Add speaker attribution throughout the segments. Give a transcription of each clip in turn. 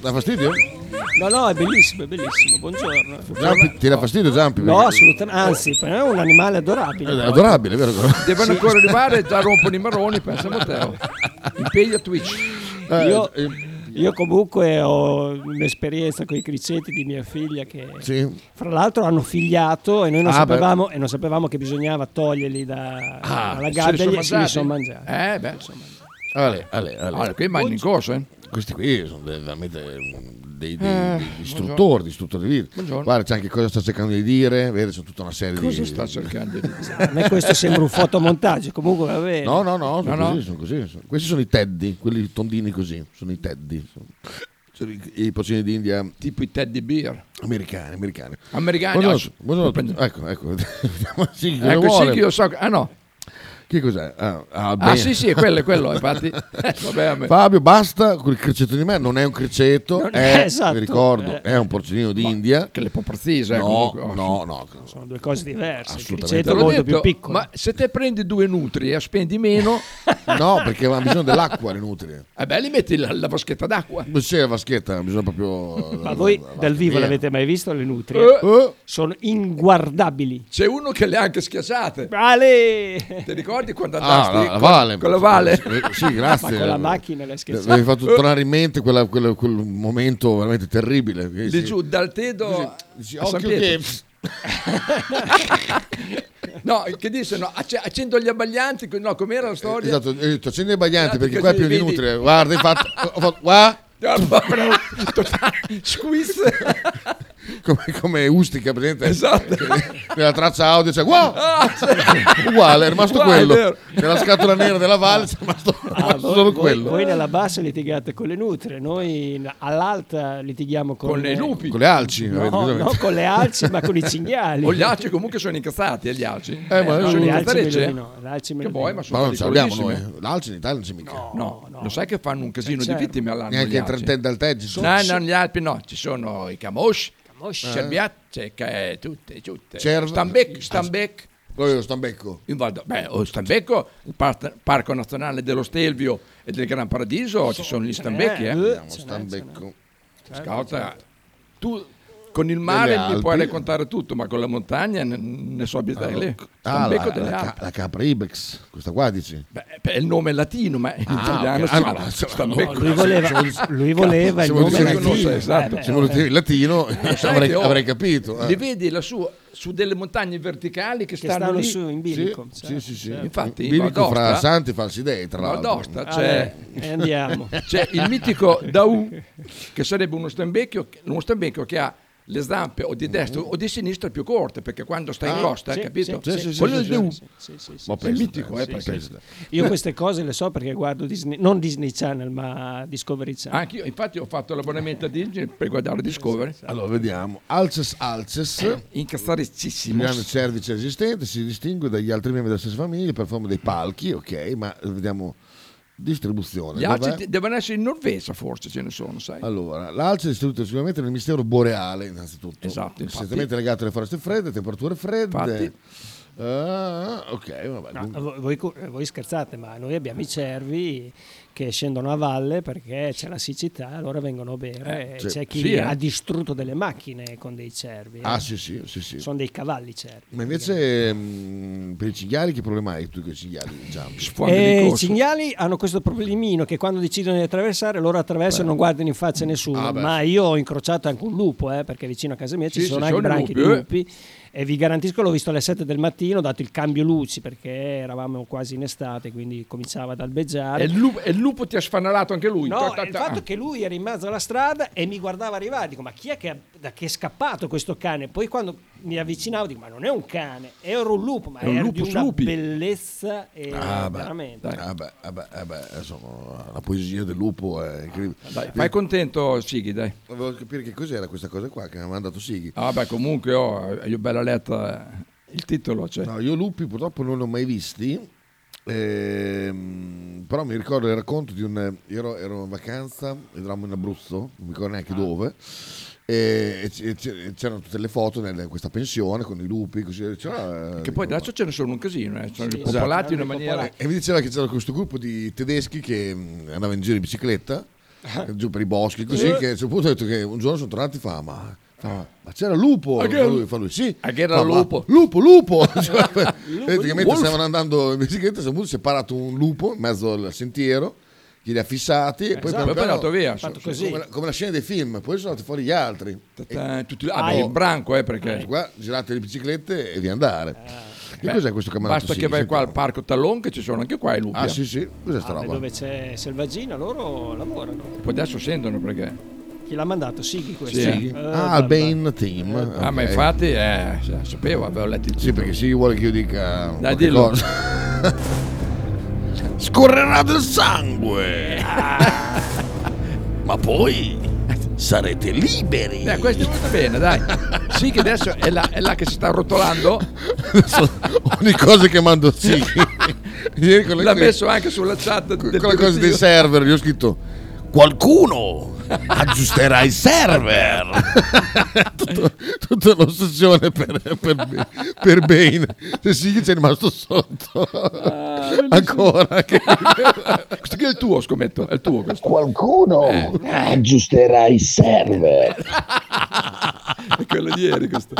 Speaker 1: Dà fastidio?
Speaker 2: No, no, è bellissimo, è bellissimo. Buongiorno.
Speaker 1: Zampi, ti dà fastidio Zampi?
Speaker 2: No,
Speaker 1: Perché-
Speaker 2: assolutamente. Anzi, per me è un animale adorabile.
Speaker 1: È
Speaker 2: poi.
Speaker 1: adorabile, vero?
Speaker 3: Devono ancora arrivare, già rompono i marroni, pensa Matteo. Impegna Twitch.
Speaker 1: Eh,
Speaker 2: Io,
Speaker 1: eh,
Speaker 2: io comunque ho un'esperienza con i criceti di mia figlia che
Speaker 1: sì.
Speaker 2: fra l'altro hanno figliato e noi non,
Speaker 1: Ah,
Speaker 2: sapevamo, e non sapevamo che bisognava toglierli da- dalla gabbia e se li sono mangiati.
Speaker 3: Eh, beh, insomma.
Speaker 1: Ale, ale, ale.
Speaker 3: Allora, qui mangi in corso, eh.
Speaker 1: Questi qui sono de- veramente mm, dei, dei- dei istruttori, di istruttori di vita.
Speaker 3: Buongiorno.
Speaker 1: Guarda, c'è anche cosa sta cercando di dire, vedi, c'è tutta una serie
Speaker 3: Cosa
Speaker 1: di...
Speaker 3: sta cercando di dire?
Speaker 2: A me questo sembra un fotomontaggio, comunque va bene.
Speaker 1: No, no,
Speaker 3: No,
Speaker 1: no, sono
Speaker 3: no.
Speaker 1: così, sono così. sono- Questi sono i teddy, quelli tondini così, sono i teddy. sono- sono i, i pacini d'India
Speaker 3: Tipo i teddy beer
Speaker 1: americani, americani.
Speaker 3: americani.
Speaker 1: Buongiorno,
Speaker 3: Ah,
Speaker 1: buongiorno.
Speaker 3: prendo-
Speaker 1: Ecco, ecco. Vediamo, sì, cosa
Speaker 3: Ecco sì
Speaker 1: vuole?
Speaker 3: che io so. che- Ah no.
Speaker 1: Che cos'è? Ah, ah,
Speaker 3: Ah
Speaker 1: bene.
Speaker 3: sì sì, è quello, è quello, infatti. Eh, vabbè, a me-
Speaker 1: Fabio, basta quel criceto di me, non è un criceto,
Speaker 2: Non è-
Speaker 1: è,
Speaker 2: esatto.
Speaker 1: vi ricordo,
Speaker 2: Eh.
Speaker 1: è un porcellino d'India.
Speaker 3: Che le poprzise, eh,
Speaker 1: No,
Speaker 3: comunque.
Speaker 1: no,
Speaker 3: Oh,
Speaker 1: no,
Speaker 2: Sono due cose diverse. Il
Speaker 1: Assolutamente.
Speaker 2: criceto
Speaker 3: Te
Speaker 2: è
Speaker 3: l'ho
Speaker 2: molto
Speaker 3: detto,
Speaker 2: più piccolo.
Speaker 3: ma se te prendi due nutri e spendi meno,
Speaker 1: No, perché ha bisogno dell'acqua le nutrie.
Speaker 3: eh beh, li metti la, la vaschetta d'acqua.
Speaker 1: Non c'è la vaschetta, ha bisogno proprio... eh,
Speaker 2: Ma voi dal vivo
Speaker 1: Via.
Speaker 2: l'avete mai visto le nutrie?
Speaker 3: Eh,
Speaker 1: Eh,
Speaker 2: Sono inguardabili.
Speaker 3: c'è uno che le ha anche schiacciate.
Speaker 2: Ale!
Speaker 3: Ti ricordi quando
Speaker 1: Ah,
Speaker 3: andasti
Speaker 1: la, la
Speaker 3: con-
Speaker 1: Vale.
Speaker 3: con la Vale?
Speaker 1: Eh, Sì,
Speaker 2: Ma
Speaker 1: grazie.
Speaker 2: con la macchina l'hai
Speaker 1: Mi
Speaker 2: scherzato.
Speaker 1: hai fatto tornare in mente quella- quella- quel momento veramente terribile. che
Speaker 3: Lì
Speaker 1: sì.
Speaker 3: giù dal Tedo
Speaker 1: Dici,
Speaker 3: a San
Speaker 1: occhio
Speaker 3: Pietro.
Speaker 1: che...
Speaker 3: No, che dicevano acce- accendo gli abbaglianti, que- no, com'era la storia?
Speaker 1: Esatto, ho detto, accendi i bagnanti perché
Speaker 3: Esatto,
Speaker 1: qua è più
Speaker 3: così,
Speaker 1: di
Speaker 3: vedi.
Speaker 1: nutrie. Guarda, infatti, ho fatto, guarda,
Speaker 3: Ah, proprio, totale Squiz.
Speaker 1: come, come Ustica, presente?
Speaker 3: Esatto.
Speaker 1: Nella traccia audio c'è, wow!
Speaker 3: Ah,
Speaker 1: uguale, è rimasto
Speaker 3: Uguale, è
Speaker 1: quello.
Speaker 3: vero.
Speaker 1: Nella scatola nera della Valle c'è rimasto, è
Speaker 2: Ah,
Speaker 1: rimasto
Speaker 2: voi,
Speaker 1: solo
Speaker 2: voi-
Speaker 1: quello.
Speaker 2: voi nella bassa litigate con le nutrie, noi in- all'alta litighiamo con,
Speaker 3: Con le lupi.
Speaker 1: Con le alci.
Speaker 2: No,
Speaker 1: avete presente?
Speaker 2: non con le alci, ma con i cinghiali.
Speaker 3: O gli alci comunque sono incazzati, eh, gli alci.
Speaker 1: Eh, ma
Speaker 2: No,
Speaker 1: sono
Speaker 2: le
Speaker 1: in
Speaker 2: alci
Speaker 3: Cattarecce?
Speaker 2: meglio di no, le alci
Speaker 3: Che
Speaker 2: meglio di
Speaker 3: vuoi,
Speaker 2: no.
Speaker 3: ma sono
Speaker 1: Ma non ce l'abbiamo
Speaker 3: pericolosissime.
Speaker 1: noi. L'alci in Italia non c'è mica.
Speaker 3: No,
Speaker 2: No,
Speaker 3: lo sai che fanno un casino di
Speaker 2: Cioè,
Speaker 3: vittime all'anno
Speaker 1: Eh, certo. Neanche
Speaker 3: gli
Speaker 1: il
Speaker 3: alci?
Speaker 1: trentello al teggio.
Speaker 3: No, no, gli alpi no, ci sono i camosci,
Speaker 2: Camosci.
Speaker 3: i
Speaker 1: Eh.
Speaker 3: cerbiatti, che- tutte, tutte.
Speaker 1: Cerv-
Speaker 3: Stambecco, Stambecco.
Speaker 1: Poi lo stambecco.
Speaker 3: In Val d'O- beh, o Stambecco, il par- Parco Nazionale dello Stelvio e del Gran Paradiso, ci sono gli Stambecchi, eh.
Speaker 2: Eh,
Speaker 1: Lo
Speaker 2: ce n'è, ce
Speaker 1: stambecco.
Speaker 3: Ascolta, tu con il mare
Speaker 1: Delle
Speaker 3: mi puoi
Speaker 1: Alpi.
Speaker 3: raccontare tutto, ma con la montagna ne, ne so abitare lì.
Speaker 1: Ah, la,
Speaker 3: Stambecco Eh, delle
Speaker 1: la-
Speaker 3: Alpi.
Speaker 1: la capra Ibex, questa qua dici?
Speaker 3: Beh, beh, il nome è latino, ma in italiano
Speaker 1: ok.
Speaker 3: si
Speaker 1: Ah,
Speaker 3: chiama
Speaker 1: ma-
Speaker 3: Stambecco.
Speaker 2: Lui voleva, lui voleva il
Speaker 1: Siamo
Speaker 2: nome
Speaker 1: vicini-
Speaker 2: latino.
Speaker 3: Esatto.
Speaker 2: Eh,
Speaker 1: Se volevi il latino
Speaker 3: sai
Speaker 1: avrei,
Speaker 3: che, oh,
Speaker 1: avrei capito. eh.
Speaker 3: Li vedi lassù su delle montagne verticali che,
Speaker 2: che
Speaker 3: stanno,
Speaker 2: stanno
Speaker 3: lì.
Speaker 2: su in
Speaker 1: Sì,
Speaker 2: bilico.
Speaker 1: sì, sì, sì.
Speaker 3: Infatti,
Speaker 1: Bilico
Speaker 3: Valdosta-
Speaker 1: fra eh. Santi e Falsidei, tra
Speaker 3: Val
Speaker 1: l'altro.
Speaker 3: d'Aosta c'è,
Speaker 2: Cioè, e andiamo.
Speaker 3: c'è il mitico Daù, che sarebbe uno stambecchio, uno stambecchio che ha le zampe o di destra o di sinistra più corte, perché quando sta in
Speaker 1: Ah,
Speaker 3: costa,
Speaker 2: sì,
Speaker 3: capito?
Speaker 1: sì, sì, sì,
Speaker 3: Quello
Speaker 1: sì,
Speaker 3: è il Daù.
Speaker 2: Sì, sì, sì, sì.
Speaker 1: Ma pensa,
Speaker 3: mitico, eh,
Speaker 1: sì,
Speaker 3: perché-
Speaker 1: pensa.
Speaker 2: Io queste cose le so perché guardo Disney, non Disney Channel, ma Discovery Channel.
Speaker 3: Anche io, infatti, ho fatto l'abbonamento a Disney per guardare Discovery. Eh,
Speaker 1: Allora, vediamo. Alces Alces,
Speaker 3: Incazzaricissimo.
Speaker 1: grande cervice resistente, si distingue dagli altri membri della stessa famiglia per forma dei palchi, ok, ma vediamo distribuzione.
Speaker 3: Gli
Speaker 1: dov'è?
Speaker 3: altri ti- devono essere in Norvegia, forse ce ne sono, sai?
Speaker 1: Allora, l'alce è distribuito sicuramente nel mistero boreale, innanzitutto.
Speaker 3: Esatto, infatti.
Speaker 1: Strettamente legato alle foreste fredde, temperature fredde.
Speaker 3: Infatti.
Speaker 1: Ah, ok, vabbè.
Speaker 2: No,
Speaker 3: Mm.
Speaker 2: voi- voi, co- voi scherzate, ma noi abbiamo i cervi che scendono a valle perché c'è la siccità, allora vengono a bere.
Speaker 1: Eh,
Speaker 2: e
Speaker 1: sì.
Speaker 2: c'è chi
Speaker 3: Sì, eh.
Speaker 2: ha distrutto delle macchine con dei cervi. eh.
Speaker 1: Ah, sì, sì, sì, sì.
Speaker 2: Sono dei cavalli cervi.
Speaker 1: Ma invece mh, per i cinghiali che problema hai tu con i cinghiali? diciamo? Giampi?
Speaker 3: Sfondi di
Speaker 2: E i
Speaker 3: corso.
Speaker 2: cinghiali hanno questo problemino che quando decidono di attraversare loro attraversano e non guardano in faccia nessuno.
Speaker 1: Ah, beh.
Speaker 2: ma io ho incrociato anche un lupo, eh, perché vicino a casa mia ci
Speaker 3: Sì,
Speaker 2: sono
Speaker 3: ci
Speaker 2: anche i
Speaker 3: sono i
Speaker 2: branchi
Speaker 3: lupi, eh.
Speaker 2: di lupi. E vi garantisco, l'ho visto alle 7 del mattino, ho dato il cambio luci perché eravamo quasi in estate, quindi cominciava ad albeggiare.
Speaker 3: E il lupo, e il lupo ti ha sfanalato anche lui. Ah, Ta-
Speaker 2: No,
Speaker 3: ta-
Speaker 2: il
Speaker 3: ta-
Speaker 2: fatto che lui era in mezzo alla strada e mi guardava arrivare, dico ma chi è che, ha- da che è scappato questo cane? Poi quando mi avvicinavo dico ma non è un cane, ero un lupo, ma
Speaker 3: È un
Speaker 2: era
Speaker 3: lupus
Speaker 2: di una
Speaker 3: lupi.
Speaker 2: bellezza e
Speaker 1: Ah, beh.
Speaker 2: veramente. eh.
Speaker 1: Ah, beh, ah, beh, ah, beh, insomma, la poesia del lupo è incredibile.
Speaker 3: Dai, fai contento, Sighi, dai.
Speaker 1: Volevo capire che cos'era questa cosa qua che mi ha mandato Sighi.
Speaker 3: Ah, beh, comunque, oh, io bella letta eh, il titolo. Cioè.
Speaker 1: No, io lupi purtroppo non li ho mai visti, ehm, però mi ricordo il racconto di un... Ero, ero in vacanza, eravamo in Abruzzo, non mi ricordo
Speaker 3: Ah.
Speaker 1: neanche dove, e, e c- e c- e c'erano tutte le foto nel- in questa pensione con i lupi, così. diceva, eh,
Speaker 3: Che poi
Speaker 1: dico,
Speaker 3: adesso ce ne sono un casino, eh. sono
Speaker 2: Sì,
Speaker 3: popolati
Speaker 2: esatto.
Speaker 1: Eh,
Speaker 3: in una maniera...
Speaker 1: mm, E mi diceva che c'era questo gruppo di tedeschi che mh, andava in giro in bicicletta giù per i boschi, così
Speaker 3: Eh.
Speaker 1: che a un certo punto ho detto che un giorno sono tornati e fa, ma, fa, ma- ma c'era lupo,
Speaker 3: Ah, che-
Speaker 1: fa lui, fa lui, sì,
Speaker 3: ah, che era
Speaker 1: Fa, ma-
Speaker 3: lupo."
Speaker 1: lupo, lupo, Cioè, praticamente
Speaker 3: Wolf.
Speaker 1: stavano andando in bicicletta, a un certo punto si è parato un lupo in mezzo al sentiero, gli li ha fissati e poi
Speaker 3: Poi
Speaker 2: Esatto.
Speaker 1: piano
Speaker 3: è
Speaker 1: piano-
Speaker 3: andato via.
Speaker 2: Fatto
Speaker 3: so-
Speaker 2: così.
Speaker 1: come, la, come la scena dei film, poi sono andati fuori gli altri,
Speaker 3: Tata- tutti- ah, beh,
Speaker 2: Ah,
Speaker 3: in branco, eh, perché
Speaker 1: qua girate le biciclette e via andare. che
Speaker 3: Eh. Beh,
Speaker 1: cos'è questo camminato?
Speaker 3: basta
Speaker 1: Sì,
Speaker 3: che vai qua al
Speaker 1: sentiamo.
Speaker 3: parco Tallon che ci sono anche qua i lupi.
Speaker 1: Ah
Speaker 3: eh.
Speaker 1: sì sì, cos'è sta
Speaker 2: Ah, beh,
Speaker 1: roba?
Speaker 2: dove c'è Selvaggina loro lavorano.
Speaker 3: eh. Poi adesso sentono perché.
Speaker 2: Chi l'ha mandato? Sighi questo.
Speaker 3: Sì.
Speaker 1: Sì.
Speaker 3: Sighi.
Speaker 2: Eh,
Speaker 1: ah,
Speaker 2: vabbè.
Speaker 1: il Bane Team.
Speaker 3: Ah, ma
Speaker 1: ok.
Speaker 3: infatti, eh, sa- sapevo, avevo letto il
Speaker 1: Sì, perché si vuole che io dica. qualche
Speaker 3: dillo.
Speaker 1: cosa. Scorrerà del sangue.
Speaker 3: Ah.
Speaker 1: ma poi sarete liberi.
Speaker 3: Eh, questo è molto bene, dai. Sì, che adesso è là, è là che si sta rotolando.
Speaker 1: Adesso Ogni cosa che mando sì. Ieri con le-
Speaker 3: L'ha messo anche sulla chat. del
Speaker 1: quella cosa dei
Speaker 3: Polizio.
Speaker 1: server, gli ho scritto qualcuno aggiusterà i server Tutto- tutta l'ossessione per, per, per Bane se sì c'è rimasto sotto Ah, ancora che-
Speaker 3: Questo qui è il tuo, scommetto. È il tuo questo.
Speaker 4: Qualcuno
Speaker 5: Eh.
Speaker 4: aggiusterà i server.
Speaker 3: È quello di ieri. Questo.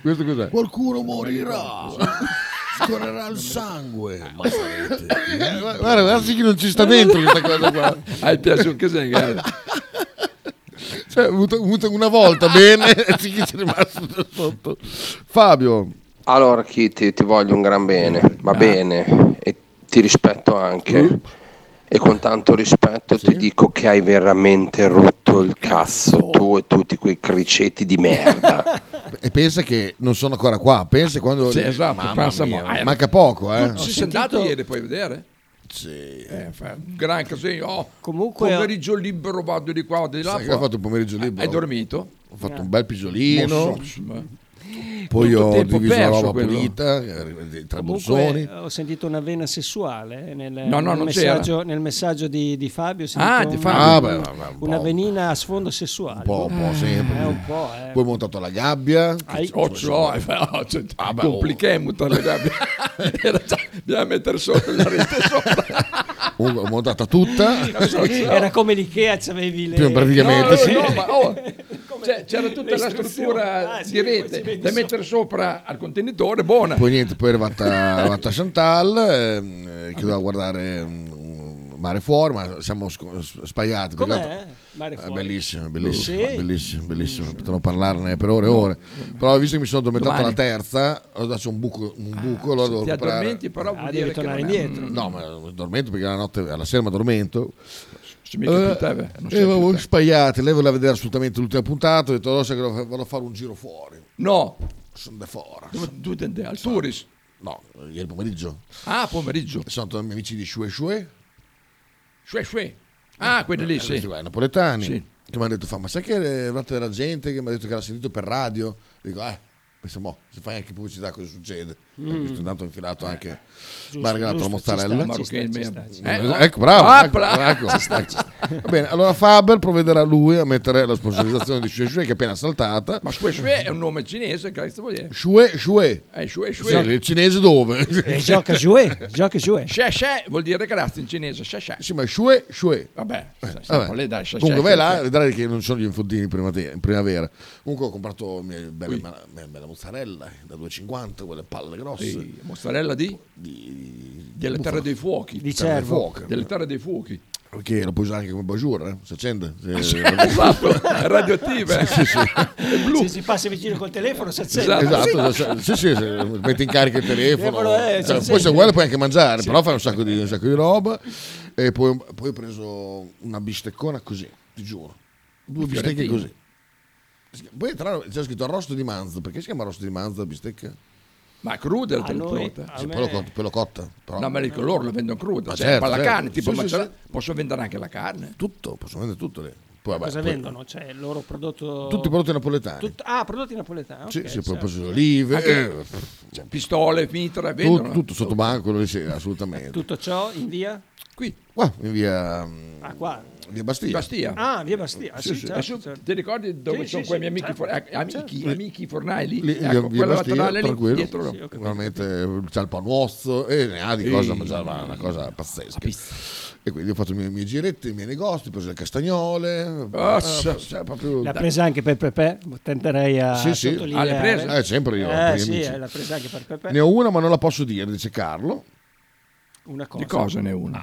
Speaker 1: questo cos'è?
Speaker 4: Qualcuno morirà. Scorrerà il sangue. Ma sarete.
Speaker 1: Eh, guarda guarda sì che non ci sta dentro questa cosa qua
Speaker 3: Ah, il piaciuto che sei, guarda.
Speaker 1: cioè, ho avuto- ho avuto una volta bene sì che c'è rimasto sotto Fabio
Speaker 6: Allora, Kitty, ti voglio un gran bene, va bene, e ti rispetto anche. E con tanto rispetto ti dico che hai veramente rotto il cazzo tu e tutti quei criceti di merda.
Speaker 1: e pensa che non sono ancora qua pensa quando
Speaker 3: Sì, esatto,
Speaker 1: Mamma
Speaker 3: passa
Speaker 1: mia,
Speaker 3: mo- eh,
Speaker 1: manca poco eh
Speaker 3: Ci sei andato ieri, puoi vedere?
Speaker 1: Sì.
Speaker 3: Eh, fa un gran casino. Oh,
Speaker 2: Comunque-
Speaker 3: Pomeriggio libero, vado di qua, vado di là.
Speaker 1: Sai che ho
Speaker 3: poi-
Speaker 1: fatto un pomeriggio libero.
Speaker 3: eh, Hai dormito? eh.
Speaker 1: Ho fatto un bel
Speaker 3: Non
Speaker 1: pisolino,
Speaker 3: so, insomma.
Speaker 1: poi
Speaker 3: Tutto
Speaker 1: ho
Speaker 3: tempo
Speaker 1: diviso la
Speaker 3: perso
Speaker 1: roba
Speaker 3: quello.
Speaker 1: pulita, eh, tra
Speaker 2: Comunque,
Speaker 1: borsoni.
Speaker 2: eh, ho sentito una vena sessuale eh, nel,
Speaker 3: No, no,
Speaker 2: nel
Speaker 3: non
Speaker 2: messaggio, nel messaggio di, di Fabio. ho sentito
Speaker 3: Ah, di
Speaker 2: un-
Speaker 3: Fabio.
Speaker 1: Ah, beh, beh, beh, un po',
Speaker 2: Una venina a sfondo sessuale.
Speaker 1: un po', un po' sempre.
Speaker 2: Eh, un po', eh.
Speaker 1: Poi ho montato la gabbia.
Speaker 2: Ai-
Speaker 3: Oh, cioè, eh, oh, cioè,
Speaker 1: beh, oh.
Speaker 3: complichiamo dalle gabbie. Era già- Bisogna mettere sotto la rete sopra.
Speaker 1: Comunque, Ho montata tutta.
Speaker 2: Era come l'Ikea, c'avevi le...
Speaker 1: Più praticamente,
Speaker 3: No,
Speaker 1: sì.
Speaker 3: no, ma, oh, cioè, c'era tutta la
Speaker 2: istruzioni.
Speaker 3: struttura
Speaker 2: Ah, sì,
Speaker 3: di
Speaker 2: poi ci
Speaker 3: rete
Speaker 2: metti
Speaker 3: da
Speaker 2: sopra.
Speaker 3: mettere sopra al contenitore, buona.
Speaker 1: Poi niente, poi è arrivata, è arrivata Chantal ehm, eh, che doveva guardare ehm, Mare Fuori, ma siamo sco- s- spaiati. perché
Speaker 2: Com'è? eh? Mare fuori.
Speaker 1: È esatto. Ah, bellissimo, bellissimo,
Speaker 2: Sì.
Speaker 1: bellissimo, bellissimo. Potremmo parlarne per ore e ore. Però visto che mi sono addormentato
Speaker 3: Domani. Ah,
Speaker 1: alla terza, ho dato un buco, un buco allora devo
Speaker 3: Ti
Speaker 1: recuperare.
Speaker 3: addormenti, però
Speaker 2: Ah,
Speaker 3: vuol
Speaker 2: devi
Speaker 3: dire che
Speaker 2: tornare
Speaker 3: non è-
Speaker 2: indietro.
Speaker 1: No, ma addormento perché la notte alla sera mi addormento.
Speaker 3: Se mica più
Speaker 1: Eh,
Speaker 3: te, beh, non sei
Speaker 1: e
Speaker 3: più
Speaker 1: avevo
Speaker 3: te.
Speaker 1: sbagliato, lei voleva vedere assolutamente l'ultima puntata, ho detto allora sai che lo- vado a fare un giro fuori,
Speaker 3: No,
Speaker 1: sono da fuori.
Speaker 3: dove dove te andai? Al Turis.
Speaker 1: No, ieri pomeriggio
Speaker 3: Ah, pomeriggio.
Speaker 1: sono andato dai miei amici di Shue Shue,
Speaker 3: Shue, shue. Ah, quelli lì,
Speaker 1: questi
Speaker 3: sì.
Speaker 1: qua, i napoletani,
Speaker 3: Sì.
Speaker 1: che mi hanno detto, fa, ma sai che è venuta della gente che mi ha detto che l'ha sentito per radio? Dico, eh, pensa, mo, se fai anche pubblicità cosa succede? Perché sono andato infilato anche, mi ha regalato la
Speaker 2: giusto, ci sta,
Speaker 1: mozzarella.
Speaker 2: ma-
Speaker 3: Marocchini,
Speaker 2: ci
Speaker 3: merda.
Speaker 2: sta, ci
Speaker 3: Eh,
Speaker 1: Eh,
Speaker 3: no.
Speaker 1: Ecco, bravo.
Speaker 3: Ah,
Speaker 1: ecco,
Speaker 3: bra-
Speaker 1: ecco, ecco. Va bene, allora Faber provvederà lui a mettere la sponsorizzazione di Shue Shue che è appena saltata.
Speaker 3: Ma Shue, shue è un nome cinese, cazzo vuol dire?
Speaker 1: Shue Shue.
Speaker 3: Eh, shue,
Speaker 1: Sì,
Speaker 3: shue.
Speaker 1: il cinese dove?
Speaker 2: E Eh, gioca Joué, gioca eh, Joué.
Speaker 3: Shè, shè vuol dire grazie in cinese. Shè, shè.
Speaker 1: Sì, ma Shue Shue.
Speaker 3: Vabbè, sai- sai,
Speaker 1: Vabbè.
Speaker 3: lei dai,
Speaker 2: cioè,
Speaker 3: shè,
Speaker 1: Comunque
Speaker 3: shè,
Speaker 1: vai là,
Speaker 3: shè.
Speaker 1: vedrai che non sono gli infottini in primavera- in primavera. Comunque ho comprato mia- bella, bella, bella mozzarella eh, da 2,50, quelle palle grosse.
Speaker 3: Sì, mozzarella di? Della terra dei fuochi.
Speaker 2: Di
Speaker 1: Terra del
Speaker 2: cervo.
Speaker 1: fuoco.
Speaker 3: Delle terre dei fuochi.
Speaker 1: Perché la puoi usare anche come bonjour, eh? si accende. Se-
Speaker 2: Ah,
Speaker 3: Esatto, radioattive. È blu.
Speaker 2: Se si passa vicino col telefono, si accende.
Speaker 3: Esatto.
Speaker 1: Esatto, sì, sì, sì, se metti in carica il telefono.
Speaker 2: Telefono, eh,
Speaker 1: Cioè,
Speaker 2: sì,
Speaker 1: poi
Speaker 2: sì.
Speaker 1: se vuole puoi anche mangiare, però fai un sacco di, un sacco di roba. E poi, poi ho preso una bisteccona così, ti giuro. Due bistecche
Speaker 3: Fiorentina.
Speaker 1: così. Poi tra l'altro c'è scritto arrosto di manzo, perché si chiama arrosto di manzo la bistecca?
Speaker 3: Ma cruda la
Speaker 2: A noi-
Speaker 3: pronta.
Speaker 2: a
Speaker 1: Sì,
Speaker 2: me-
Speaker 1: poi l'ho cotta, poi l'ho cotta, però
Speaker 3: No, ma dico, loro la vendono cruda.
Speaker 1: Ma
Speaker 3: cioè,
Speaker 1: certo,
Speaker 3: ma la
Speaker 1: certo.
Speaker 3: carne, tipo,
Speaker 1: Sì, sì,
Speaker 3: mangiare-
Speaker 1: sì.
Speaker 3: posso vendere anche la carne.
Speaker 1: tutto, posso vendere tutto lì. Poi, vabbè,
Speaker 2: Cosa
Speaker 1: poi-
Speaker 2: vendono? Cioè, il loro prodotto...
Speaker 1: Tutti i prodotti napoletani.
Speaker 2: Tut- Ah, prodotti napoletani.
Speaker 1: sì,
Speaker 2: ok,
Speaker 1: sì, poi ho
Speaker 2: certo.
Speaker 1: preso le olive,
Speaker 3: Anche-
Speaker 1: eh, cioè,
Speaker 3: Pistole, mitra, vendono.
Speaker 1: tutto, tutto sotto banco, lì sì, assolutamente.
Speaker 2: Tutto ciò in via?
Speaker 3: Qui,
Speaker 1: Qua, in via, mm,
Speaker 2: Ah, qua.
Speaker 1: via Bastia.
Speaker 3: Bastia.
Speaker 2: Ah, via Bastia. Ah,
Speaker 3: Sì,
Speaker 2: sì,
Speaker 3: sì.
Speaker 2: certo,
Speaker 3: Eh, su-
Speaker 2: certo.
Speaker 3: Ti ricordi dove
Speaker 2: Sì,
Speaker 3: sono
Speaker 2: sì,
Speaker 3: quei
Speaker 2: sì,
Speaker 3: miei amici,
Speaker 2: certo,
Speaker 3: for- eh, amici, amici fornai lì?
Speaker 1: Lì, via-
Speaker 3: ecco,
Speaker 1: via
Speaker 3: quella
Speaker 1: Bastia,
Speaker 3: laterale lì,
Speaker 1: tranquillo.
Speaker 3: dietro.
Speaker 2: Sì, ho capito.
Speaker 1: eh, veramente c'è il panuozzo e ne ha di cosa mangiare, ma una cosa pazzesca.
Speaker 3: pizza.
Speaker 1: E quindi ho fatto i miei, i miei giretti, i miei negozi, ho preso le castagnole.
Speaker 3: Ah,
Speaker 1: eh,
Speaker 3: sì,
Speaker 1: cioè, proprio-
Speaker 2: L'ha
Speaker 1: dai.
Speaker 2: presa anche per Pepe, tenterei a
Speaker 1: Sì, sì.
Speaker 2: sottolineare.
Speaker 3: Ah, l'hai presa?
Speaker 1: Eh, sempre io,
Speaker 2: Eh,
Speaker 1: per gli
Speaker 2: sì,
Speaker 1: amici.
Speaker 2: eh, l'ha presa anche per Pepe.
Speaker 1: Ne ho una, ma non la posso dire, dice Carlo.
Speaker 2: Una cosa.
Speaker 3: Di cosa ne è una?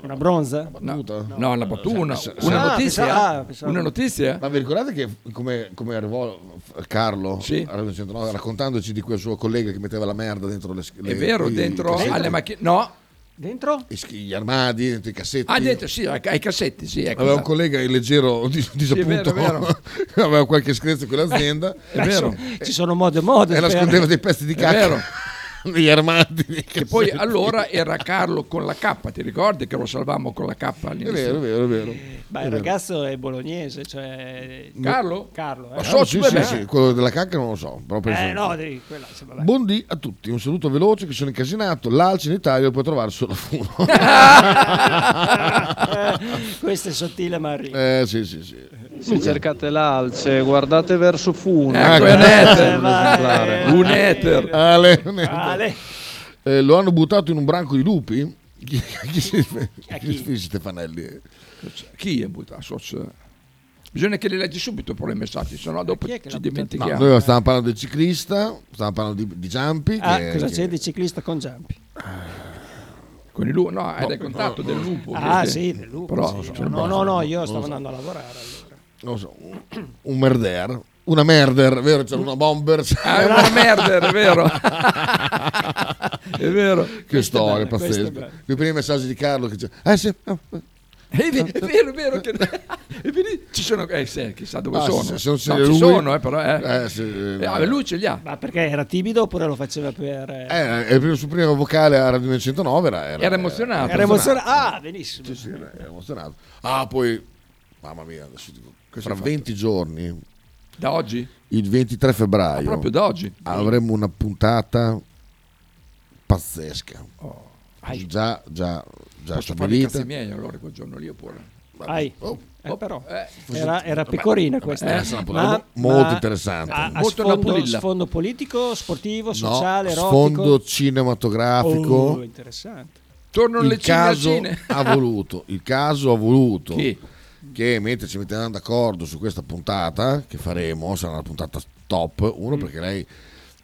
Speaker 2: Una bronza?
Speaker 3: No,
Speaker 1: Battuta?
Speaker 3: no, una battuta, una, una
Speaker 2: pensavo-
Speaker 3: notizia.
Speaker 2: ah, pensavo-
Speaker 3: Una notizia?
Speaker 1: Ma vi ricordate che come, come arrivò Carlo
Speaker 3: Sì.
Speaker 1: a Radio 109, raccontandoci di quel suo collega che metteva la merda dentro le
Speaker 3: È
Speaker 1: le-
Speaker 3: vero,
Speaker 1: i-
Speaker 3: dentro
Speaker 1: i cassetti,
Speaker 3: alle macchine... No,
Speaker 2: Dentro?
Speaker 1: i schi- gli armadi, dentro i cassetti.
Speaker 3: ah, dentro, sì, ai ai cassetti, sì, ecco.
Speaker 1: Aveva un collega in leggero dis- disappunto,
Speaker 3: è vero,
Speaker 1: aveva qualche screzzo in quell'azienda
Speaker 3: È vero.
Speaker 2: Ci sono modi e modi.
Speaker 1: e
Speaker 2: per-
Speaker 1: nascondeva dei pezzi di
Speaker 3: vero.
Speaker 1: cacca negli armadi. nei
Speaker 3: E poi
Speaker 1: cassetti.
Speaker 3: allora era Carlo con la K, ti ricordi che lo salvammo con la K
Speaker 1: È
Speaker 3: all'inizio?
Speaker 1: vero, è vero, è vero.
Speaker 3: Eh,
Speaker 2: Ma il ragazzo è bolognese, cioè...
Speaker 1: Mm.
Speaker 3: Carlo?
Speaker 2: Carlo,
Speaker 3: Ma
Speaker 2: eh.
Speaker 3: so-
Speaker 1: sì,
Speaker 3: vabbè.
Speaker 1: sì, sì, quello della cacca non lo so. Però penso-
Speaker 2: Eh, no, di quella, sì, vabbè.
Speaker 1: Buondì a tutti, un saluto veloce che sono incasinato, l'alce in Italia lo puoi trovare solo a uno.
Speaker 2: Eh, Questo è sottile, ma arriva.
Speaker 1: eh sì, sì, sì.
Speaker 7: Se cercate l'alce, guardate verso Funo.
Speaker 3: Ecco, è
Speaker 1: Ecco.
Speaker 3: un
Speaker 2: Eh,
Speaker 3: ether.
Speaker 2: vai,
Speaker 3: Un
Speaker 2: vai.
Speaker 3: ether.
Speaker 1: Ah, Leonardo.
Speaker 2: Ale.
Speaker 1: Eh, lo hanno buttato in un branco di lupi? Chi, chi si
Speaker 2: A
Speaker 1: chi
Speaker 2: chi?
Speaker 1: si fece Stefanelli?
Speaker 3: Chi è buttato? So, so. Bisogna che li leggi subito poi i messaggi, sennò dopo
Speaker 2: Chi è che
Speaker 3: ci
Speaker 2: l'ha buttato?
Speaker 1: No,
Speaker 3: dimentichiamo.
Speaker 1: noi stavamo parlando del ciclista, stavamo parlando di, di Giampi.
Speaker 2: Ah,
Speaker 1: che-
Speaker 2: cosa
Speaker 1: che-
Speaker 2: c'è di ciclista con Giampi?
Speaker 3: Con il lupo, no, era il contatto del lupo.
Speaker 2: Ah,
Speaker 3: vedi?
Speaker 2: sì, del lupo,
Speaker 3: Però,
Speaker 2: sì.
Speaker 1: cioè,
Speaker 3: so,
Speaker 2: No, no, no, no, io stavo andando a lavorare allora.
Speaker 1: Non lo so, un, un merder, una merder, vero? C'era una bomber.
Speaker 3: Ah, è una merda, è vero. è vero.
Speaker 1: che storia
Speaker 2: bella, questa è
Speaker 1: pazzesca.
Speaker 2: bella.
Speaker 1: Qui prima i messaggi di Carlo che dice, eh sì, eh, eh,
Speaker 3: È vero, è vero, è vero che... e quindi ci sono... Eh, sì, chissà dove
Speaker 1: Ah,
Speaker 3: sono.
Speaker 1: se- se non c'è
Speaker 3: No, ci
Speaker 1: lui-
Speaker 3: sono, eh, però... Eh.
Speaker 1: eh, sì,
Speaker 3: Eh,
Speaker 1: no.
Speaker 3: vabbè, lui ce li ha.
Speaker 2: Ma perché era timido oppure lo faceva per... eh,
Speaker 1: Eh, il primo, suo primo vocale a Radio 109 era,
Speaker 3: Era emozionato.
Speaker 2: era emozionato? Ah, benissimo.
Speaker 1: Sì, era- era emozionato. Ah, poi, mamma mia, adesso dico, fra 20 giorni,
Speaker 3: Da oggi?
Speaker 1: il 23 febbraio,
Speaker 3: Ah, Proprio da oggi.
Speaker 1: avremo una puntata pazzesca. Già, già, già
Speaker 3: Posso fare i cazzi
Speaker 1: stabilita.
Speaker 3: miei allora quel giorno lì oppure?
Speaker 2: Ai.
Speaker 1: Oh,
Speaker 2: Eh, però
Speaker 3: Eh,
Speaker 2: era, era pecorina questa.
Speaker 1: eh, sarà una puntata mo- molto interessante.
Speaker 2: A, a
Speaker 3: Molto
Speaker 2: sfondo,
Speaker 3: Napolilla.
Speaker 2: sfondo politico, sportivo,
Speaker 1: no,
Speaker 2: sociale,
Speaker 1: sfondo
Speaker 2: erotico.
Speaker 1: cinematografico.
Speaker 2: Oh, interessante.
Speaker 3: Tornano le
Speaker 1: il caso
Speaker 3: ciliegine.
Speaker 1: ha voluto, il caso ha voluto
Speaker 3: Chi?
Speaker 1: che mentre ci metteranno d'accordo su questa puntata che faremo, sarà una puntata top,
Speaker 3: Mm.
Speaker 1: uno perché lei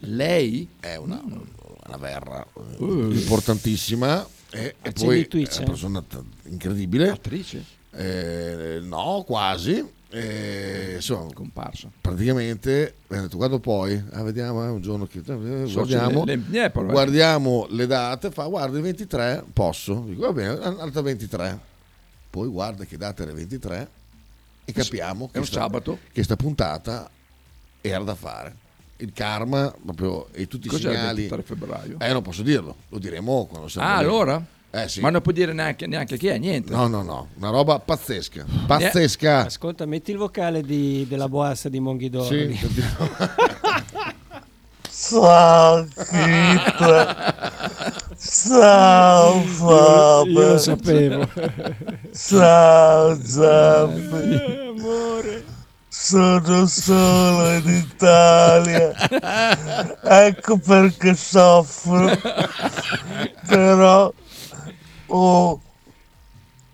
Speaker 3: Lei?
Speaker 1: è una, una verra eh,
Speaker 3: Uh.
Speaker 1: importantissima e, e
Speaker 2: Accendi
Speaker 1: poi
Speaker 2: Twitch,
Speaker 1: è
Speaker 2: eh?
Speaker 1: una persona t- incredibile,
Speaker 3: Attrice?
Speaker 1: eh, no quasi, eh, insomma
Speaker 3: Comparsa.
Speaker 1: praticamente mi hanno detto quando poi ah, vediamo eh, un giorno che eh, guardiamo,
Speaker 3: le- le- eh, però, eh.
Speaker 1: guardiamo le date fa guarda il 23 posso dico va bene an- alta 23 poi guarda che data era il 23 e capiamo che
Speaker 3: un
Speaker 1: sta-
Speaker 3: sabato.
Speaker 1: che sta puntata era da fare il karma proprio e tutti
Speaker 3: Cos'è
Speaker 1: i
Speaker 3: il
Speaker 1: segnali
Speaker 3: 23 febbraio?
Speaker 1: eh non posso dirlo lo diremo quando saremo
Speaker 3: ah,
Speaker 1: lì.
Speaker 3: allora?
Speaker 1: eh sì
Speaker 3: Ma non può dire neanche, neanche chi è, niente.
Speaker 1: no no no una roba pazzesca
Speaker 3: Eh.
Speaker 1: pazzesca
Speaker 2: Ascolta, metti il vocale di- della boassa di Monghidoro.
Speaker 1: sì, sentiamo.
Speaker 8: Salvita! Salva!
Speaker 2: Io lo sapevo.
Speaker 8: Salva!
Speaker 2: Eh,
Speaker 8: Sono solo in Italia. Ecco perché soffro. Però oh,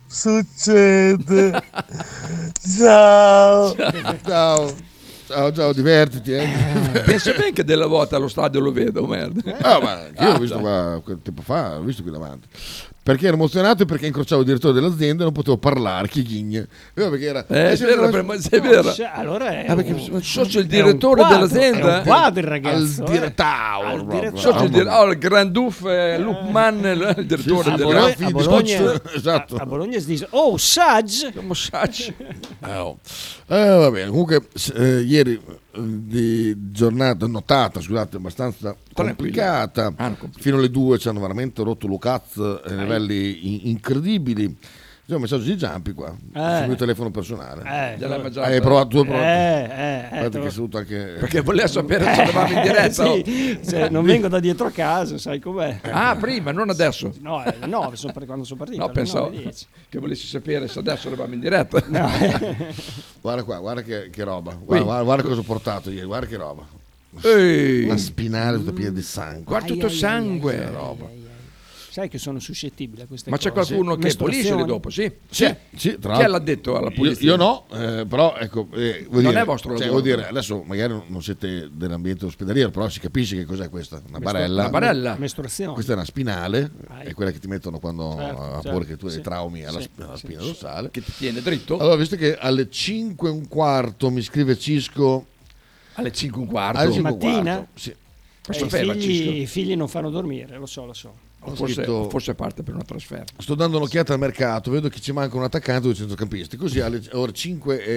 Speaker 8: succede. Ciao.
Speaker 1: ciao ciao ciao divertiti eh.
Speaker 3: Pensa bene che della volta allo stadio lo vedo,
Speaker 2: Eh,
Speaker 3: merda.
Speaker 1: Ah, ma anche io l'ho
Speaker 3: Esatto.
Speaker 1: visto qua quel tempo fa, l'ho visto qui davanti. Perché ero emozionato e perché incrociavo il direttore dell'azienda e non potevo parlare, chighigne. Eh, perché era...
Speaker 3: Eh,
Speaker 1: eh,
Speaker 3: è
Speaker 1: sì,
Speaker 3: vero,
Speaker 1: ma-
Speaker 3: per- ma- se è vero.
Speaker 2: Cioè, allora è
Speaker 1: Ah, perché-
Speaker 2: un-
Speaker 3: Socio il
Speaker 2: è un
Speaker 3: direttore
Speaker 2: quadro,
Speaker 3: dell'azienda.
Speaker 2: È un quadro il
Speaker 1: al
Speaker 2: ragazzo. eh.
Speaker 1: direttore.
Speaker 2: Al
Speaker 1: proprio.
Speaker 2: direttore.
Speaker 3: Socio il dire- oh, il Granduff eh, Lupman, il il direttore
Speaker 1: sì,
Speaker 3: della...
Speaker 2: A
Speaker 1: sì, Bologna-
Speaker 2: Bologna,
Speaker 1: Graffi
Speaker 2: a
Speaker 1: di
Speaker 2: Bologna,
Speaker 1: Socio, esatto.
Speaker 2: a- a Bologna si dice oh Sage
Speaker 3: Mosacci.
Speaker 1: Ah, oh. Eh, va bene, comunque s- eh, ieri eh, di giornata notata, scusate, abbastanza
Speaker 3: Tranquilla.
Speaker 1: complicata.
Speaker 3: Ah, no, complicata.
Speaker 1: Fino alle due ci hanno veramente rotto Lucaz a livelli in- incredibili. C'è un messaggio di Giampi qua,
Speaker 3: Eh.
Speaker 1: sul mio telefono personale.
Speaker 2: eh,
Speaker 3: Della mangiata.
Speaker 1: Hai provato, tu hai provato.
Speaker 2: eh, eh, eh,
Speaker 1: Guarda
Speaker 2: te
Speaker 1: che
Speaker 2: lo-
Speaker 1: saluto anche...
Speaker 3: Perché voleva sapere se eravamo in
Speaker 2: eh,
Speaker 3: diretta. oh.
Speaker 2: sì, cioè, non vengo da dietro casa sai com'è
Speaker 3: Ah, prima, non adesso.
Speaker 2: no alle 9 sono per quando sono partito
Speaker 3: No,
Speaker 2: alle
Speaker 3: pensavo
Speaker 2: 9:10.
Speaker 3: che volessi sapere se adesso eravamo in diretta.
Speaker 1: Guarda qua, guarda che, che roba. Guarda, guarda- guarda cosa ho portato ieri, guarda che roba.
Speaker 3: Ehi,
Speaker 1: Una spinale tutta piena di sangue.
Speaker 3: guarda tutto sangue.
Speaker 1: roba.
Speaker 2: Sai che sono suscettibile a queste
Speaker 3: Ma c'è
Speaker 2: cose.
Speaker 3: qualcuno che pulisce
Speaker 2: Mestruazioni.
Speaker 3: dopo, sì?
Speaker 1: Sì,
Speaker 3: C'è. cioè,
Speaker 1: sì, tra
Speaker 3: Chi
Speaker 1: l'altro-
Speaker 3: l'ha detto alla
Speaker 1: Io-
Speaker 3: polizia?
Speaker 1: Io, no, eh, però ecco, eh, vuol
Speaker 3: Non
Speaker 1: dire-
Speaker 3: è vostro
Speaker 1: cioè,
Speaker 3: lavoro.
Speaker 1: vuol dire, adesso magari non siete dell'ambiente ospedaliero, però si capisce che cos'è questa, una barella.
Speaker 3: Una barella.
Speaker 2: Mestruazioni.
Speaker 1: Questa è una spinale,
Speaker 2: Vai.
Speaker 1: è quella che ti mettono quando
Speaker 2: Certo,
Speaker 1: a
Speaker 2: certo,
Speaker 1: paura che tu hai
Speaker 2: sì.
Speaker 1: dei traumi alla,
Speaker 2: Sì,
Speaker 1: alla
Speaker 2: sì,
Speaker 1: spina
Speaker 2: sì.
Speaker 1: dorsale.
Speaker 3: Che ti tiene dritto
Speaker 1: Allora, visto che alle 5 e un quarto mi scrive Cisco,
Speaker 3: alle 5 e un quarto.
Speaker 1: alle 5 e un
Speaker 2: Mattina?
Speaker 1: quarto, sì,
Speaker 3: Ma
Speaker 2: Eh, i,
Speaker 3: sapeva,
Speaker 2: figli,
Speaker 3: Cisco.
Speaker 2: i figli non fanno dormire, lo so, lo so.
Speaker 3: O forse,
Speaker 1: scritto-
Speaker 3: o forse parte per una trasferta.
Speaker 1: sto dando un'occhiata al mercato, vedo che ci manca un attaccante e due centrocampisti, così alle ore 5 e,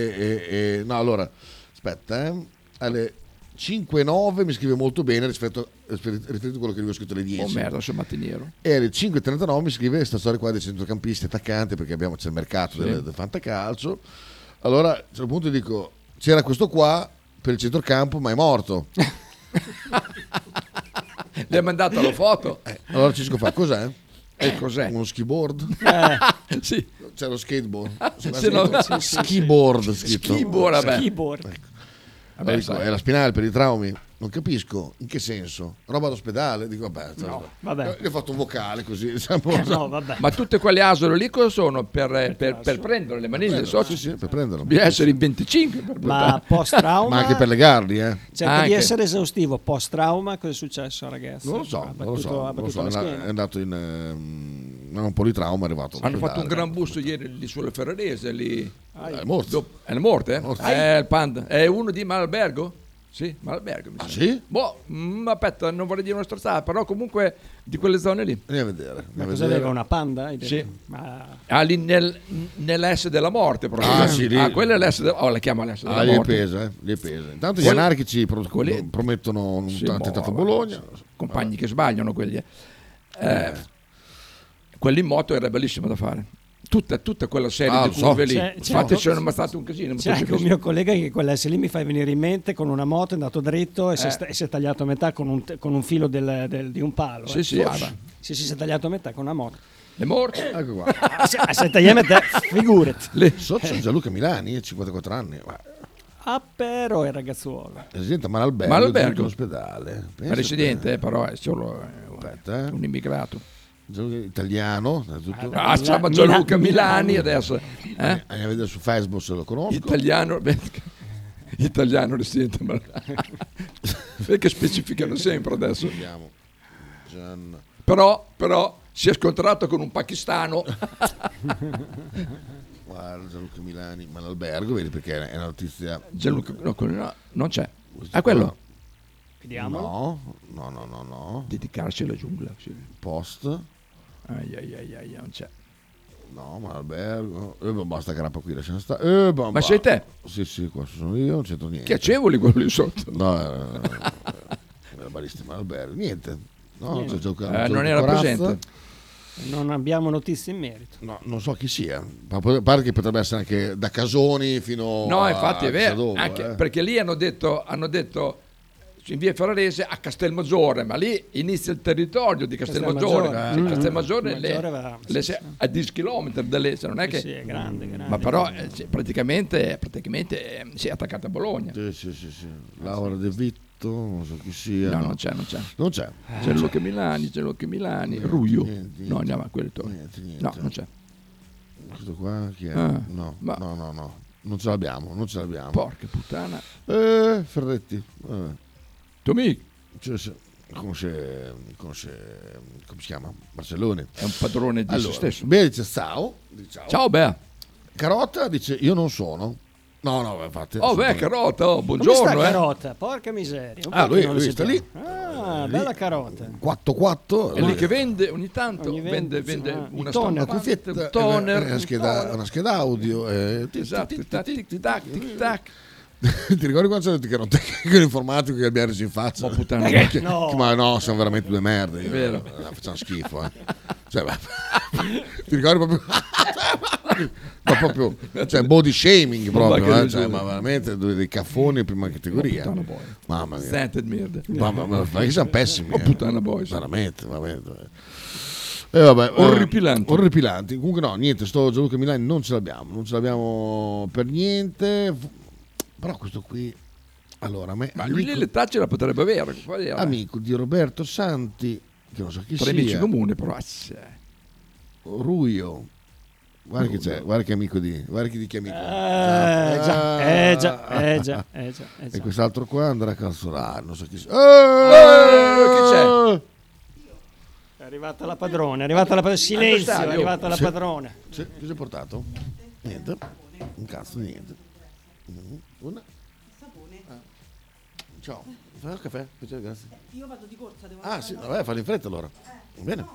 Speaker 1: e- e- No, allora, aspetta, eh. alle 5 e 9 mi scrive molto bene rispetto, rispetto a quello che avevo scritto alle 10.
Speaker 3: Oh merda, sono mattiniero.
Speaker 1: E alle 5.39 mi scrive questa storia qua dei centrocampisti attaccanti perché abbiamo, c'è il mercato del, del fantacalcio. Allora a un certo punto dico, c'era questo qua per il centrocampo ma è morto.
Speaker 3: Eh.
Speaker 1: Eh.
Speaker 3: Le ha mandato la foto.
Speaker 1: Allora Cisco fa, cos'è?
Speaker 3: E cos'è?
Speaker 1: Uno skiboard? Eh.
Speaker 3: Sì,
Speaker 1: C'è lo skateboard?
Speaker 3: se no-
Speaker 1: Skiboard scritto.
Speaker 3: Skiboard, vabbè.
Speaker 2: Keyboard.
Speaker 1: Allora dico, è la spinale per i traumi? Non capisco, in che senso? Roba d'ospedale? Dico, vabbè, cioè,
Speaker 2: vabbè. Eh,
Speaker 1: gli ho fatto un vocale così. diciamo.
Speaker 2: No, vabbè.
Speaker 3: Ma tutte quelle asolo lì cosa sono? Per, eh, per, per prendere le maniglie? So,
Speaker 1: Eh, Sì, sì, per prenderlo.
Speaker 3: Bisogna essere in 25 per
Speaker 2: Ma
Speaker 3: portare.
Speaker 2: post trauma
Speaker 1: Ma anche per legarli, eh.
Speaker 2: cerca di
Speaker 3: Anche.
Speaker 2: essere esaustivo. Post trauma, cosa è successo, ragazzi?
Speaker 1: Non lo so,
Speaker 2: Ha
Speaker 1: non
Speaker 2: Ah,
Speaker 1: lo
Speaker 2: battuto-
Speaker 1: so,
Speaker 2: ha
Speaker 1: non lo
Speaker 2: battuto
Speaker 1: so, eh,
Speaker 2: la
Speaker 1: è
Speaker 2: schiena.
Speaker 1: na- è andato in ehm, un po' di trauma, è arrivato.
Speaker 3: Hanno fatto un
Speaker 1: all'ospedale. Eh,
Speaker 3: gran busto ieri lì sulle Ferrarese, lì.
Speaker 1: È morto.
Speaker 3: Dopo- È la morte? eh?
Speaker 1: Morte.
Speaker 3: È il panda. È uno di Malalbergo? Sì, Malalbergo. Mi ah,
Speaker 1: sì?
Speaker 3: Boh, mm, aspetta, non vorrei dire una stronzata, però comunque di quelle zone lì.
Speaker 1: Andiamo a vedere. andiamo
Speaker 2: Ma
Speaker 1: a
Speaker 2: cosa
Speaker 1: vedere.
Speaker 2: aveva una panda? Hai detto?
Speaker 3: Sì.
Speaker 2: Ma
Speaker 3: Ah, lì nel, nell'S della morte proprio.
Speaker 1: Ah, sì, lì.
Speaker 3: quella è l'S della... Oh, la chiama l'S della
Speaker 1: Ah, gli è
Speaker 3: morte.
Speaker 1: pesa, eh, gli è pesa. Intanto gli
Speaker 3: Quelli-
Speaker 1: anarchici pro-
Speaker 3: quelli-
Speaker 1: promettono un
Speaker 3: Sì, boh,
Speaker 1: attentato a
Speaker 3: vabbè,
Speaker 1: Bologna.
Speaker 3: sì, Compagni che sbagliano quelli. eh. Eh, Quelli in moto era bellissimo da fare. Tutta, tutta quella serie
Speaker 1: Ah,
Speaker 3: di
Speaker 1: lo so.
Speaker 3: curve lì.
Speaker 2: C'è- c'è-
Speaker 3: Infatti ci hanno ammazzato un casino.
Speaker 2: c'è anche un mio collega che quell'S lì mi fa venire in mente con una moto, è andato dritto e, si, è
Speaker 1: Eh.
Speaker 2: sta- e si è tagliato a metà con un, te- con un filo del- del- di un palo.
Speaker 3: Sì,
Speaker 2: eh.
Speaker 3: sì, ah, beh.
Speaker 2: Sì, sì, si è tagliato a metà con una moto.
Speaker 3: Le morte.
Speaker 1: Ecco qua.
Speaker 2: Ah, se, ah, se tagliamo a metà, figurati.
Speaker 3: Le-
Speaker 1: Socio Gianluca Milani, eh, 54 anni. Ma,
Speaker 2: Ah, però è ragazzuolo.
Speaker 1: residente a Malalbergo,
Speaker 3: Malalbergo.
Speaker 1: giunto in ospedale.
Speaker 3: Ma
Speaker 1: Pensa
Speaker 3: residente,
Speaker 1: te.
Speaker 3: eh, però è solo eh,
Speaker 1: Aspetta, eh.
Speaker 3: un immigrato.
Speaker 1: Gianluca italiano. da tutto-
Speaker 3: Ah,
Speaker 2: Eh, Mila-
Speaker 3: siamo Gianluca
Speaker 2: Mila-
Speaker 3: Milani adesso. eh?
Speaker 1: Andiamo a vedere su Facebook se lo conosco.
Speaker 3: Italiano. Italiano residente. ma- Perché specificano sempre adesso.
Speaker 1: Vediamo. Gian-
Speaker 3: Però, però si è scontrato con un pakistano.
Speaker 1: Guarda, Gianluca Milani, Malalbergo, vedi perché è una notizia...
Speaker 3: Gianluca, no, quello no, non c'è.
Speaker 1: Questo
Speaker 3: Ah, quello?
Speaker 1: qua.
Speaker 2: Vediamo.
Speaker 1: No, no, no, no, no.
Speaker 3: Dedicarsi alla giungla. Sì.
Speaker 1: Post.
Speaker 3: Ai, ai, ai, ai, non c'è.
Speaker 1: No, ma albergo. Eh, ma basta grappa qui, lasciamo stare. Eh,
Speaker 3: Ma sei te?
Speaker 1: Sì, sì, qua sono io, non c'entro niente.
Speaker 3: Piacevoli quello lì sotto.
Speaker 1: No, eh, eh, eh, barista, ma albergo, niente. No, c'è giocato-
Speaker 3: Eh,
Speaker 1: gioco
Speaker 3: non era
Speaker 1: Corazza.
Speaker 3: presente.
Speaker 2: Non abbiamo notizie in merito.
Speaker 1: No, non so chi sia. Ma po- pare che potrebbe essere anche da Casoni fino
Speaker 3: No,
Speaker 1: a
Speaker 3: infatti è
Speaker 1: chissà
Speaker 3: vero.
Speaker 1: dove,
Speaker 3: anche
Speaker 1: eh.
Speaker 3: Perché lì hanno detto, hanno detto in via Ferrarese a Castelmaggiore, ma lì inizia il territorio di Castelmaggiore.
Speaker 2: Castelmaggiore,
Speaker 3: Cioè,
Speaker 2: mm.
Speaker 3: Castelmaggiore le-
Speaker 2: Maggiore va-
Speaker 3: le-
Speaker 2: sì, sì.
Speaker 3: a 10 km da lì, cioè, non è che...
Speaker 2: Sì, è grande, grande.
Speaker 3: Ma però eh, sì, praticamente, praticamente eh, si è attaccata a Bologna.
Speaker 1: Sì, sì, sì, sì. Laura De Vitto, non so chi sia.
Speaker 3: No,
Speaker 1: no.
Speaker 3: non c'è, non c'è.
Speaker 1: Non c'è.
Speaker 3: C'è Luca Milani, c'è Luca Milani, Ruio.
Speaker 1: Cioè, niente,
Speaker 3: No, andiamo a quello. torna.
Speaker 1: Niente, niente.
Speaker 3: No, non c'è.
Speaker 1: Questo qua chi è?
Speaker 3: Ah,
Speaker 1: no,
Speaker 3: ma-
Speaker 1: no, no, no. Non ce l'abbiamo, non ce l'abbiamo.
Speaker 3: Porca puttana.
Speaker 1: Eh, Ferretti. vabbè.
Speaker 3: Tommy
Speaker 1: Cioè, se- conosce, conosce, come si chiama? Barcellone.
Speaker 3: è un padrone di Eh, se
Speaker 1: Allora,
Speaker 3: stesso.
Speaker 1: Bea dice ciao, dice ciao.
Speaker 3: Ciao Bea.
Speaker 1: Carota dice io non sono. No, no, infatti.
Speaker 3: Oh Bea,
Speaker 1: assolutamente.
Speaker 3: carota, oh,
Speaker 2: Come sta
Speaker 3: buongiorno. eh.
Speaker 2: carota? Porca miseria. Un po'
Speaker 1: Ah,
Speaker 2: che
Speaker 1: lui-
Speaker 2: non lo
Speaker 1: lui sta
Speaker 2: sentiamo. Ah, bella carota.
Speaker 1: 4-4.
Speaker 3: È lì che vende ogni tanto,
Speaker 2: Ogni
Speaker 3: vende,
Speaker 2: vende,
Speaker 3: vende
Speaker 2: ah,
Speaker 3: una
Speaker 2: i toner, eh,
Speaker 3: stampante, un
Speaker 1: toner,
Speaker 3: toner.
Speaker 1: una
Speaker 3: un
Speaker 1: eh, scheda,
Speaker 3: toner.
Speaker 1: una scheda audio. eh, ti-
Speaker 3: Esatto,
Speaker 1: ti- ti-
Speaker 3: tic-tac, tic-tac, tic-tac.
Speaker 1: Ti ricordi quando c'era il che era un tecnico informatico che abbiamo reso in faccia?
Speaker 3: Ma puttana, è
Speaker 1: Che-
Speaker 2: No.
Speaker 1: che- Ma no, siamo veramente due merde.
Speaker 3: vero.
Speaker 1: Eh, Facciamo schifo. eh. Cioè, ma- ti ricordi proprio. ma proprio cioè, body shaming
Speaker 3: Ma che
Speaker 1: proprio. eh,
Speaker 3: misura.
Speaker 1: cioè, ma veramente due dei caffoni in prima categoria.
Speaker 3: puttana boia.
Speaker 1: Mamma mia.
Speaker 3: Zented merda.
Speaker 1: Mamma mia, ma che siamo pessimi. eh.
Speaker 3: Puttana boy.
Speaker 1: Veramente, veramente. E vabbè, eh,
Speaker 3: Orripilanti.
Speaker 1: orripilanti. Comunque no, niente, sto Gianluca Milani non ce l'abbiamo, non ce l'abbiamo per niente. Però questo qui, allora, a me,
Speaker 3: Ma lui
Speaker 1: amico,
Speaker 3: eh. lì le tacce la potrebbe avere. qual era?
Speaker 1: amico di Roberto Santi, non so chi
Speaker 3: Tra amici
Speaker 1: sia.
Speaker 3: comune, però. ah, ass-
Speaker 1: Ruio. Guarda che c'è, guarda che amico di, guarda chi di che amico. Ah,
Speaker 2: Eh già, eh già, eh già, eh già, eh
Speaker 1: E
Speaker 2: già.
Speaker 1: quest'altro qua andrà a canzonare, non so chi sia.
Speaker 3: Eh,
Speaker 2: È arrivata la padrona, è arrivata la padrona. Silenzio, è
Speaker 3: Stadio.
Speaker 2: arrivata la
Speaker 1: Sì.
Speaker 2: padrona.
Speaker 1: Sì, cosa hai portato? Niente. Un cazzo di niente. Mm, Una. Ah. Ciao. Mi fai un caffè? Piacere, grazie.
Speaker 9: Eh, Io vado di corsa, devo Eh,
Speaker 1: Ah, sì, vabbè, fallo in fretta allora. Va bene.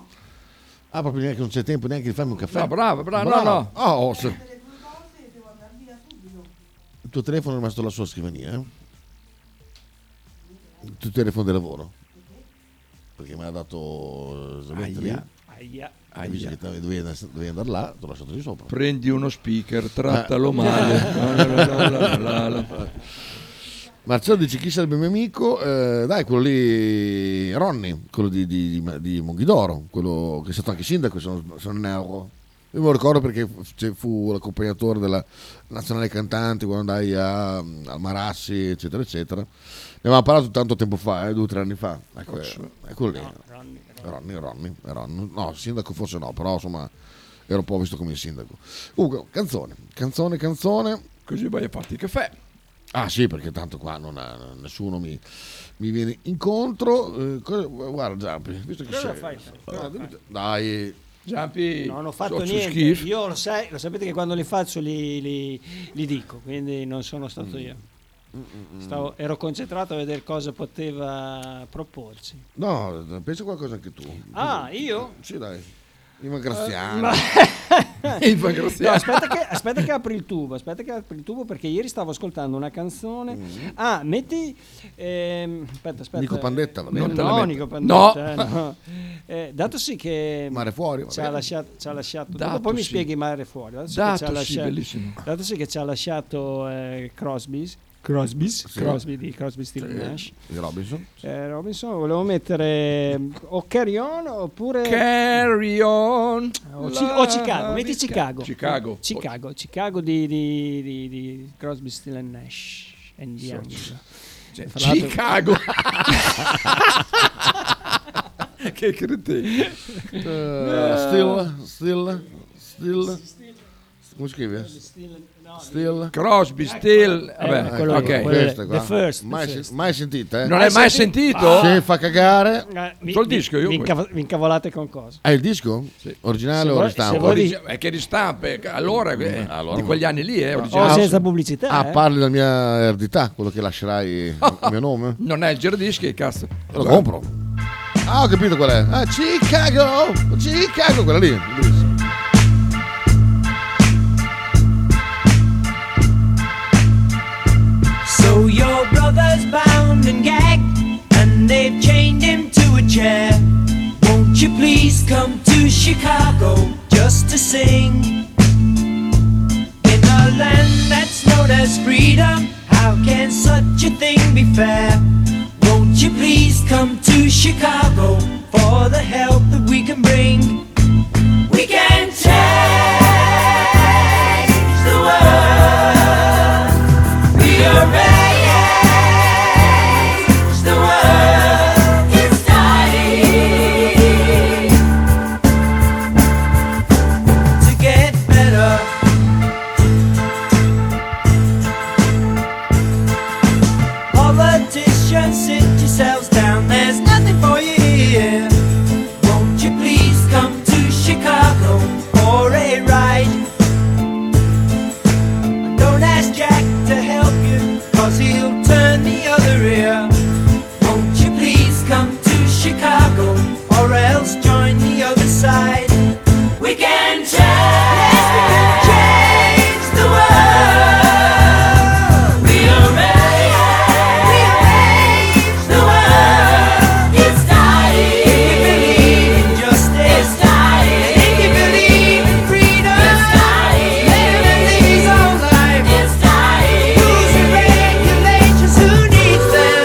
Speaker 1: Ah, proprio neanche non c'è tempo neanche di farmi un caffè.
Speaker 3: No, brava, brava, no, no.
Speaker 1: Oh, se- Il tuo telefono è rimasto alla sua scrivania, eh? Il tuo telefono di lavoro? Perché mi ha dato... eh, esattamente lì.
Speaker 3: Aia,
Speaker 2: Aia.
Speaker 1: Hai visto
Speaker 3: aia.
Speaker 1: che te- dovevi, andare- dovevi andare là, te l'ho lasciato lì sopra.
Speaker 3: Prendi uno speaker,
Speaker 2: Eh.
Speaker 3: trattalo male. La, la, la, la, la, la.
Speaker 1: Marcello dice chi sarebbe mio amico? Eh, dai, quello lì, Ronny, quello di, di, di- di Monghidoro, quello che è stato anche sindaco, se non, se non erro. Io me lo ricordo perché f- c'è- fu l'accompagnatore della nazionale cantante quando andai a, al Marassi, eccetera, eccetera. Ne avevamo parlato tanto tempo fa, eh, due o tre anni fa. Ecco, eh, è quello lì. Ronny, Ronny, Ronny. No, sindaco forse no, però insomma ero un po' visto come il sindaco. Comunque, canzone, canzone, canzone.
Speaker 3: Così vai a farti il caffè.
Speaker 1: Ah sì, perché tanto qua non ha- nessuno mi, mi viene incontro. Eh, cosa- guarda Giampi, visto che
Speaker 2: Cosa
Speaker 1: sei-
Speaker 2: fai?
Speaker 1: Ah, Dai,
Speaker 3: Giampi,
Speaker 2: Non ho fatto
Speaker 3: faccio
Speaker 2: niente.
Speaker 3: schifo.
Speaker 2: Io lo, sai, lo sapete che quando li faccio li, li- li dico, quindi non sono stato io. Stavo- ero concentrato a vedere cosa poteva proporci.
Speaker 1: no, pensa qualcosa anche tu.
Speaker 2: Ah, io? Eh,
Speaker 1: Sì, dai. Ivan Graziano.
Speaker 3: Ivan
Speaker 2: No,
Speaker 3: Graziano.
Speaker 2: aspetta, che, aspetta che apri il tubo, aspetta che apri il tubo perché ieri stavo ascoltando una canzone.
Speaker 3: Mm.
Speaker 2: Ah, metti... ehm, aspetta, aspetta.
Speaker 1: Nico Pandetta, va bene.
Speaker 3: Non te la
Speaker 2: no,
Speaker 3: metto.
Speaker 2: Nico
Speaker 3: No.
Speaker 2: Pandetta. eh, no. Eh, dato sì che...
Speaker 1: Mare fuori, va
Speaker 2: Ci ha
Speaker 1: bene.
Speaker 2: lasciato... Ci ha lasciato dopo
Speaker 3: Dato
Speaker 2: poi mi
Speaker 3: sì.
Speaker 2: spieghi Mare fuori. Dato, sì, che ci ha
Speaker 3: Dato sì,
Speaker 2: lasciato-
Speaker 3: bellissimo.
Speaker 2: dato sì che ci ha lasciato eh, Crosby's. Crosby's? Crosby di Crosby Steel Nash.
Speaker 1: Di Robinson.
Speaker 2: Eh, Robinson, volevo mettere mm, o Carry On oppure...
Speaker 3: Carry on.
Speaker 2: O, Chi- o Oh, Chicago, metti Chicago.
Speaker 3: Chicago.
Speaker 2: Chicago, Chicago di, di- di- di Crosby, Still and Nash. and Young.
Speaker 3: Cioè,
Speaker 2: Fra l'altro-
Speaker 3: Chicago. che cretino.
Speaker 1: Eh,
Speaker 2: Eh.
Speaker 1: still, still, still. Come scrive? Still. Ecco,
Speaker 3: Crosby, Still. Vabbè,
Speaker 2: Eh, quello lì,
Speaker 3: ok.
Speaker 2: quello lì.
Speaker 1: Questa qua.
Speaker 2: The first, the
Speaker 1: mai, sen-
Speaker 2: first.
Speaker 1: mai sentita, eh?
Speaker 3: Non l'hai mai sentito?
Speaker 2: Ah,
Speaker 1: Se fa cagare.
Speaker 2: Eh, vi-
Speaker 3: C'ho il
Speaker 2: vi-
Speaker 3: disco, io
Speaker 2: Vi,
Speaker 3: questo.
Speaker 2: incavo- vi incavolate con cosa?
Speaker 1: Hai il disco? Originale
Speaker 2: Se
Speaker 1: o
Speaker 2: vuoi- se
Speaker 1: ristampa?
Speaker 2: vuoi-
Speaker 3: Origi- è che ristampe allora, eh, di quegli anni lì, eh,
Speaker 2: Oh,
Speaker 3: originale.
Speaker 2: senza pubblicità.
Speaker 1: Ah,
Speaker 2: eh.
Speaker 1: parli della mia eredità, quello che lascerai a mio nome?
Speaker 3: non è il giradischi, cazzo.
Speaker 1: Lo compro. Ah, ho capito qual è. Ah, Chicago! Chicago, quella lì. Bellissimo.
Speaker 9: So your brother's bound and gagged, and they've chained him to a chair. Won't you please come to Chicago just to sing? In a land that's known as freedom, how can such a thing be fair? Won't you please come to Chicago for the help that we can bring? We can change the world. We are ready. The world is dying to get better. Politicians, sit yourselves down. There's nothing for you here. Won't you please come to Chicago for a ride? Don't ask Jack to help you, cause he'll turn the other ear. Won't you please come to Chicago, or else join the other side? We can change, yes, we can change the world. We are ready, we are ready. The world is dying. If you believe in justice, it's dying. If you believe in freedom, it's dying. Live in these old life, it's dying. Rules and regulations, who needs them?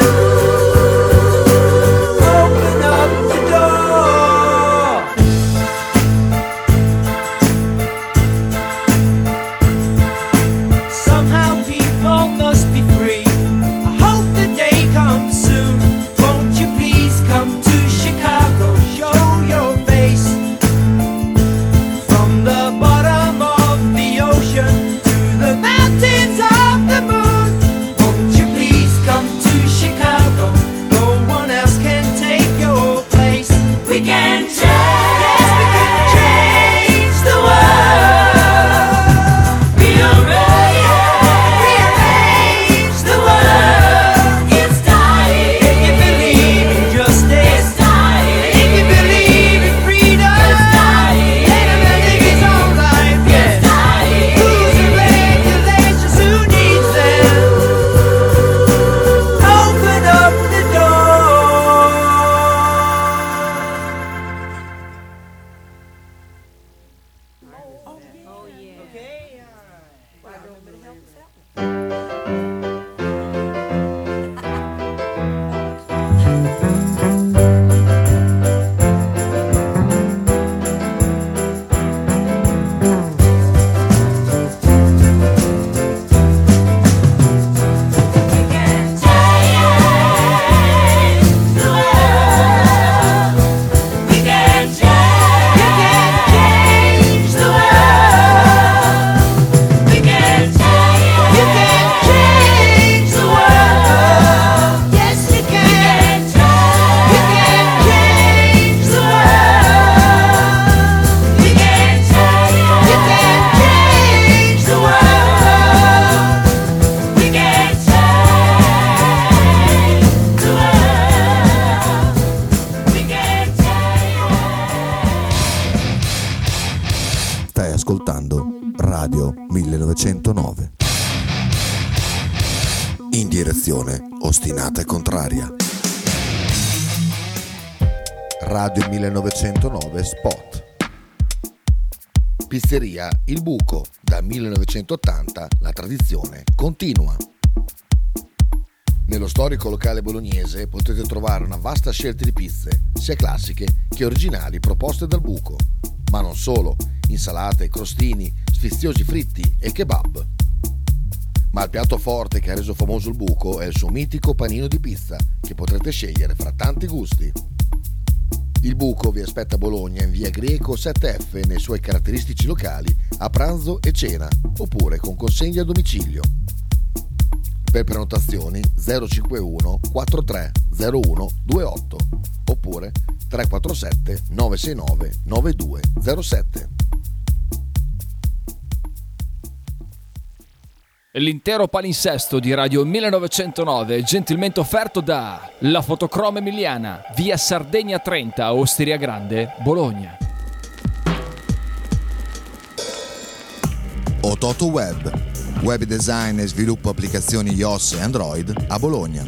Speaker 10: Radio 1909. In direzione ostinata e contraria. Radio 1909 Spot.
Speaker 11: Pizzeria Il Buco, da 1980 la tradizione continua. Nello storico locale bolognese potete trovare una vasta scelta di pizze, sia classiche che originali proposte dal buco, ma non solo, insalate, crostini, sfiziosi fritti e kebab. Ma il piatto forte che ha reso famoso il buco è il suo mitico panino di pizza, che potrete scegliere fra tanti gusti. Il buco vi aspetta a Bologna in via Greco 7F nei suoi caratteristici locali a pranzo e cena, oppure con consegna a domicilio. Per prenotazioni 051 4301 28 oppure 347 969 9207.
Speaker 12: L'intero palinsesto di Radio 1909 è gentilmente offerto da La Fotocroma Emiliana, via Sardegna 30, Osteria Grande, Bologna.
Speaker 10: Ototo Web, web design e sviluppo applicazioni iOS e Android a Bologna.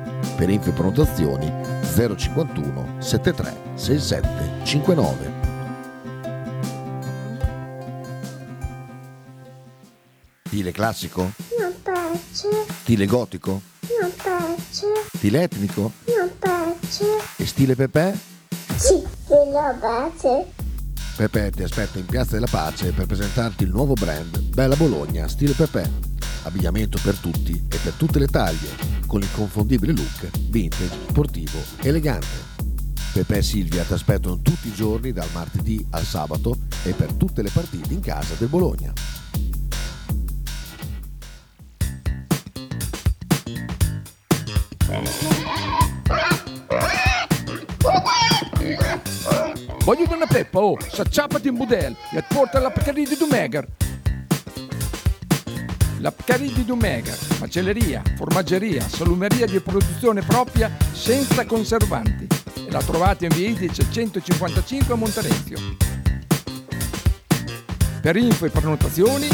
Speaker 11: Per info e prenotazioni 051 73 67 59. Stile classico?
Speaker 13: Non piace,
Speaker 11: Stile gotico?
Speaker 13: non piace,
Speaker 11: Stile etnico?
Speaker 13: non piace.
Speaker 11: E stile Pepe?
Speaker 13: Sì, quello base.
Speaker 11: Pepe ti aspetta in Piazza della Pace per presentarti il nuovo brand Bella Bologna Stile Pepe. Abbigliamento per tutti e per tutte le taglie, con l'inconfondibile look vintage, sportivo, elegante. Pepe e Silvia ti aspettano tutti i giorni dal martedì al sabato e per tutte le partite in casa del Bologna.
Speaker 3: Voglio una peppa, oh, s'acciappati in budel e porta la Pcaridi di Dumegar. La Pcaridi di Dumegar, macelleria, formaggeria, salumeria di produzione propria senza conservanti. E la trovate in via Idice 155 a Monterezio. Per info e prenotazioni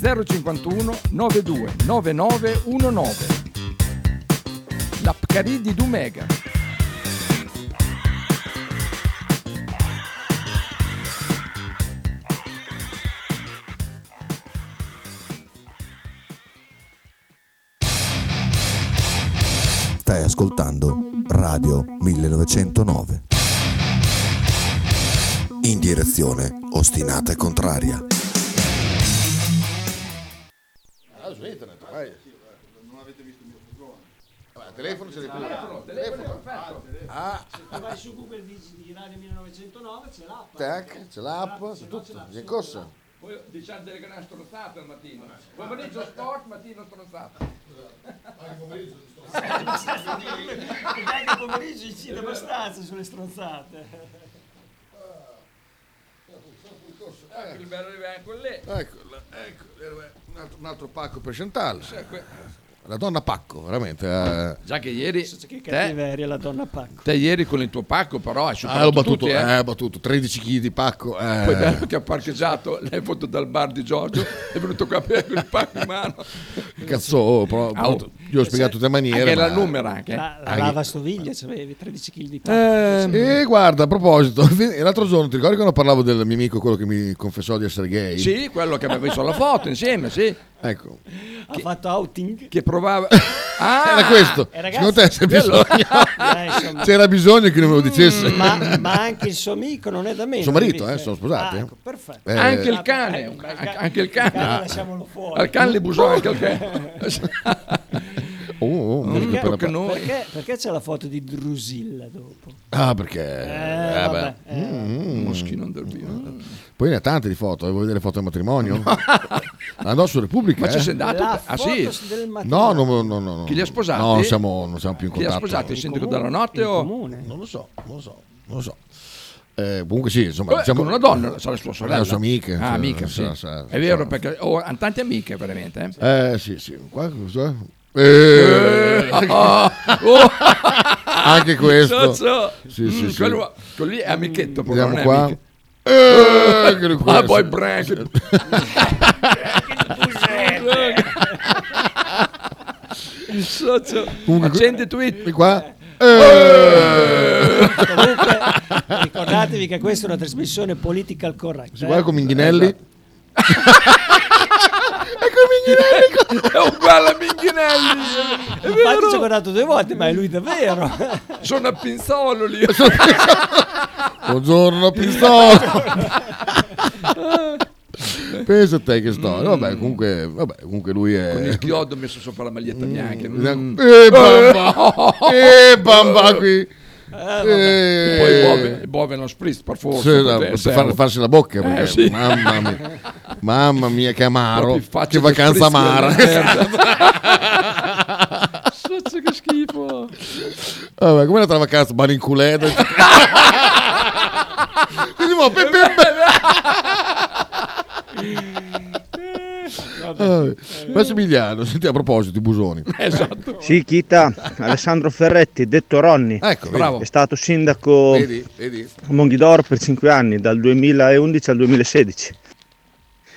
Speaker 3: 051 92 9919. La Pcaridi di Dumegar.
Speaker 10: Stai ascoltando Radio 1909. In direzione ostinata e contraria.
Speaker 11: Ah, su internet, vai. Non avete visto il mio furgone. Vabbè, telefono ce l'hai pure. Telefono. Ah,
Speaker 2: Se tu vai su Google digiti Radio 1909 c'è l'app.
Speaker 11: Tac, c'è l'app, c'è tutto. Via in corsa.
Speaker 3: Poi diciamo delle grandi stronzate al mattino. Pomeriggio sport, mattino stronzate.
Speaker 2: Anche pomeriggio incide abbastanza sulle stronzate.
Speaker 3: Il bello arriva con lei.
Speaker 11: Eccola, ecco, un altro, un altro pacco per Chantal. La donna pacco, veramente. eh.
Speaker 3: Già che ieri.
Speaker 2: Che
Speaker 3: Te,
Speaker 2: cattiveria la donna pacco.
Speaker 3: te ieri con il tuo pacco, però hai
Speaker 11: Ah,
Speaker 3: superato
Speaker 11: ho battuto,
Speaker 3: tutti,
Speaker 11: eh,
Speaker 3: eh.
Speaker 11: ho battuto 13 kg di pacco. eh.
Speaker 3: Poi bello che ha parcheggiato, l'hai fatto dal bar di Giorgio, è venuto qua per il pacco in mano.
Speaker 11: Cazzo, oh, pro-
Speaker 1: eh,
Speaker 3: Ah, oh,
Speaker 11: brutto.
Speaker 1: Gli ho spiegato tre maniere.
Speaker 3: Anche la
Speaker 1: ma-
Speaker 3: numera anche. eh.
Speaker 2: La, la
Speaker 1: Anche-
Speaker 2: lavastoviglie, c'avevi 13 kg di
Speaker 1: Eh,
Speaker 2: pane.
Speaker 1: E guarda, a proposito, l'altro giorno ti ricordi quando parlavo del mio amico, quello che mi confessò di essere gay?
Speaker 3: Sì, quello che aveva visto la foto insieme, sì.
Speaker 1: Ecco,
Speaker 2: Ha fatto outing.
Speaker 3: Che provava... Ah,
Speaker 1: era questo.
Speaker 2: eh, ragazzi,
Speaker 1: Secondo te c'è
Speaker 2: quello-
Speaker 1: bisogno? Ah.
Speaker 2: Eh, insomma.
Speaker 1: C'era bisogno che non me lo dicesse.
Speaker 2: Mm, Ma, ma anche il suo amico non è da meno.
Speaker 1: Suo marito,
Speaker 2: capito?
Speaker 1: eh, sono
Speaker 2: Ah,
Speaker 1: sposati, eh.
Speaker 2: ecco, perfetto.
Speaker 1: Eh, Ah.
Speaker 3: Anche il
Speaker 2: Eh,
Speaker 3: cane,
Speaker 2: ma il
Speaker 3: anche
Speaker 2: cane-
Speaker 3: anche il cane. ah.
Speaker 2: cane lasciamolo fuori.
Speaker 3: Al cane le busò anche il cane.
Speaker 1: Oh, oh, musica per la pa-
Speaker 2: Perché, perché c'è la foto di Drusilla dopo?
Speaker 1: Ah, perché?
Speaker 2: Eh,
Speaker 1: eh,
Speaker 2: vabbè, Mm.
Speaker 1: beh.
Speaker 2: eh,
Speaker 1: Mm.
Speaker 3: Moschino del vino.
Speaker 1: Poi ne ha tante di foto, eh, vuoi vedere le foto del matrimonio? Andò su Repubblica.
Speaker 3: Ma ci
Speaker 1: eh.
Speaker 3: sei andato?
Speaker 2: La
Speaker 3: ah
Speaker 2: foto
Speaker 3: sì.
Speaker 2: del
Speaker 1: No,
Speaker 2: mattino.
Speaker 1: no, no, no, no.
Speaker 3: Chi li ha sposati?
Speaker 1: No, non siamo, non siamo più in
Speaker 3: Chi li ha
Speaker 1: contatto.
Speaker 3: sposati? Il sindaco
Speaker 2: comune,
Speaker 3: della notte
Speaker 2: in
Speaker 3: o...
Speaker 2: comune.
Speaker 1: Non lo so, non lo so, non lo so. Eh, comunque sì, insomma,
Speaker 3: Vabbè,
Speaker 1: diciamo
Speaker 3: con una donna, sarà sua sorella.
Speaker 1: La sua amica.
Speaker 3: Ah,
Speaker 1: cioè,
Speaker 3: amica, sì.
Speaker 1: sa- sa-
Speaker 3: È vero,
Speaker 1: sa-
Speaker 3: perché ho tante amiche veramente. eh.
Speaker 1: Eh, sì, sì. Qua cos'è? Eh,
Speaker 3: Eh, ah, oh.
Speaker 1: Anche questo.
Speaker 3: So, so.
Speaker 1: Sì, sì,
Speaker 3: Mm,
Speaker 1: sì.
Speaker 3: Quello, quello lì è amichetto, però
Speaker 1: Vediamo
Speaker 3: non è
Speaker 1: qua.
Speaker 3: amico.
Speaker 1: Eh, anche questo.
Speaker 3: Ah, poi Brand. Socio,
Speaker 1: Comunque-
Speaker 3: accendi tweet.
Speaker 1: E qua. Eh.
Speaker 2: Comunque, ricordatevi che questa è una trasmissione political correct.
Speaker 1: Si
Speaker 2: eh.
Speaker 1: guarda con Minginelli.
Speaker 3: È uguale a Minghinelli. È
Speaker 2: Infatti ci ho
Speaker 3: vero.
Speaker 2: guardato due volte, ma è lui davvero.
Speaker 3: Sono a Pinzolo lì. esatto.
Speaker 1: Buongiorno Pizzolo. Pensa a te che storia. Vabbè, comunque, vabbè, comunque lui
Speaker 3: Con il
Speaker 1: è.
Speaker 3: chiodo messo sopra la maglietta bianca. oh, Mm.
Speaker 1: Eh, bamba! Eh, bamba qui! Eh,
Speaker 3: Poi Bove, Bove non spritz, per forza.
Speaker 1: Sì, da-
Speaker 3: perché
Speaker 1: per
Speaker 3: serve.
Speaker 1: far- farsi la bocca perché,
Speaker 3: eh, sì.
Speaker 1: mamma mia mamma mia che amaro
Speaker 3: Proprio in faccia
Speaker 1: che
Speaker 3: di
Speaker 1: vacanza
Speaker 3: spritz della
Speaker 1: amara
Speaker 3: merda. Sozzo, che schifo.
Speaker 1: vabbè com'è l'altra vacanza Baninculeda Quindi, mo, pe- pe-
Speaker 3: Eh,
Speaker 1: pe- Ah, Massimiliano senti a proposito di Busoni
Speaker 3: Esatto.
Speaker 14: Sì, Chita, Alessandro Ferretti, detto Ronny,
Speaker 1: ecco vedi,
Speaker 3: Bravo.
Speaker 14: è stato sindaco
Speaker 1: vedi, vedi.
Speaker 14: a Monghidoro per 5 anni, dal 2011 al 2016.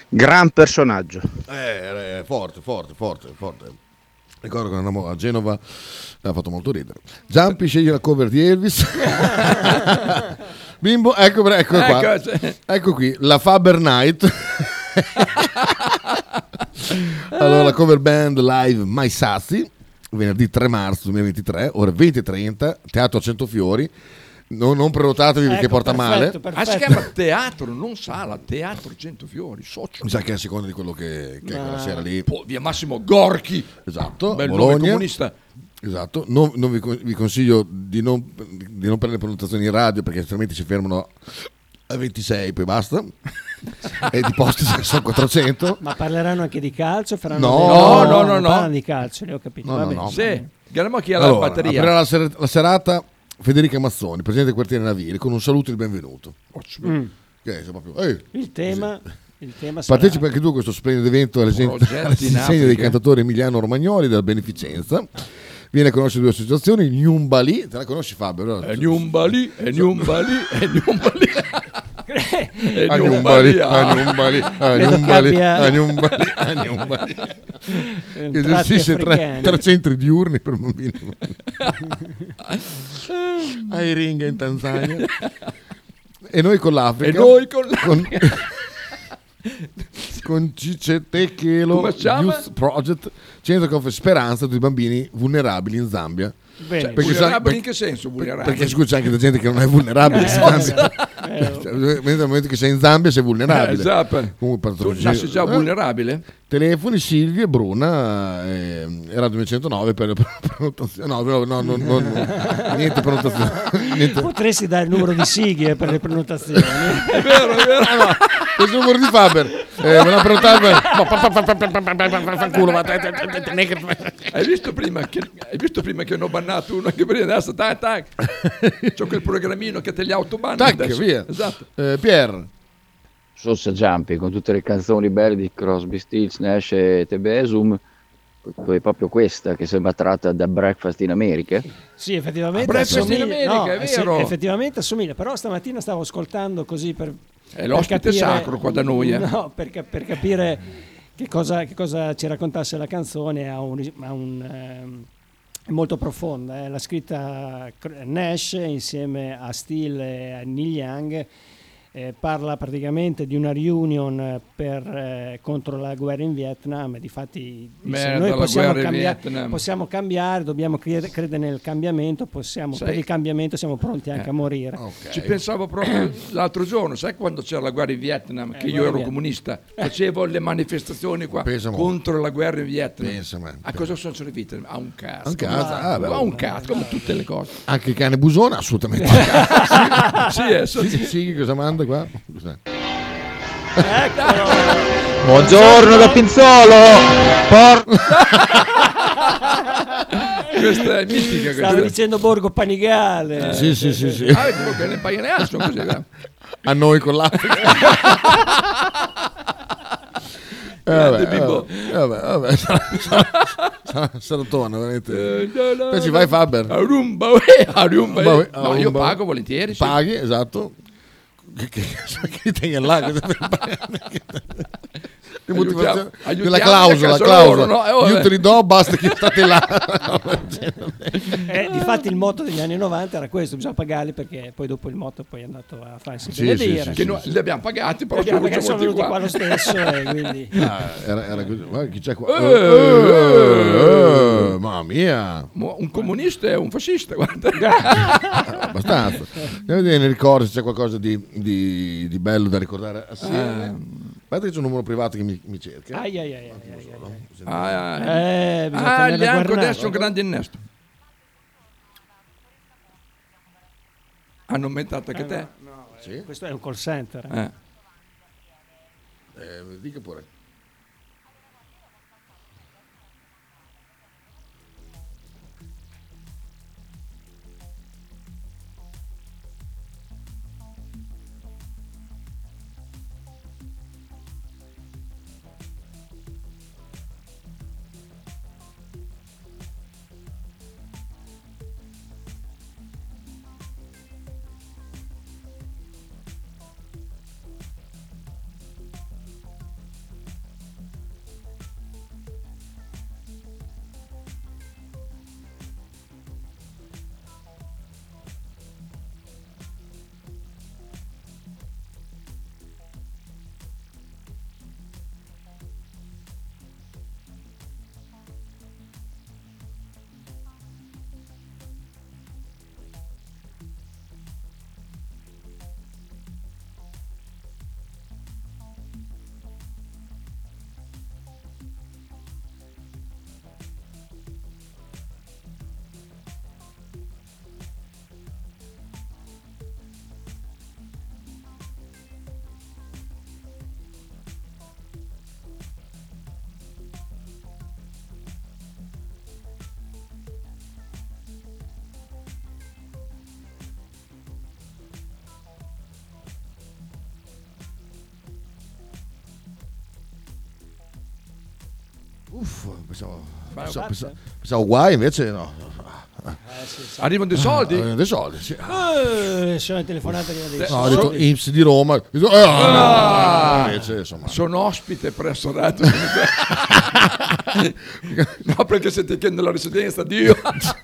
Speaker 14: Gran personaggio.
Speaker 1: Eh, eh, forte forte forte forte Ricordo quando andammo a Genova, mi ha fatto molto ridere. Giampi sceglie la cover di Elvis. Bimbo, ecco, ecco qua.
Speaker 3: Ecco, cioè,
Speaker 1: Ecco qui la Faber Night. allora, la cover band live My Sazi, venerdì 3 marzo 2023, ore 20.30, Teatro a Centofiori. Non, non prenotatevi perché
Speaker 2: Ecco,
Speaker 1: porta
Speaker 2: perfetto,
Speaker 1: male.
Speaker 3: Ah, si
Speaker 2: perfetto.
Speaker 3: chiama teatro, non sala, teatro Centofiori, socio.
Speaker 1: Mi sa che è a seconda di quello che, che è quella sera lì.
Speaker 3: Po- via Massimo Gorchi,
Speaker 1: Esatto, a
Speaker 3: bel nome
Speaker 1: Bologna.
Speaker 3: comunista.
Speaker 1: Esatto, non, non vi, con- vi consiglio di non, di non prendere prenotazioni in radio perché altrimenti si fermano a 26 poi basta. e di posti ce ne sono 400.
Speaker 2: Ma parleranno anche di calcio? Faranno
Speaker 1: No,
Speaker 2: dei-
Speaker 1: no,
Speaker 3: no, no,
Speaker 2: non
Speaker 3: no.
Speaker 2: Parlano di calcio, le ho capito.
Speaker 1: No,
Speaker 2: va
Speaker 1: no,
Speaker 2: bene.
Speaker 1: no.
Speaker 3: Sì, Guillermo chi ha la
Speaker 1: Ah. Allora,
Speaker 3: batteria?
Speaker 1: aprirà la, ser- la serata Federica Mazzoni, presidente del quartiere Naviri, con un saluto e il benvenuto.
Speaker 3: Mm.
Speaker 1: Che è proprio, ehi,
Speaker 2: Il tema, il tema sarà-
Speaker 1: Partecipa anche tu a questo splendido evento alle sen-
Speaker 3: Progetti in
Speaker 1: alle consegne dei
Speaker 3: Africa.
Speaker 1: cantatori Emiliano Romagnoli della Beneficenza. Viene a conoscere due associazioni, Gnumbali, te la conosci Fabio? Allora,
Speaker 3: E Niumba lì, e Niumba lì, e Niumba lì. E
Speaker 1: A
Speaker 3: Niumba lì,
Speaker 1: Gnumbali,
Speaker 3: ah.
Speaker 1: a Gnumbali, a
Speaker 2: Credo che
Speaker 1: Gnumbali,
Speaker 2: abbia-
Speaker 1: a Gnumbali, a Gnumbali.
Speaker 2: eh, tratti
Speaker 1: Esercizio tre,
Speaker 2: africani.
Speaker 1: tre centri diurni per bambini. A Iringa in Tanzania. E noi con l'Africa.
Speaker 3: E noi con la...
Speaker 1: con, con Cicete Chelo
Speaker 3: Come si chiama?
Speaker 1: Youth Project Centro che offre speranza a tutti i bambini vulnerabili in Zambia
Speaker 2: Bene.
Speaker 3: Cioè,
Speaker 1: perché
Speaker 3: vulnerabili
Speaker 1: sai-
Speaker 3: in che senso vulnerabili?
Speaker 1: perché scusa c'è anche da gente che non è vulnerabile
Speaker 3: Eh,
Speaker 1: in Zambia Cioè, nel momento che sei in Zambia sei
Speaker 3: esatto. Eh,
Speaker 1: vulnerabile
Speaker 3: esatto.
Speaker 1: comunque per
Speaker 3: Tu nasci già
Speaker 1: eh,
Speaker 3: vulnerabile?
Speaker 1: telefoni Silvia e Bruna eh, era 209 per per prenotazione no, no, no, no, no, no, niente prenotazione niente
Speaker 2: Potresti dare il numero di sigle per le prenotazioni.
Speaker 3: È vero, è vero.
Speaker 1: questo è il numero di Faber eh, me l'ha prenotato
Speaker 3: Hai visto prima che, hai visto prima che ne ho bannato uno anche prima adesso? Tac, tac. C'ho quel programmino che te li autobanna.
Speaker 1: tac
Speaker 3: adesso.
Speaker 1: via
Speaker 3: Esatto.
Speaker 1: eh, Pier
Speaker 5: Sosa Jumping con tutte le canzoni belle di Crosby, Stills, Nash e Tebesum poi proprio questa che sembra tratta da Breakfast in America
Speaker 2: Sì, effettivamente.
Speaker 3: Ah, Breakfast in America, è
Speaker 2: eh sì,
Speaker 3: vero.
Speaker 2: effettivamente assomiglia, però stamattina stavo ascoltando così per.
Speaker 3: l'ospite
Speaker 2: per capire-
Speaker 3: sacro qua da noi, eh.
Speaker 2: No, per, cap- per capire che cosa, che cosa ci raccontasse la canzone ha un ris- ha un, ehm, è molto profonda. eh. L'ha scritta Cr- Nash insieme a Steele e a Neil Young. eh, parla praticamente di una reunion eh, per, eh, contro la guerra in Vietnam. E difatti, dice,
Speaker 3: Merda, la
Speaker 2: noi possiamo,
Speaker 3: guerra in
Speaker 2: cambiare-
Speaker 3: Vietnam."
Speaker 2: possiamo cambiare, dobbiamo cre- credere nel cambiamento. Possiamo,
Speaker 3: Sai-
Speaker 2: per il cambiamento siamo pronti anche
Speaker 3: Eh.
Speaker 2: a morire.
Speaker 1: Oh,
Speaker 3: Ci pensavo proprio l'altro giorno, sai quando c'era la guerra in Vietnam, che
Speaker 2: guerra
Speaker 3: io
Speaker 2: in
Speaker 3: ero
Speaker 2: Vietnam.
Speaker 3: comunista, facevo le manifestazioni qua
Speaker 1: Pensa mo.
Speaker 3: contro la guerra in Vietnam.
Speaker 1: Pensa me.
Speaker 3: A cosa sono servite? A un cazzo.
Speaker 1: A un cazzo, ah, beh.
Speaker 3: a un cazzo, come tutte le cose.
Speaker 1: Anche il cane busona assolutamente.
Speaker 3: Sì, eh, so-
Speaker 1: sì, sì, cosa manda qua? Scusa.
Speaker 7: Buongiorno da Pinzolo.
Speaker 3: Questa è mitica
Speaker 2: Stavo
Speaker 3: questa.
Speaker 2: dicendo Borgo Panigale.
Speaker 1: Sì, sì, sì, sì.
Speaker 3: Ah, ecco che le paglianelle sono così. eh.
Speaker 1: A noi con l'Africa. Eh,
Speaker 3: Grande
Speaker 1: vabbè,
Speaker 3: Bimbo.
Speaker 1: eh, vabbè, vabbè, sarà- sarà- sarà- Sarotona,
Speaker 3: Eh,
Speaker 1: veramente. Poi ci vai Faber.
Speaker 3: Arumba, uè, arumba,
Speaker 1: Ma-
Speaker 3: eh. No, io
Speaker 1: arumba.
Speaker 3: pago volentieri, sì.
Speaker 1: Paghi, esatto. Che, che, che tenga là? Cosa per- Di motivazione-
Speaker 3: Aiutiamo-
Speaker 1: della
Speaker 3: aiutiamo
Speaker 1: clausola,
Speaker 3: a casa
Speaker 1: clausola.
Speaker 3: loro, no? Eh, vabbè.
Speaker 1: Io te li do, basta che state là.
Speaker 2: Eh, difatti il motto degli anni 90 era questo, bisogna pagarli perché poi dopo il motto poi è andato a farsi
Speaker 1: Sì,
Speaker 2: benedire.
Speaker 1: sì, sì,
Speaker 3: che noi li abbiamo pagati, però
Speaker 2: Li abbiamo
Speaker 3: sono
Speaker 2: pagati, sono venuti qua lo
Speaker 3: venuti
Speaker 2: stesso e quindi...
Speaker 1: Ah, era, era così. Guarda chi c'è qua.
Speaker 3: Eh,
Speaker 1: Eh, eh, eh, mamma mia,
Speaker 3: Mo- Un comunista è un fascista, guarda.
Speaker 1: abbastanza. Devo vedere nel ricordo se c'è qualcosa di, di- di bello da ricordare
Speaker 3: Eh.
Speaker 1: assieme. Guardate che c'è un numero privato che mi, mi cerca.
Speaker 2: Ai, ai, ai, ai, ai, ai.
Speaker 3: Ah,
Speaker 2: Eh, bisogna
Speaker 3: ah,
Speaker 2: tenerla
Speaker 3: gli anco
Speaker 2: guardata.
Speaker 3: adesso un grande innesto. Hanno aumentato anche
Speaker 2: Eh,
Speaker 3: te.
Speaker 2: no, no, eh, Questo è un call center. eh.
Speaker 3: Eh.
Speaker 1: Eh, dica pure. Uff, pensavo, pensavo, pensavo, pensavo guai, invece no.
Speaker 3: Arrivano dei soldi?
Speaker 1: Ah, arrivano dei soldi, sì.
Speaker 2: Eh, sono le telefonate che devi
Speaker 1: Ah. No, ho detto Ips di Roma. Ho detto, eh,
Speaker 3: Ah!
Speaker 1: invece, insomma.
Speaker 3: Sono ospite presso Radio Comunitaria. No, perché siete che nella residenza, Dio.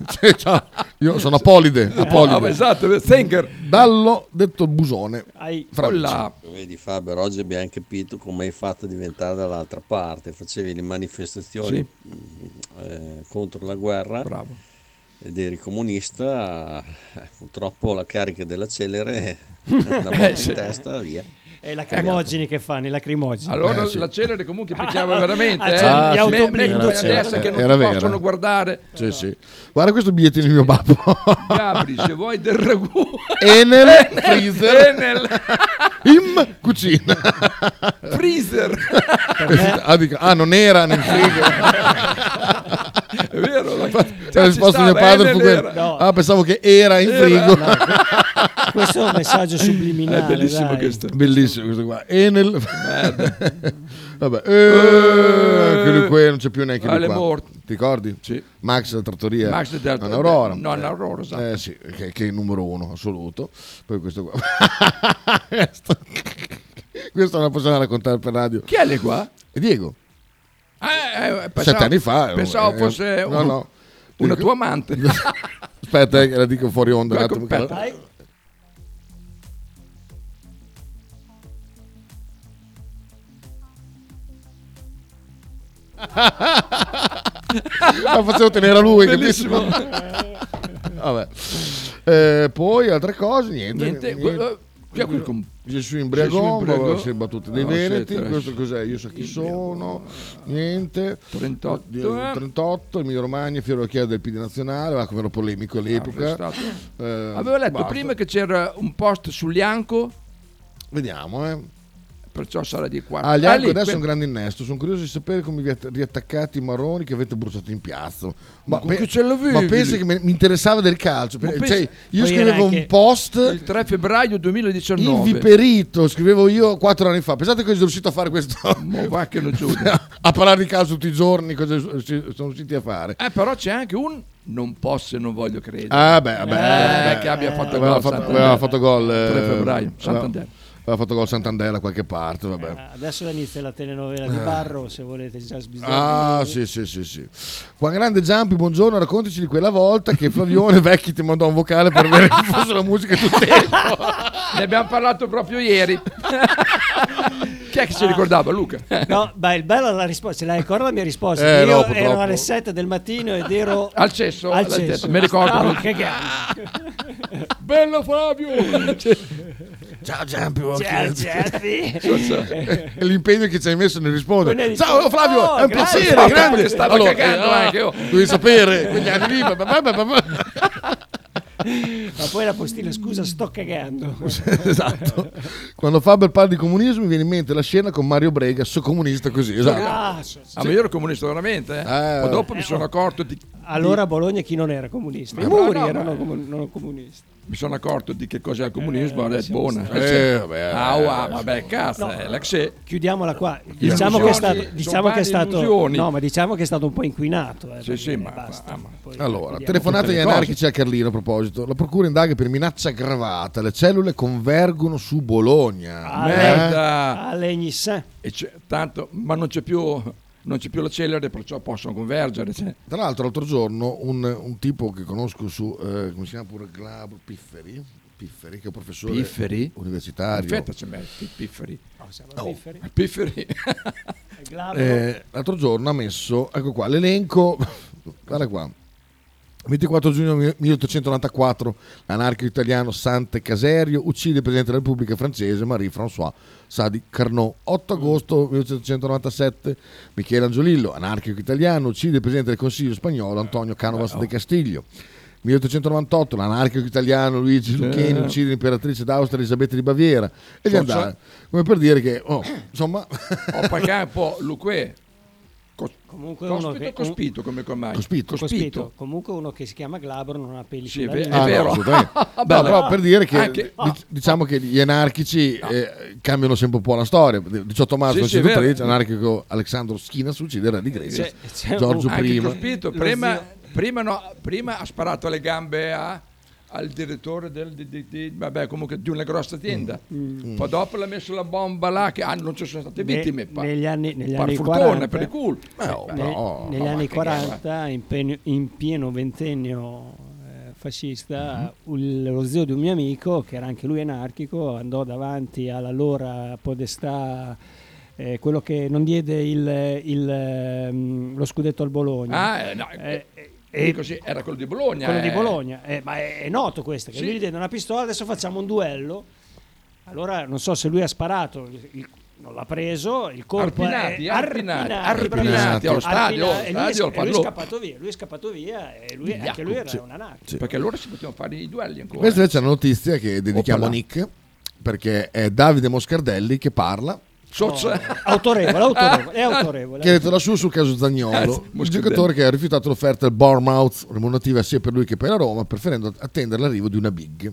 Speaker 1: Cioè, ciao, io sono Apolide.
Speaker 3: Ah,
Speaker 1: Apolide.
Speaker 3: esatto, Stenger.
Speaker 1: Dallo detto Busone. Franci.
Speaker 15: Vedi Faber, oggi abbiamo capito come hai fatto a diventare dall'altra parte, facevi le manifestazioni mh, eh, contro la guerra ed eri comunista, eh, purtroppo la carica della celere la botta
Speaker 2: Eh, sì.
Speaker 15: in testa, via.
Speaker 2: E i
Speaker 1: Ecco.
Speaker 2: lacrimogeni che fanno, i lacrimogeni.
Speaker 3: Allora la celere comunque picchiava veramente.
Speaker 2: Eh, Ah,
Speaker 3: eh.
Speaker 2: cioè, gli
Speaker 3: Me-
Speaker 2: autoblindo,
Speaker 3: mentre
Speaker 1: era c'era,
Speaker 3: adesso che non
Speaker 1: era
Speaker 3: ti
Speaker 1: vera.
Speaker 3: possono guardare.
Speaker 1: Sì, sì. Guarda questo bigliettino di mio babbo.
Speaker 3: Gabri, se vuoi del ragù.
Speaker 1: Enel,
Speaker 3: Enel,
Speaker 1: freezer.
Speaker 3: Enel.
Speaker 1: In cucina.
Speaker 3: Freezer.
Speaker 1: Questo- ah, dico, ah, non era nel frigo.
Speaker 3: È vero, la-
Speaker 1: Infatti,
Speaker 3: cioè,
Speaker 1: la
Speaker 3: ci
Speaker 1: risposta di mio
Speaker 3: stava,
Speaker 1: padre
Speaker 3: eh,
Speaker 1: fu
Speaker 3: nel-
Speaker 1: quella.
Speaker 3: era. No.
Speaker 1: Ah, pensavo che era in
Speaker 3: Era.
Speaker 1: frigo.
Speaker 3: No,
Speaker 2: questo è un messaggio subliminale,
Speaker 1: È bellissimo
Speaker 2: dai.
Speaker 1: questo. Bellissimo questo qua. E nel... Vabbè,
Speaker 3: Eh.
Speaker 1: eh, quello qui non c'è più neanche
Speaker 3: Ah,
Speaker 1: di
Speaker 3: l'è
Speaker 1: qua.
Speaker 3: morto.
Speaker 1: Ti ricordi? Max la trattoria.
Speaker 3: Max la trattoria.
Speaker 1: Non Aurora.
Speaker 3: No, non Aurora, esatto.
Speaker 1: Eh, sì, che, che è il numero uno assoluto. Poi questo qua. questo, questo non lo possiamo raccontare per radio.
Speaker 3: Chi è lei qua?
Speaker 1: È Diego.
Speaker 3: Eh, eh, pensavo-
Speaker 1: Sette anni fa. eh,
Speaker 3: Pensavo
Speaker 1: eh,
Speaker 3: fosse
Speaker 1: no,
Speaker 3: un-
Speaker 1: no.
Speaker 3: una tua amante.
Speaker 1: Aspetta, eh, che la dico fuori onda. un attimo,
Speaker 3: Aspetta.
Speaker 1: che la- La facevo tenere a lui.
Speaker 3: Bellissimo.
Speaker 1: capito? Vabbè. Eh, poi altre cose, niente.
Speaker 3: Niente, quello- chi è quel com-
Speaker 1: Gesù
Speaker 3: Gesù
Speaker 1: imbriagò,
Speaker 3: imbriagò.
Speaker 1: le battute dei
Speaker 3: No,
Speaker 1: Veneti,
Speaker 3: siete-
Speaker 1: questo cos'è? Io so chi sono, niente.
Speaker 3: 38.
Speaker 1: Di- 38, Emilio Romagna, Fiore Occhiale del PD Nazionale, va come era polemico all'epoca.
Speaker 3: Arrestato.
Speaker 1: Eh,
Speaker 3: Avevo letto
Speaker 1: basta.
Speaker 3: prima che c'era un post su Lianco.
Speaker 1: Vediamo, eh.
Speaker 3: Perciò sarà di qua.
Speaker 1: Ah, gli
Speaker 3: Ah,
Speaker 1: altri
Speaker 3: lì,
Speaker 1: adesso
Speaker 3: que-
Speaker 1: è un grande innesto. Sono curioso di sapere come vi att- riattaccate i maroni che avete bruciato in piazza. Ma,
Speaker 3: con che ce l'avevi?
Speaker 1: ma pensi che me- mi interessava del calcio?
Speaker 3: Ma
Speaker 1: Pe-
Speaker 3: pensa-
Speaker 1: cioè, io
Speaker 3: Poi
Speaker 1: scrivevo
Speaker 3: era
Speaker 1: un
Speaker 3: anche
Speaker 1: post
Speaker 3: Il 3 febbraio 2019.
Speaker 1: inviperito, scrivevo io quattro anni fa. Pensate che sono riuscito a fare questo? a parlare di calcio tutti i giorni, cosa s- s- sono riusciti a fare?
Speaker 3: Eh, però c'è anche un non posso e non voglio credere.
Speaker 1: Ah, beh, vabbè,
Speaker 3: Eh,
Speaker 1: vabbè.
Speaker 3: che abbia fatto
Speaker 1: aveva
Speaker 3: gol
Speaker 1: fatto,
Speaker 3: Santander.
Speaker 1: aveva fatto gol, eh,
Speaker 3: 3 febbraio,
Speaker 1: aveva-
Speaker 3: Santander.
Speaker 1: Aveva fatto gol Santander da qualche parte, vabbè.
Speaker 2: Adesso inizia la telenovela di
Speaker 1: Eh.
Speaker 2: Barro, se volete già sbisogno.
Speaker 1: Ah, sì, sì, sì, sì. Juan Grande Giampi, buongiorno, raccontaci di quella volta che Flavione Vecchi ti mandò un vocale per avere che fosse la musica tutto il tempo.
Speaker 3: Ne abbiamo parlato proprio ieri. Chi è che si ricordava, Luca?
Speaker 2: No, ma il bello è la risposta, se la ricorda la mia risposta.
Speaker 3: Eh, no,
Speaker 2: Io ero
Speaker 3: purtroppo.
Speaker 2: alle 7 del mattino ed ero
Speaker 3: Al cesso, Ah,
Speaker 2: Al Ah,
Speaker 3: l'ha detto,
Speaker 2: cesso.
Speaker 3: mi ricordo.
Speaker 2: Stavo cagando.
Speaker 3: Bello Fabio!
Speaker 1: Ciao Giampi,
Speaker 2: Ciao,
Speaker 1: ok.
Speaker 2: Giampi.
Speaker 1: E L'impegno che ci hai messo nel
Speaker 2: Poi
Speaker 1: rispondere.
Speaker 2: ne
Speaker 1: Ciao
Speaker 2: rispondo,
Speaker 1: Flavio,
Speaker 2: "Oh,
Speaker 1: è
Speaker 3: Ah,
Speaker 1: un
Speaker 2: grazie".
Speaker 1: piacere, grande.
Speaker 3: Perché stavo cagando
Speaker 1: eh,
Speaker 3: anche io.
Speaker 1: Devi sapere, quegli anni lì. ba- ba- ba- ba- ba-
Speaker 2: Ma poi la postilla, scusa, sto cagando.
Speaker 1: esatto. Quando Faber parla di comunismo mi viene in mente la scena con Mario Brega, so comunista così. Esatto.
Speaker 2: Ah, so-
Speaker 3: Ah, ma io ero comunista veramente, eh.
Speaker 1: Eh.
Speaker 3: Poi dopo mi sono accorto di...
Speaker 2: Allora a Bologna chi non era comunista?
Speaker 3: Ma
Speaker 2: I
Speaker 3: no,
Speaker 2: muri
Speaker 3: no,
Speaker 2: erano
Speaker 3: ma-
Speaker 2: comu- non comunisti.
Speaker 3: Mi sono accorto di che cos'è il comunismo, ho detto, buona.
Speaker 2: Eh,
Speaker 3: Cioè,
Speaker 2: vabbè,
Speaker 3: ah,
Speaker 2: eh,
Speaker 3: wow, vabbè, cazzo,
Speaker 2: No.
Speaker 3: eh, la Xe.
Speaker 2: Chiudiamola qua. Diciamo che è stato, diciamo che è stato, no, ma diciamo che è stato un po' inquinato. Eh,
Speaker 3: Sì, sì, ma-
Speaker 2: basta. Poi
Speaker 1: Allora,
Speaker 2: vediamo.
Speaker 1: telefonate
Speaker 3: tutte
Speaker 1: agli
Speaker 3: le
Speaker 1: anarchici a Carlino a proposito. La procura indaga per minaccia aggravata. Le cellule convergono su Bologna.
Speaker 3: Ah,
Speaker 1: Eh?
Speaker 3: Merda!
Speaker 2: Alegnissè.
Speaker 3: E c'è- tanto, ma non c'è più, non c'è più la cellere, perciò possono convergere. cioè.
Speaker 1: Tra l'altro, l'altro giorno un, un tipo che conosco su, eh, come si chiama pure, Glab Pifferi, Pifferi, che è un professore
Speaker 3: Pifferi?
Speaker 1: universitario.
Speaker 3: Aspetta, c'è me, pi- pifferi. Oh.
Speaker 2: siamo pifferi?
Speaker 3: Pifferi.
Speaker 2: Glabro.
Speaker 1: Eh, l'altro giorno ha messo, ecco qua, l'elenco, guarda qua. 24 giugno 1894, l'anarchico italiano Sante Caserio uccide il presidente della Repubblica francese Marie-François Sadi Carnot. 8 agosto 1897, Michele Angiolillo, anarchico italiano, uccide il presidente del Consiglio spagnolo Antonio Canovas de Castiglio. 1898, l'anarchico italiano Luigi Lucchini
Speaker 3: Eh.
Speaker 1: uccide l'imperatrice d'Austria Elisabetta di Baviera. E gli
Speaker 3: Forza.
Speaker 1: andava, come per dire che, oh, insomma...
Speaker 3: Ho pagato un po' Luque. Cos-
Speaker 2: Comunque
Speaker 3: cospito,
Speaker 2: uno che-
Speaker 3: cospito come com'è?
Speaker 1: Cospito.
Speaker 2: Cospito. Comunque uno che si chiama Glabro non ha peli
Speaker 3: Sì,
Speaker 2: sulla
Speaker 3: è ve-
Speaker 2: lingua.
Speaker 1: Ah, no, assolutamente. No,
Speaker 3: Bello.
Speaker 1: però per dire che
Speaker 3: Anche-
Speaker 1: dic- diciamo che gli anarchici eh, cambiano sempre un po' la storia. 18 marzo
Speaker 3: Sì, sì, è
Speaker 1: 1913
Speaker 3: vero.
Speaker 1: l'anarchico Alessandro Schina succederà di Grecia.
Speaker 3: C'è- c'è
Speaker 1: Giorgio
Speaker 3: un- anche
Speaker 1: I.
Speaker 3: Cospito, prima, prima no, prima ha sparato alle gambe a- al direttore del, di, di- di- vabbè, comunque di una grossa azienda.
Speaker 2: Mm.
Speaker 3: Poi dopo l'ha messo la bomba là, che ah, non ci sono state
Speaker 2: Ne-
Speaker 3: vittime. pa-
Speaker 2: negli anni, negli
Speaker 3: par
Speaker 2: anni
Speaker 3: fortuna,
Speaker 2: 40,
Speaker 3: per il culo. Eh, oh,
Speaker 2: ne-
Speaker 3: però-
Speaker 2: negli
Speaker 3: ma
Speaker 2: anni
Speaker 3: che
Speaker 2: 40, in, pe- in pieno ventennio eh, fascista,
Speaker 3: Mm-hmm.
Speaker 2: un- lo zio di un mio amico, che era anche lui anarchico, andò davanti all'allora podestà. eh, quello che non diede il- il, ehm, lo scudetto al Bologna
Speaker 3: Ah, eh, no,
Speaker 2: Eh,
Speaker 3: eh,
Speaker 2: eh,
Speaker 3: dico sì, era quello di Bologna.
Speaker 2: quello di
Speaker 3: eh.
Speaker 2: Bologna. Eh, ma è, è noto questo, che
Speaker 3: Sì.
Speaker 2: lui gli diede una pistola, adesso facciamo un duello. Allora non so se lui ha sparato, il- il- non l'ha preso, il colpo
Speaker 3: Arpinati,
Speaker 2: è
Speaker 3: Arpinati,
Speaker 2: Arpinati,
Speaker 3: Arpinati,
Speaker 2: Arpinati,
Speaker 3: allo stadio,
Speaker 2: Arpinati, e lui è-
Speaker 3: stadio, al
Speaker 2: e lui, è
Speaker 3: pallone.
Speaker 2: scappato via, lui è scappato via e lui,
Speaker 3: Vigliacco,
Speaker 2: anche lui era
Speaker 3: sì.
Speaker 2: un anarchico.
Speaker 3: Perché allora si potevano fare i duelli ancora.
Speaker 1: Questa invece è una notizia che dedichiamo a
Speaker 3: Oppala.
Speaker 1: Nick perché è Davide Moscardelli che parla.
Speaker 3: Socia-
Speaker 2: Autorevole, autorevole, è autorevole.
Speaker 1: Che ha detto la sua sul caso Zagnolo,
Speaker 3: Eh,
Speaker 1: il
Speaker 3: Moscardelli.
Speaker 1: giocatore che ha rifiutato l'offerta del Bournemouth, remunerativa sia per lui che per la Roma, preferendo attendere l'arrivo di una big.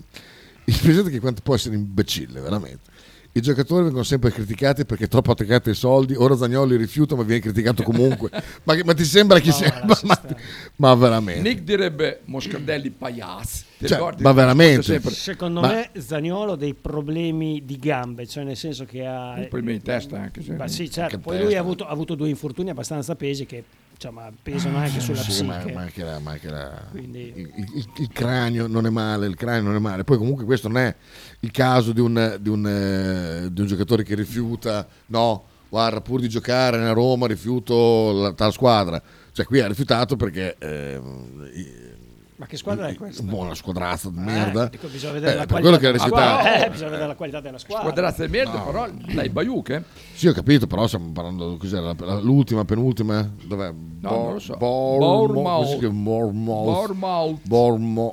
Speaker 1: Il presidente che quanto può essere imbecille, veramente. I giocatori vengono sempre criticati perché troppo attaccati ai soldi. Ora Zagnoli rifiuta, ma viene criticato comunque. ma, che- ma ti sembra chi
Speaker 3: No,
Speaker 1: sembra?
Speaker 3: lascia
Speaker 1: Ma,
Speaker 3: stare.
Speaker 1: ma veramente.
Speaker 3: Nick direbbe Moscardelli Paias. Ti
Speaker 1: Cioè,
Speaker 3: ricordi?
Speaker 1: ma veramente.
Speaker 3: Sempre.
Speaker 2: Secondo
Speaker 1: Ma-
Speaker 2: me Zagnolo ha dei problemi di gambe, cioè nel senso che ha...
Speaker 3: Un problema di testa anche, sì.
Speaker 2: Ma sì, certo.
Speaker 3: Anche
Speaker 2: Poi
Speaker 3: testa.
Speaker 2: lui ha avuto, ha avuto due infortuni abbastanza pesi che insomma, pesano anche sulla
Speaker 1: Ah, Sì, ma-
Speaker 2: psiche.
Speaker 1: ma anche la- ma anche la-
Speaker 2: Quindi-
Speaker 1: il, il- il cranio non è male, il cranio non è male. Poi comunque questo non è il caso di un, di un, eh, di un giocatore che rifiuta, no, guarda, pur di giocare nella Roma rifiuto la tal squadra. Cioè qui ha rifiutato perché... ehm, i-
Speaker 2: Ma che squadra è questa?
Speaker 1: Boh, una squadrazza di
Speaker 2: Eh,
Speaker 1: merda.
Speaker 2: dico, bisogna vedere
Speaker 1: Eh,
Speaker 2: la
Speaker 1: per
Speaker 2: qualità-
Speaker 1: quello che ha
Speaker 2: Ma
Speaker 1: rifiutato.
Speaker 2: guarda, eh, bisogna vedere la qualità della squadra.
Speaker 3: Squadrazza di merda,
Speaker 2: No.
Speaker 3: però dai Baiuc, eh?
Speaker 1: Sì, ho capito, però stiamo parlando cos'era la- la- l'ultima, penultima, dov'è?
Speaker 3: No, non lo so.
Speaker 1: Bournemouth,
Speaker 3: Bournemouth.
Speaker 1: come si chiama? Bournemouth.
Speaker 3: Bournemouth.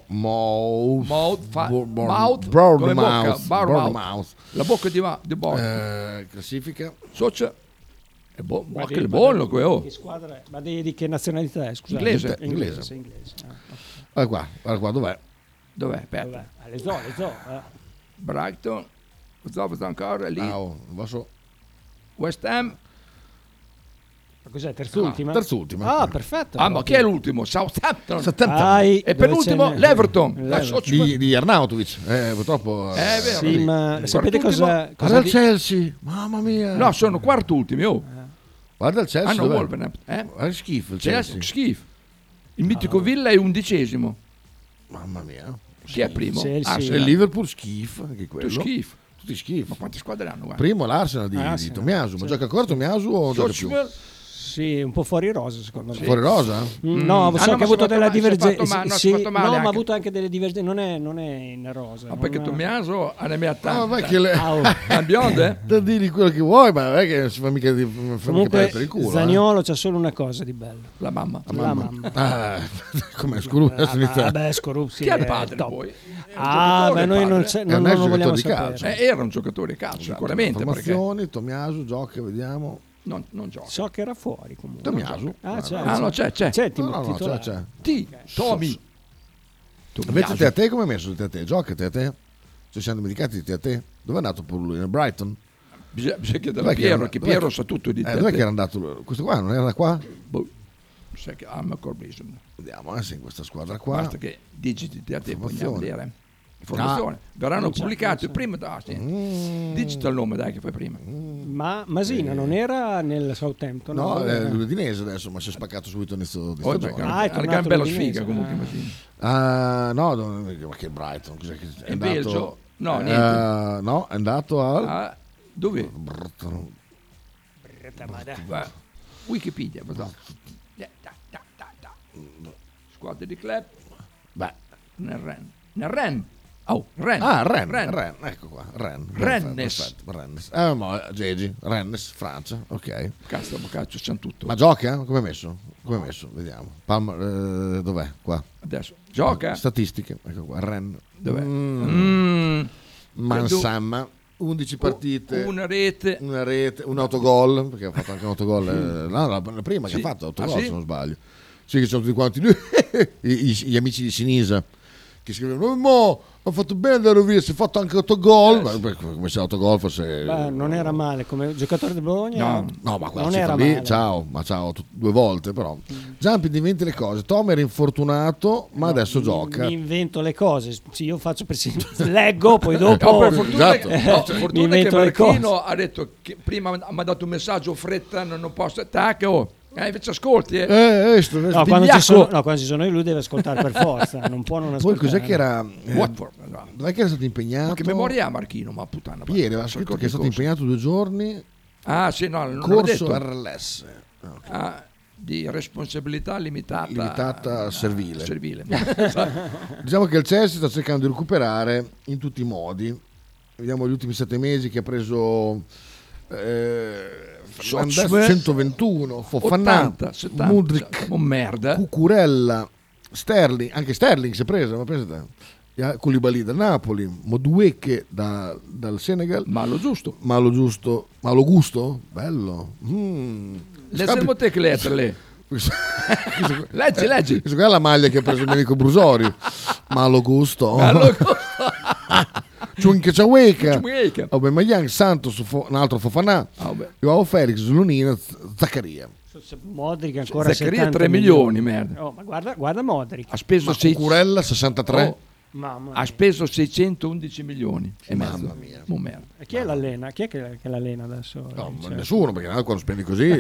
Speaker 1: Bournemouth.
Speaker 3: Mouth, fa-
Speaker 1: Bour- Bour-
Speaker 3: mouth come bocca,
Speaker 1: Bournemouth.
Speaker 3: bar mouth.
Speaker 1: Bournemouth.
Speaker 3: La bocca di, ma- di Bournemouth.
Speaker 1: Eh, classifica.
Speaker 3: Socia. È buono,
Speaker 2: Ma
Speaker 3: anche
Speaker 2: di-
Speaker 3: il
Speaker 2: ma
Speaker 3: bollo,
Speaker 2: di-
Speaker 3: que- oh.
Speaker 2: Di squadra, ma di, di che nazionalità è? Scusate.
Speaker 3: Inglese.
Speaker 2: inglese.
Speaker 3: Inglese.
Speaker 2: sì, inglese. Ah,
Speaker 1: Guarda qua, guarda qua, dov'è?
Speaker 3: Dov'è? Aspetta.
Speaker 2: Dov'è? Alle zoo, alle zoo. eh.
Speaker 3: Brighton, Zov ancora lì.
Speaker 1: Ah, oh,
Speaker 3: Eh, West Ham.
Speaker 2: Ma cos'è? Terz'ultima?
Speaker 3: Ah, terz'ultima.
Speaker 2: Ah, perfetto.
Speaker 3: Ah, ma chi è l'ultimo? Southampton.
Speaker 1: Southampton.
Speaker 2: Ai,
Speaker 3: e
Speaker 2: dove
Speaker 3: penultimo
Speaker 2: c'è il-
Speaker 3: l'Everton. La
Speaker 2: l'Everton.
Speaker 3: Socia-
Speaker 1: Di, di Arnautovic. Eh, purtroppo... eh,
Speaker 3: È vero.
Speaker 2: Sì, ma sapete cosa...
Speaker 1: Guarda
Speaker 2: cosa
Speaker 1: il
Speaker 2: di-
Speaker 1: Chelsea, mamma mia.
Speaker 3: No, sono quart'ultimi, oh.
Speaker 1: Guarda il Chelsea.
Speaker 3: Hanno
Speaker 1: dov'è?
Speaker 3: Wolverhampton. Eh?
Speaker 1: Guarda che schifo il
Speaker 3: Chelsea,
Speaker 1: Chelsea.
Speaker 3: schifo. Il mitico Villa è undicesimo.
Speaker 1: Mamma mia.
Speaker 3: Chi è primo?
Speaker 1: Chelsea.
Speaker 3: Arsenal.
Speaker 1: Il Liverpool schifo, anche quello.
Speaker 3: Tutti schifo.
Speaker 1: Tutti schifo.
Speaker 3: Ma quante squadre hanno? Guarda?
Speaker 1: Primo l'Arsenal di,
Speaker 2: Ah,
Speaker 1: di
Speaker 2: sì.
Speaker 1: Tomiasu, ma
Speaker 2: Sì.
Speaker 1: gioca ancora Tomiasu o gioca più?
Speaker 2: Sochmer? Sì, un po' fuori rosa secondo me.
Speaker 1: Fuori rosa?
Speaker 2: Mm,
Speaker 1: Mm.
Speaker 2: No,
Speaker 1: Ah,
Speaker 2: so che
Speaker 1: no, ma
Speaker 2: ha avuto
Speaker 1: si
Speaker 2: della
Speaker 1: è fatto male, si è
Speaker 2: divergenza.
Speaker 1: fatto male, no, si
Speaker 2: sì,
Speaker 1: è fatto male
Speaker 2: no, ma ha
Speaker 1: anche.
Speaker 2: avuto anche delle divergenze. Non è, non è in rosa.
Speaker 3: Ma perché Tommaso ha le mie attacche.
Speaker 1: Ah, vai che le...
Speaker 2: Ah, oh.
Speaker 3: Ah, bionde?
Speaker 1: Da dirgli quello che vuoi, ma non è che si fa mica, di- non fa mica
Speaker 2: Comunque,
Speaker 1: perdere il culo. eh.
Speaker 2: Zaniolo c'ha solo una cosa di bello:
Speaker 3: la mamma.
Speaker 2: La mamma.
Speaker 1: Ah, come scorupio
Speaker 2: Ah, ma- vabbè, Scorupsi
Speaker 3: Chi è
Speaker 2: è
Speaker 3: il padre
Speaker 2: top.
Speaker 3: poi?
Speaker 2: Ah, beh, noi non, c'è- non, non lo vogliamo sapere.
Speaker 3: Eh, era un giocatore di calcio, sicuramente. Perché
Speaker 1: Formazioni, Tomiasu, gioca, vediamo.
Speaker 3: non, non gioca.
Speaker 2: So che era fuori comunque.
Speaker 1: Tomiasu.
Speaker 2: Ah, c'è,
Speaker 3: Ah, no, c'è, c'è.
Speaker 2: C'è, ti-
Speaker 1: No, cioè, no, no,
Speaker 2: titolare.
Speaker 1: c'è, c'è.
Speaker 3: Ti, Tomi.
Speaker 1: Invece te a te come hai messo il te a te? Gioca te a te? Ci siamo dimenticati di te a te? Dove è andato pure lui? Nel Brighton?
Speaker 3: Bisogna, bisogna chiedere
Speaker 1: Dov'è
Speaker 3: a
Speaker 1: che
Speaker 3: Piero,
Speaker 1: era-
Speaker 3: che
Speaker 1: dov'è
Speaker 3: Piero
Speaker 1: che-
Speaker 3: sa tutto di
Speaker 1: eh,
Speaker 3: te.
Speaker 1: Dov'è che era andato? lui? Questo qua non era qua?
Speaker 3: Boh, sai che ama Corbison.
Speaker 1: Vediamo eh, se in questa squadra qua.
Speaker 3: Basta che digiti di te, te vogliamo
Speaker 1: Informazione.
Speaker 3: vedere. Informazione.
Speaker 1: Ah.
Speaker 3: Verranno
Speaker 1: Non c'è,
Speaker 3: pubblicati prima. Ah, sì.
Speaker 1: Mm.
Speaker 3: Digita il nome, dai, che fai prima.
Speaker 2: Ma Masina non era nel Southampton?
Speaker 1: Eh. No, eh,
Speaker 2: Dove
Speaker 1: è
Speaker 2: era?
Speaker 1: l'Udinese adesso, ma si è spaccato subito inizio di
Speaker 3: Oh, beh,
Speaker 1: stagione.
Speaker 2: Ah, è
Speaker 3: ha le
Speaker 2: tornato
Speaker 3: gambe alla
Speaker 2: l'Udinese,
Speaker 3: sfiga comunque.
Speaker 2: ah.
Speaker 3: Masini.
Speaker 1: Ah, no, no, ma che Brighton? Cos'è che è
Speaker 3: In
Speaker 1: andato-
Speaker 3: Belgio? No,
Speaker 1: Eh,
Speaker 3: niente.
Speaker 1: no, è andato al...
Speaker 3: Ah, dove?
Speaker 1: Brrr,
Speaker 3: Va. Wikipedia, vado. Da, da, da, da, da. Squadre di club.
Speaker 1: Beh.
Speaker 3: Nel Ren. Nel Ren. Oh, Ren.
Speaker 1: Ah, Ren,
Speaker 3: Ren.
Speaker 1: Ren, ecco qua, Ren.
Speaker 3: Rennes.
Speaker 1: Perfetto, perfetto, Rennes. Eh, ma Gigi, Rennes, Francia, ok.
Speaker 3: Cazzo, ma cazzo, c'è tutto.
Speaker 1: Ma gioca? Come è messo? Come è messo? Vediamo. Palmer, eh, dov'è? Qua.
Speaker 3: Adesso. Gioca.
Speaker 1: Statistiche, ecco qua, Ren.
Speaker 3: Dov'è?
Speaker 1: Mm.
Speaker 3: Mm.
Speaker 1: Mansamma, 11 partite. Mm.
Speaker 3: Una rete.
Speaker 1: Una rete, un autogol, perché ha fatto anche un autogol, eh, no, la, la prima
Speaker 3: Sì.
Speaker 1: che ha fatto,
Speaker 3: Ah,
Speaker 1: autogol
Speaker 3: sì?
Speaker 1: se non sbaglio. Sì, che sono tutti quanti i- i- gli amici di Sinisa che scrivono, "Oh, mo, ha fatto bene andare via, si è fatto anche autogol, Ma, beh, come se autogol fosse...
Speaker 2: Beh, ah, non era male come giocatore del Bologna.
Speaker 1: No, no, ma
Speaker 2: non
Speaker 1: quando
Speaker 2: era
Speaker 1: era lì,
Speaker 2: male.
Speaker 1: ciao, ma ciao tu- due volte però. Giampi diventi le cose, Tom era infortunato, ma adesso gioca.
Speaker 2: Mi invento le cose, sì, io faccio per leggo, poi dopo
Speaker 3: No, Oh, per fortuna,
Speaker 1: Esatto.
Speaker 3: no,
Speaker 2: eh,
Speaker 3: per
Speaker 2: mi
Speaker 3: fortuna che
Speaker 2: invento le cose.
Speaker 3: Marchino ha detto che prima mi ha dato un messaggio fretta, non non posso attaccare. Oh. Eh, invece ascolti. Eh.
Speaker 1: Eh, eh, sto-
Speaker 2: No quando, ci
Speaker 3: Vigliacco.
Speaker 2: sono, no, quando ci sono io lui deve ascoltare per forza, non può non
Speaker 1: Poi
Speaker 2: ascoltare.
Speaker 1: cos'è che era... eh,
Speaker 3: Watford, no.
Speaker 1: dov'è che era stato impegnato?
Speaker 3: Ma che memoria ha Marchino? Ma puttana.
Speaker 1: Ieri aveva
Speaker 3: ma-
Speaker 1: scritto
Speaker 3: qualche
Speaker 1: che è stato
Speaker 3: cosa.
Speaker 1: impegnato due giorni
Speaker 3: Ah, sì, no, non l'ho
Speaker 1: Corso
Speaker 3: detto.
Speaker 1: RLS.
Speaker 3: Ah, di responsabilità limitata.
Speaker 1: limitata
Speaker 3: Ah,
Speaker 1: servile. Oh,
Speaker 3: servile.
Speaker 1: diciamo che il Chelsea sta cercando di recuperare in tutti i modi. Vediamo gli ultimi sette mesi che ha preso eh, Fernandes,
Speaker 3: Sochme.
Speaker 1: 121, Fofana,
Speaker 3: 80, 70,
Speaker 1: Mudrik,
Speaker 3: cioè, un merda.
Speaker 1: Cucurella, Sterling, anche Sterling si è preso, ma pensa te. Koulibaly da Napoli, Modueke da- dal Senegal.
Speaker 3: Ma lo giusto.
Speaker 1: Ma lo giusto. Ma lo gusto? Bello. Mm.
Speaker 3: Le sermo te che letterle. Leggi, leggi.
Speaker 1: Questa qua è la maglia che ha preso il mio amico Brusori. Ma lo gusto.
Speaker 3: Ma lo-
Speaker 1: Ciunchiaciaweca.
Speaker 3: Ciaweca.
Speaker 1: Vabbè, ma Young, Santos, Fo- un altro Fofanà.
Speaker 3: Ah,
Speaker 1: Joao Felix, Lunina, Zaccaria.
Speaker 2: Modric ancora
Speaker 3: Zaccaria
Speaker 2: 70
Speaker 3: 3 milioni, merda.
Speaker 2: Oh, ma guarda, guarda Modric.
Speaker 1: Ah,
Speaker 3: Ha speso
Speaker 2: Ma
Speaker 3: sei-
Speaker 1: Curella 63.
Speaker 3: Oh,
Speaker 2: Mamma
Speaker 3: ha speso 611 milioni e mezzo. Un merda.
Speaker 2: E Chi è l'allena? Chi è che, che l'allena adesso?
Speaker 1: No,
Speaker 3: certo.
Speaker 1: ma nessuno, perché no, quando spendi così.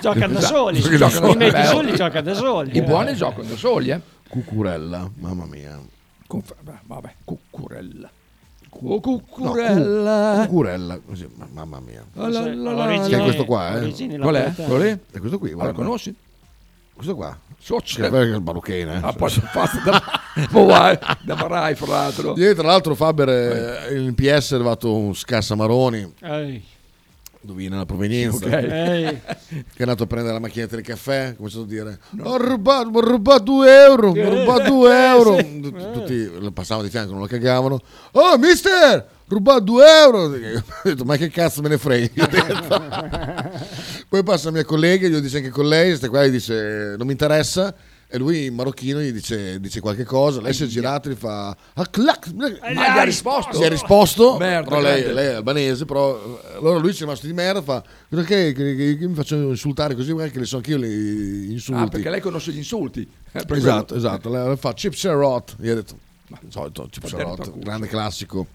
Speaker 2: Gioca da soli,
Speaker 1: Gioca
Speaker 2: scusa, li metti soli, gioca da soli.
Speaker 3: I buoni giocano da soli, eh.
Speaker 1: Cucurella, mamma mia.
Speaker 3: Conf- beh, vabbè, Cucurella. Cu- Cucurella.
Speaker 1: No, cu- Cucurella, così, ma- mamma mia.
Speaker 3: Ah, la,
Speaker 2: Cioè,
Speaker 3: la, la,
Speaker 1: Che
Speaker 3: la.
Speaker 1: è questo qua,
Speaker 3: Origini
Speaker 1: eh?
Speaker 3: Qual è? napoletane. Qual è?
Speaker 1: È questo qui,
Speaker 3: Ah, lo
Speaker 1: guarda.
Speaker 3: conosci?
Speaker 1: Questo qua.
Speaker 3: Socio.
Speaker 1: Che è sbarucchina, eh.
Speaker 3: Ah, poi sono fatto da, Oh, vai, da Marai, fra l'altro.
Speaker 1: Ieri, tra l'altro, Faber, eh, in PS è arrivato un scassamaroni.
Speaker 2: Ehi.
Speaker 1: Indovina la provenienza.
Speaker 3: Ok. Ehi.
Speaker 1: Che è andato a prendere la macchinetta del caffè, come si può dire? Ho rubato, mi ha rubato 2 euro, mi ha rubato 2 euro. Tut- Tutti lo passavano di fianco, non lo cagavano. Oh, mister, rubato 2 euro. Ho detto, ma che cazzo me ne frega? Ho detto. Poi passa la mia collega, glielo dice anche con lei, sta qua gli dice, non mi interessa. E lui in marocchino gli dice, dice qualche cosa, lei si è girata e gli fa... "Ah, clac, blac".
Speaker 3: gli ha risposto? Ah,
Speaker 1: Gli ha risposto,
Speaker 3: Merda,
Speaker 1: però lei,
Speaker 3: grande.
Speaker 1: lei è albanese, però eh, allora lui ci è rimasto di merda, fa perché che, che- che mi faccio insultare così, magari che le so anch'io le insulti.
Speaker 3: Ah, perché lei conosce gli insulti. Eh, per
Speaker 1: Esatto,
Speaker 3: quello.
Speaker 1: esatto, lei lei fa chips and rot, io ho detto, ma il solito chips and
Speaker 3: Moderno
Speaker 1: rot,
Speaker 3: Tacucci.
Speaker 1: grande classico.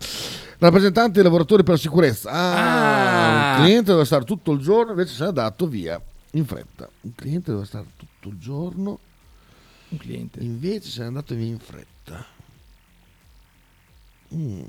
Speaker 1: Rappresentante dei lavoratori per la sicurezza, ah, un cliente doveva stare tutto il giorno, invece se n'è andato via in fretta, un cliente doveva stare tutto il giorno,
Speaker 3: un cliente,
Speaker 1: invece se n'è andato via in fretta. Mm,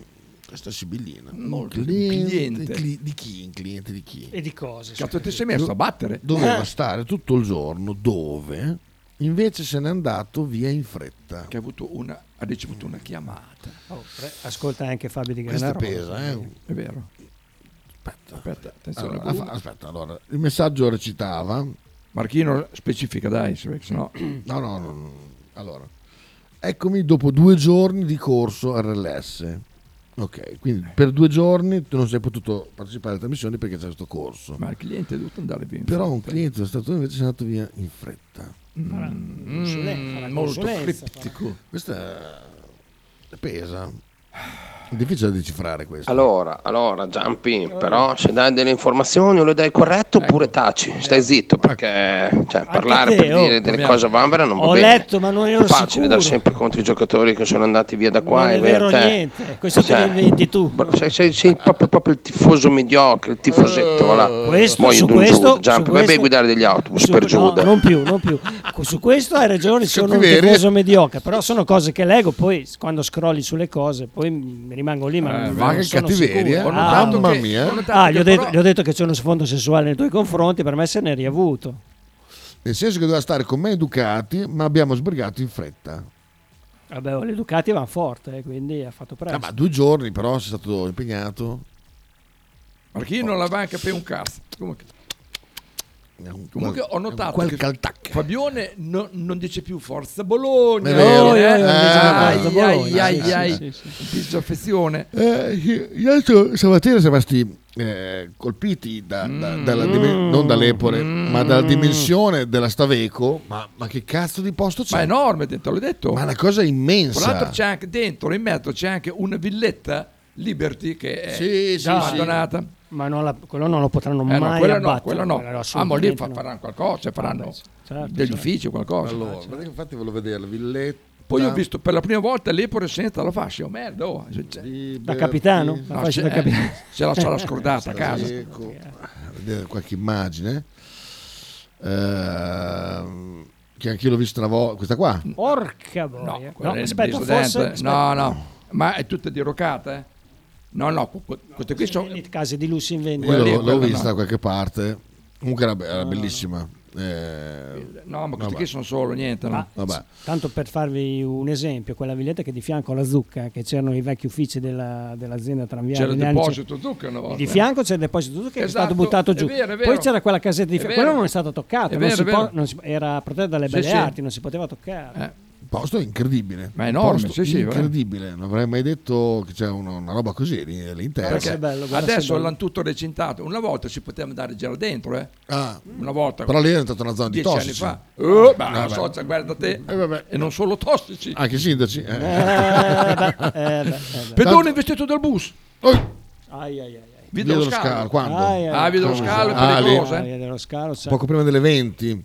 Speaker 1: Questa è sibillina.
Speaker 3: Molto. Cliente.
Speaker 1: cli- di chi? Un cliente di chi?
Speaker 2: E di cose.
Speaker 3: Cazzo, ti sei messo a battere?
Speaker 1: Doveva
Speaker 3: Eh.
Speaker 1: stare tutto il giorno dove? Invece se n'è andato via in fretta.
Speaker 3: Che ha, avuto una, ha ricevuto una chiamata.
Speaker 2: Oh, Ascolta anche Fabio di
Speaker 1: Questa
Speaker 2: Granaro.
Speaker 1: pesa, eh.
Speaker 3: È vero. Aspetta, attenzione.
Speaker 1: Allora, fa- aspetta, allora. Il messaggio recitava.
Speaker 3: Mm. Marchino specifica, dai, se se no...
Speaker 1: No, no, no, no. Allora. Eccomi dopo due giorni di corso RLS. Ok, quindi per due giorni tu non sei potuto partecipare alle trasmissioni perché c'è questo corso.
Speaker 3: Ma il cliente è dovuto andare via. in
Speaker 1: Però un
Speaker 3: fretta.
Speaker 1: cliente è stato invece è andato via in fretta.
Speaker 2: Farà Mm, consulenza, farà
Speaker 3: molto
Speaker 2: consulenza,
Speaker 3: criptico.
Speaker 1: Questa pesa. È difficile da decifrare questo.
Speaker 6: Allora, allora, Giampi, però se dai delle informazioni o le dai corretto oppure taci, stai zitto perché cioè, parlare
Speaker 2: Ecco. te,
Speaker 6: per
Speaker 2: oh.
Speaker 6: dire delle
Speaker 2: Dobbiamo-
Speaker 6: cose a vanvera non
Speaker 2: Ho
Speaker 6: va bene.
Speaker 2: letto, ma non ero
Speaker 6: è facile
Speaker 2: sicuro.
Speaker 6: dar sempre contro i giocatori che sono andati via da qua
Speaker 2: Non
Speaker 6: e
Speaker 2: è
Speaker 6: via
Speaker 2: vero
Speaker 6: te.
Speaker 2: niente, questo te lo inventi tu.
Speaker 6: bro, cioè, Sei, sei- sei proprio, proprio il tifoso mediocre, il tifosetto. voilà.
Speaker 2: Questo-
Speaker 6: Muoio
Speaker 2: su
Speaker 6: di un
Speaker 2: questo-
Speaker 6: Giuda, Giampi,
Speaker 2: su
Speaker 6: vai
Speaker 2: questo-
Speaker 6: a guidare degli autobus
Speaker 2: Su-
Speaker 6: per
Speaker 2: no,
Speaker 6: Giuda.
Speaker 2: non più, non più. Co- Su questo hai ragione, sono un
Speaker 6: veri.
Speaker 2: tifoso mediocre, però sono cose che leggo, poi s- quando scrolli sulle cose, poi mi rimango lì, ma
Speaker 1: Eh,
Speaker 2: non-
Speaker 1: ma
Speaker 2: non
Speaker 1: che
Speaker 2: sono sicuro.
Speaker 1: cattiveria, eh. Ho notato Mamma che- mia. eh. ho notato
Speaker 2: Ah,
Speaker 1: che
Speaker 2: gli ho,
Speaker 1: però-
Speaker 2: detto, gli ho detto che c'è uno sfondo sessuale nei tuoi confronti, per me se n'è riavuto.
Speaker 1: Nel senso che doveva stare con me educati, ma abbiamo sbrigato in fretta.
Speaker 2: Vabbè, oh, le Ducati vanno forte, eh, quindi ha fatto presto.
Speaker 1: Ah, ma due giorni però sei stato impegnato.
Speaker 3: Marchino alla banca per un cazzo. Comunque, comunque ho notato
Speaker 1: Quel
Speaker 3: che
Speaker 1: caltacca.
Speaker 3: Fabione no- non dice più Forza Bologna.
Speaker 1: È vero.
Speaker 3: Oh, eh,
Speaker 1: Eh, non dice più
Speaker 3: ai,
Speaker 1: Forza
Speaker 3: ai,
Speaker 1: Bologna,
Speaker 3: ai,
Speaker 1: sì,
Speaker 3: ai.
Speaker 1: sì,
Speaker 3: Disaffezione.
Speaker 1: Eh, io- io altro- stamattina siamo stati eh, colpiti da- da-
Speaker 3: Mm.
Speaker 1: dalla dimen- non dall'epore, ma dalla dimensione della Staveco. Ma, ma che cazzo di posto c'è?
Speaker 3: Ma è enorme, te l'ho detto.
Speaker 1: Cioè, Ma è una cosa
Speaker 3: Tra l'altro
Speaker 1: immensa.
Speaker 3: c'è anche dentro, in mezzo c'è anche una villetta Liberty che è
Speaker 1: Sì, sì, sì.
Speaker 3: abbandonata.
Speaker 2: Ma non la- quello non lo potranno
Speaker 3: Eh,
Speaker 2: mai
Speaker 3: no, quella no,
Speaker 2: abbattere.
Speaker 3: quella no.
Speaker 2: quello
Speaker 3: Ah, ma lì
Speaker 2: assolutamente
Speaker 3: fa-
Speaker 2: no.
Speaker 3: faranno qualcosa, cioè faranno
Speaker 2: certo,
Speaker 3: degli uffici, qualcosa.
Speaker 1: Allora, guarda che infatti volevo vedere la villetta.
Speaker 3: Poi ho visto per la prima volta l'Epore senza la fascia, oh merda, oh. Cioè,
Speaker 1: Da capitano? La
Speaker 3: No, eh. se-
Speaker 1: fascia da capitano.
Speaker 3: se la sarà scordata a casa.
Speaker 1: Staveco. vedere qualche immagine. Ehm, che anch'io l'ho vista una volta. Questa qua.
Speaker 3: Mm.
Speaker 2: Porca boia. eh. No,
Speaker 3: Quella è
Speaker 2: aspetta,
Speaker 3: preso
Speaker 2: forse...
Speaker 3: dentro.
Speaker 2: aspetta.
Speaker 3: No, no, ma è tutta dirocata, eh? No, no, que- que- queste qui sono...
Speaker 2: Case di lusso in vendita.
Speaker 1: Io
Speaker 3: Quella lì,
Speaker 1: l'ho, l'ho
Speaker 3: quella Ah.
Speaker 1: vista
Speaker 3: no.
Speaker 1: da qualche parte. Comunque era, be- era bellissima. Eh,
Speaker 3: No, ma queste
Speaker 1: vabbè.
Speaker 3: qui sono solo, niente, no?
Speaker 1: Vabbè.
Speaker 2: Tanto per farvi un esempio, quella villetta che è di fianco alla Zucca, che c'erano i vecchi uffici della- dell'azienda tranviaria.
Speaker 3: C'era il
Speaker 2: negli anni
Speaker 3: deposito Zucca una volta. eh.
Speaker 2: Di fianco c'era il deposito Zucca che
Speaker 3: Esatto,
Speaker 2: è stato buttato
Speaker 3: è
Speaker 2: giù.
Speaker 3: vero, è vero.
Speaker 2: Poi c'era quella casetta di
Speaker 3: È
Speaker 2: fianco.
Speaker 3: vero.
Speaker 2: Quello non è stato toccato,
Speaker 3: È
Speaker 2: non
Speaker 3: vero,
Speaker 2: si
Speaker 3: è vero.
Speaker 2: po- non si- era protetta dalle
Speaker 3: Sì,
Speaker 2: belle
Speaker 3: sì.
Speaker 2: arti, non si poteva toccare.
Speaker 3: Eh.
Speaker 1: posto incredibile.
Speaker 3: Ma è enorme,
Speaker 1: Posto
Speaker 3: sì, eh. sì, vabbè.
Speaker 1: incredibile. Non avrei mai detto che c'è una, una roba così lì all'interno.
Speaker 3: Perché adesso l'hanno tutto recintato. Una volta si poteva andare a girare dentro, eh? Una volta.
Speaker 1: Ah, Mm. Però lì è entrata una zona di
Speaker 3: dieci
Speaker 1: tossici.
Speaker 3: anni fa. Oh, ma
Speaker 1: Eh,
Speaker 3: non
Speaker 1: vabbè. Eh,
Speaker 3: so, cioè, guarda te. E non solo tossici.
Speaker 1: Anche i sindaci. eh.
Speaker 2: eh,
Speaker 3: Pedone investito dal bus.
Speaker 2: Ai, ai, ai.
Speaker 3: Via dello
Speaker 1: dello
Speaker 3: scalo.
Speaker 1: scalo, quando?
Speaker 2: Ai, ai, ai.
Speaker 3: Ah, via dello scalo è
Speaker 1: Ah, lì.
Speaker 3: pericoloso, eh.
Speaker 2: Via dello scalo, sai.
Speaker 1: Cioè. Poco prima delle 20.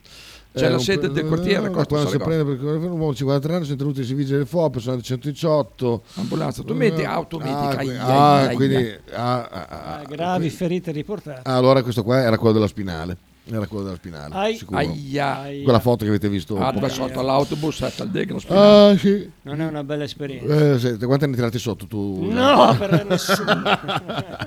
Speaker 3: C'è la
Speaker 1: un-
Speaker 3: sede del quartiere, Costa
Speaker 1: quando si
Speaker 3: Saligo.
Speaker 1: prende per un 53 anni sono tenuti i vigili del fuoco, sono 118.
Speaker 3: Ambulanza, tu metti auto, metti,
Speaker 1: Ah,
Speaker 3: ai, ai,
Speaker 1: que- ah,
Speaker 3: ai, ai.
Speaker 1: quindi ah, ah, ah,
Speaker 2: Ah, gravi ferite riportate.
Speaker 1: ah, allora questo qua era quello della spinale. Era quello della spinale.
Speaker 2: Ai-
Speaker 1: sicuro.
Speaker 2: aia. Aia.
Speaker 1: Quella foto che avete visto.
Speaker 3: Ah,
Speaker 1: poco
Speaker 3: dove
Speaker 1: fa.
Speaker 3: sotto all'autobus è al degno
Speaker 1: Ah, sì.
Speaker 2: Non è una bella esperienza.
Speaker 1: Eh, senti, quanti ne tirati sotto tu?
Speaker 2: No, per nessuno.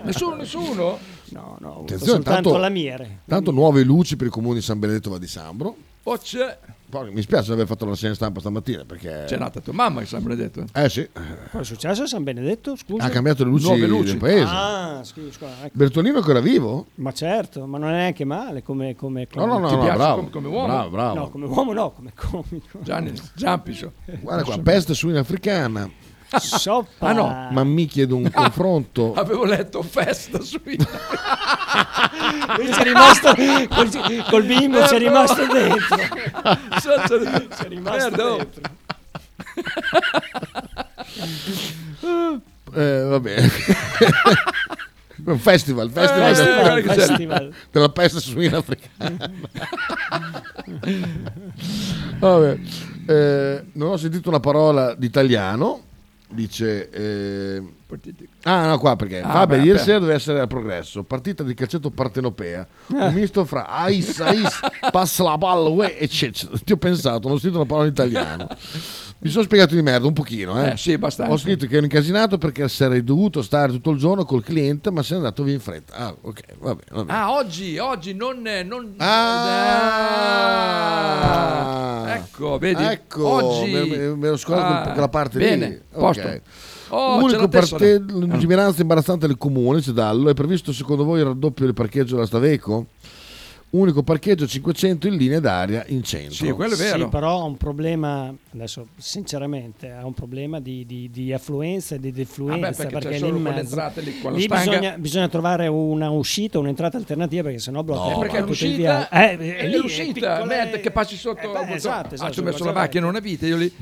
Speaker 3: nessuno,
Speaker 1: Ah.
Speaker 3: nessuno?
Speaker 2: No, no, ho avuto
Speaker 1: Attenzione,
Speaker 2: soltanto
Speaker 1: tanto,
Speaker 2: la miere.
Speaker 1: tanto nuove luci per i comuni di San Benedetto va di Sambro.
Speaker 3: Oh, c'è.
Speaker 1: Poi mi spiace di aver fatto la segna stampa stamattina perché...
Speaker 3: C'è nata tua mamma, mi sembra detto.
Speaker 1: Eh sì,
Speaker 2: Poi è successo a San Benedetto, scusa.
Speaker 1: ha cambiato le luci, del paese.
Speaker 2: Ah, scusa, scusa, ecco.
Speaker 1: Bertolino è ancora vivo?
Speaker 2: Ma certo, ma non è neanche male come, come,
Speaker 1: No, no, no,
Speaker 2: Ti
Speaker 1: no,
Speaker 2: piace
Speaker 1: bravo.
Speaker 2: come- come uomo?
Speaker 1: Bravo,
Speaker 3: Ah,
Speaker 1: bravo.
Speaker 2: No, come uomo no, come comico.
Speaker 3: Gianni, Giampiso.
Speaker 1: Guarda qua, peste suina africana.
Speaker 2: Soppa.
Speaker 3: Ah, no.
Speaker 1: Ma mi chiedo un confronto.
Speaker 2: Ah.
Speaker 3: Avevo letto festa su
Speaker 2: Lui c'è rimasto col, col bimbo, c'è
Speaker 3: Eh,
Speaker 2: rimasto dentro.
Speaker 3: c'è,
Speaker 2: C'è rimasto
Speaker 3: Merda, oh.
Speaker 2: dentro.
Speaker 1: Eh, vabbè. Un festival, festival,
Speaker 3: Eh,
Speaker 1: del-
Speaker 3: guarda che c'è. Festival.
Speaker 1: della peste suina africana. Vabbè. Eh, non ho sentito una parola d'italiano. Dice... eh, Ah no, qua perché
Speaker 4: Ah,
Speaker 1: Fabio
Speaker 4: beh,
Speaker 1: ieri
Speaker 4: beh.
Speaker 1: sera deve essere a progresso. Partita di calcetto partenopea. Un misto fra ais, ais, passa la palla, uè, e ceccio. Ti ho pensato, non ho sentito una parola in italiano. Mi sono spiegato di merda un pochino, eh.
Speaker 3: Eh, sì, abbastanza.
Speaker 1: Ho scritto che ero incasinato perché sarei dovuto stare tutto il giorno col cliente, ma sono andato via in fretta. Ah, ok, va bene. va bene.
Speaker 3: Ah, oggi, oggi non... eh, non- Ah, ecco, vedi?
Speaker 1: Ecco,
Speaker 3: oggi...
Speaker 1: me, me- me lo scordo
Speaker 3: Ah,
Speaker 1: quel- quella parte lì.
Speaker 3: bene, posto.
Speaker 1: Ok.
Speaker 3: Oh, c'è
Speaker 1: Unico
Speaker 3: la tessera.
Speaker 1: parteggio di minoranza imbarazzante del comune, c'è Dallo, è previsto secondo voi il raddoppio del parcheggio della Staveco? Unico parcheggio 500 in linea d'aria in centro.
Speaker 2: Sì, però ha un problema, adesso sinceramente, ha un problema di, di- di affluenza e di defluenza.
Speaker 3: Vabbè, Ah, perché c'è
Speaker 2: perché lì
Speaker 3: solo
Speaker 2: in
Speaker 3: quelle
Speaker 2: mezzo-
Speaker 3: entrate lì, quella
Speaker 2: lì
Speaker 3: stanga.
Speaker 2: bisogna, bisogna trovare una uscita, un'entrata alternativa perché sennò blocca
Speaker 3: Eh, perché
Speaker 2: tutto il
Speaker 3: l'uscita
Speaker 2: viale. Eh,
Speaker 3: è
Speaker 2: lì è
Speaker 3: l'uscita,
Speaker 2: piccola
Speaker 3: merda,
Speaker 2: e-
Speaker 3: che passi sotto al bottone.
Speaker 2: esatto, esatto,
Speaker 3: ah, ci ho
Speaker 2: sulla
Speaker 3: messo la
Speaker 2: cosa
Speaker 3: macchina una vita,
Speaker 2: Eh,
Speaker 3: io lì ci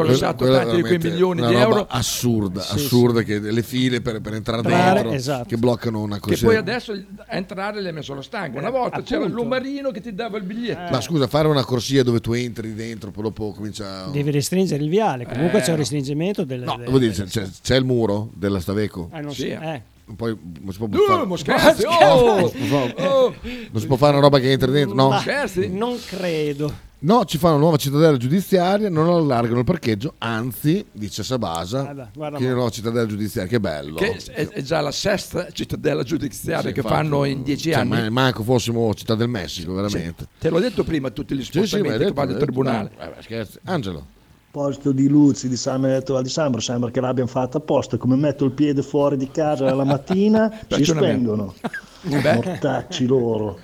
Speaker 3: ho
Speaker 1: Quella-
Speaker 3: lasciato
Speaker 1: quella
Speaker 3: tanti di quei
Speaker 1: veramente
Speaker 3: milioni
Speaker 1: una
Speaker 3: di
Speaker 1: roba
Speaker 3: euro.
Speaker 1: Assurda,
Speaker 3: Sì,
Speaker 1: assurda, che le file per, per entrare
Speaker 3: Entrare,
Speaker 1: dentro
Speaker 3: esatto.
Speaker 1: che bloccano una
Speaker 3: Che
Speaker 1: cosa.
Speaker 3: poi adesso il- a entrare le ha messo lo stanco. Una volta c'era
Speaker 2: appunto.
Speaker 3: l'umarino che ti dava il biglietto.
Speaker 1: Ma scusa, fare una corsia dove tu entri dentro, poi dopo comincia.
Speaker 2: Devi restringere il viale, comunque
Speaker 1: Eh,
Speaker 2: c'è un
Speaker 1: no.
Speaker 2: restringimento del... del-
Speaker 1: Vuol dire, c'è, c'è- c'è il muro della Staveco?
Speaker 2: Ah, non so- eh.
Speaker 1: Poi non si può
Speaker 2: Uh,
Speaker 1: fare-
Speaker 2: mo scherzi,
Speaker 1: Non si può-
Speaker 2: oh!
Speaker 1: non si può fare-
Speaker 2: Oh!
Speaker 1: Non si può fare una roba che entra dentro, no?
Speaker 2: Ma Non credo.
Speaker 1: No, ci fa una nuova cittadella giudiziaria, non allargano il parcheggio, anzi, dice Sabasa,
Speaker 3: Guarda, guarda
Speaker 1: che è
Speaker 3: mo.
Speaker 1: una nuova cittadella giudiziaria, che bello. Cioè,
Speaker 3: Che è, è già la sesta cittadella giudiziaria
Speaker 1: Sì,
Speaker 3: che
Speaker 1: infatti,
Speaker 3: fanno in dieci
Speaker 1: cioè,
Speaker 3: anni.
Speaker 1: ma- manco fossimo città del Messico, veramente.
Speaker 3: Te l'ho detto prima, tutti gli
Speaker 1: Sì, sì,
Speaker 3: spostamenti
Speaker 1: ma hai
Speaker 3: che
Speaker 1: detto,
Speaker 3: vanno al
Speaker 1: hai detto,
Speaker 3: tribunale.
Speaker 1: no, vabbè, scherzi. Angelo.
Speaker 16: posto di luci di San Benedetto Val di Sambro sembra che l'abbiano fatta apposta come metto il piede fuori di casa la mattina si
Speaker 3: Perciò ne
Speaker 16: spengono
Speaker 3: Beh.
Speaker 16: mortacci loro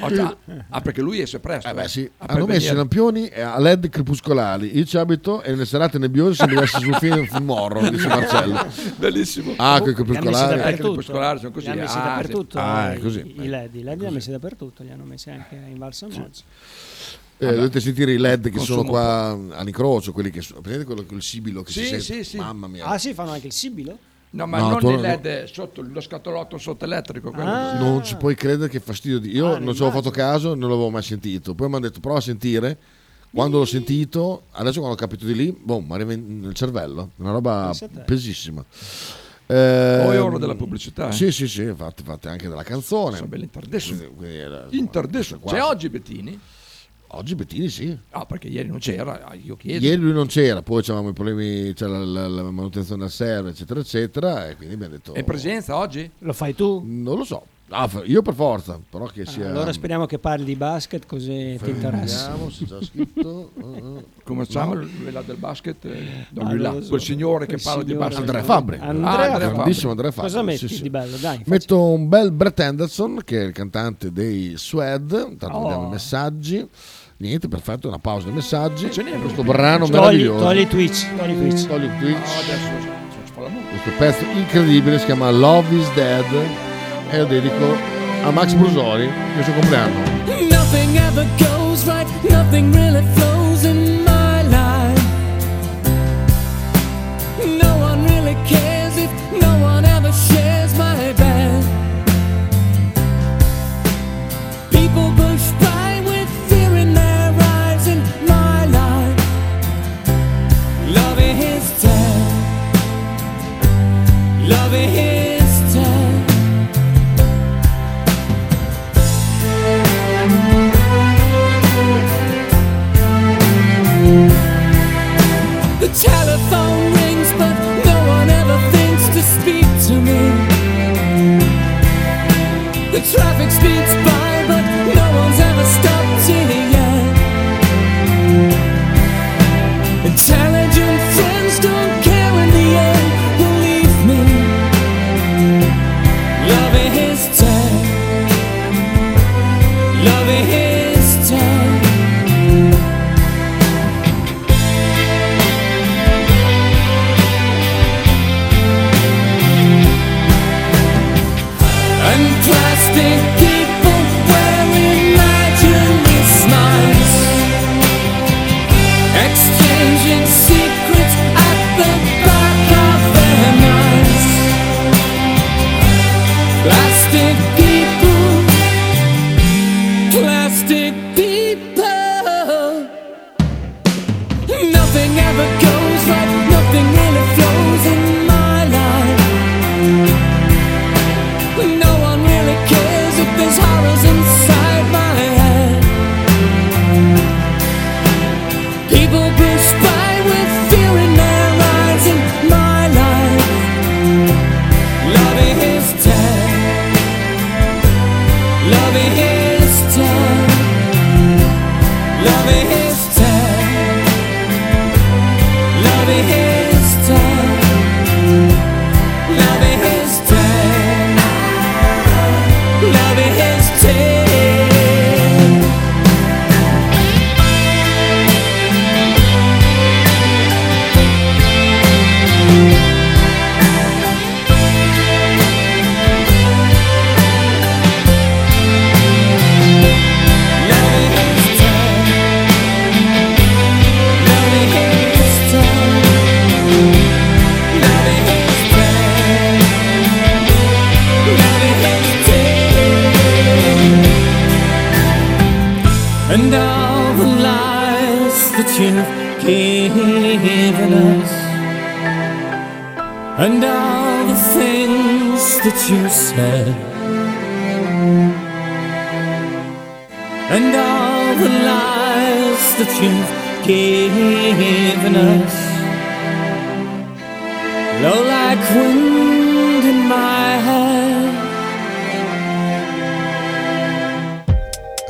Speaker 3: Oh, già. ah, perché lui esce presto. Eh beh, sì.
Speaker 1: Hanno messo i lampioni eh, a led crepuscolari. Io ci abito e nelle serate nebbiose sembra di essere sul film un morro, dice Marcello.
Speaker 3: Bellissimo.
Speaker 1: Ah, quei
Speaker 2: Li ha messi
Speaker 1: crepuscolari.
Speaker 2: dappertutto.
Speaker 3: crepuscolari sono così.
Speaker 2: Li ha messi
Speaker 3: Ah, sì.
Speaker 2: dappertutto.
Speaker 1: Ah,
Speaker 2: i-
Speaker 1: è così.
Speaker 2: I LED, i LED li ha messi dappertutto, li hanno messi anche in Valsa Mozzi.
Speaker 1: Eh, dovete sentire i led che
Speaker 2: Consumo
Speaker 1: sono qua all'incrocio, quelli che sono. Prendete quello col sibilo che
Speaker 3: Sì,
Speaker 1: si sente.
Speaker 3: sì, sì.
Speaker 1: Mamma mia.
Speaker 2: Ah, sì, fanno anche il sibilo?
Speaker 3: No, ma
Speaker 1: No,
Speaker 3: non
Speaker 1: tu-
Speaker 3: il LED sotto lo scatolotto sotto elettrico. quello.
Speaker 1: Non ci puoi credere che fastidio di...
Speaker 3: Ah,
Speaker 1: Io non ci avevo fatto caso, non l'avevo mai sentito. Poi mi hanno detto prova a sentire. Quando l'ho sentito, adesso quando ho capito di lì, boom, mi arriva in- nel cervello. Una roba
Speaker 3: Pensa a te.
Speaker 1: pesissima. Eh,
Speaker 3: Poi è oro della pubblicità, eh.
Speaker 1: Sì, sì, sì, infatti, infatti anche della canzone.
Speaker 3: Sono belli interdesso.
Speaker 1: Quindi- quindi era-
Speaker 3: Interdesso.
Speaker 1: qua-
Speaker 3: C'è oggi Bettini?
Speaker 1: Oggi Bettini sì.
Speaker 3: Ah, perché ieri non c'era, ah, io chiedo.
Speaker 1: Ieri lui non c'era, poi c'erano i problemi, c'era la, la- la manutenzione al server, eccetera, eccetera, e quindi mi ha detto...
Speaker 3: È presenza oggi?
Speaker 2: Lo fai tu?
Speaker 1: Non lo so. Ah, f- io per forza, però
Speaker 3: Ah,
Speaker 1: che sia...
Speaker 2: Allora speriamo che parli di basket così ti interessa.
Speaker 1: Vediamo se c'è scritto. Uh, uh.
Speaker 3: Come
Speaker 1: No.
Speaker 3: siamo là del basket? eh, no,
Speaker 2: Ah,
Speaker 3: lui là,
Speaker 2: non lo so.
Speaker 3: quel signore che
Speaker 2: Quel
Speaker 3: parla di
Speaker 2: signore.
Speaker 3: basket.
Speaker 1: Andrea Fabri.
Speaker 2: Andrea
Speaker 1: Ah,
Speaker 2: Fabri.
Speaker 1: grandissimo Andrea Fabri.
Speaker 2: Cosa metti di bello? Dai, facci.
Speaker 1: Metto un bel Brett Anderson, che è il cantante dei Swed. Intanto
Speaker 2: Oh.
Speaker 1: vediamo i messaggi. Niente, per fatto una pausa di messaggi.
Speaker 3: Ce n'è
Speaker 1: questo
Speaker 3: un-
Speaker 1: brano
Speaker 3: Togli-
Speaker 1: meraviglioso.
Speaker 2: Togli Twitch, togli Twitch.
Speaker 1: Togli
Speaker 3: No, adesso sono spalamone.
Speaker 1: Questo pezzo incredibile si chiama Love is Dead e lo dedico a Max Brusoli, che è il suo compleanno.
Speaker 13: Nothing ever goes right, nothing really flows in my life. No one really cares if no one ever shares my bed. People push by with fear in their eyes in my life. Love is dead. Love is dead.
Speaker 17: The telephone rings, but no one ever thinks to speak to me.
Speaker 13: The traffic speeds by, but no one's ever stopped to yet. Intelligent friends don't care in the end, believe me. Love is dead. Love is dead. And plastic people wear imaginary smiles, exchanging secrets at the back of their minds. Plastic people, plastic people. Nothing ever goes right, nothing really flows in my life. No one really cares if there's horrors inside my head. People push by with fear in their eyes in my life. Love is dead. Love is dead. Love is dead. Love is dead. Love is dead. Love is dead. And all the lies that you've given us, and all the things that you said, and all the lies that you've given us, blow like wind in my hair.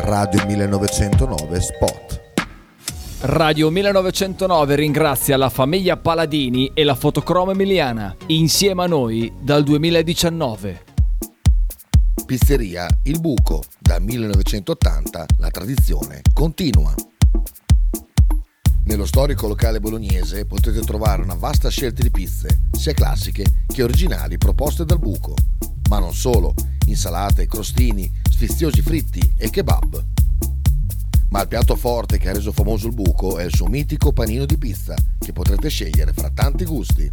Speaker 11: Radio 1909 Spot.
Speaker 18: Radio 1909 ringrazia la famiglia Paladini e la fotocroma emiliana, insieme a noi dal 2019.
Speaker 11: Pizzeria Il Buco, da 1980 la tradizione continua. Nello storico locale bolognese potete trovare una vasta scelta di pizze, sia classiche che originali proposte dal buco, ma non solo, insalate, crostini, sfiziosi fritti e kebab. Ma il piatto forte che ha reso famoso il buco è il suo mitico panino di pizza, che potrete scegliere fra tanti gusti.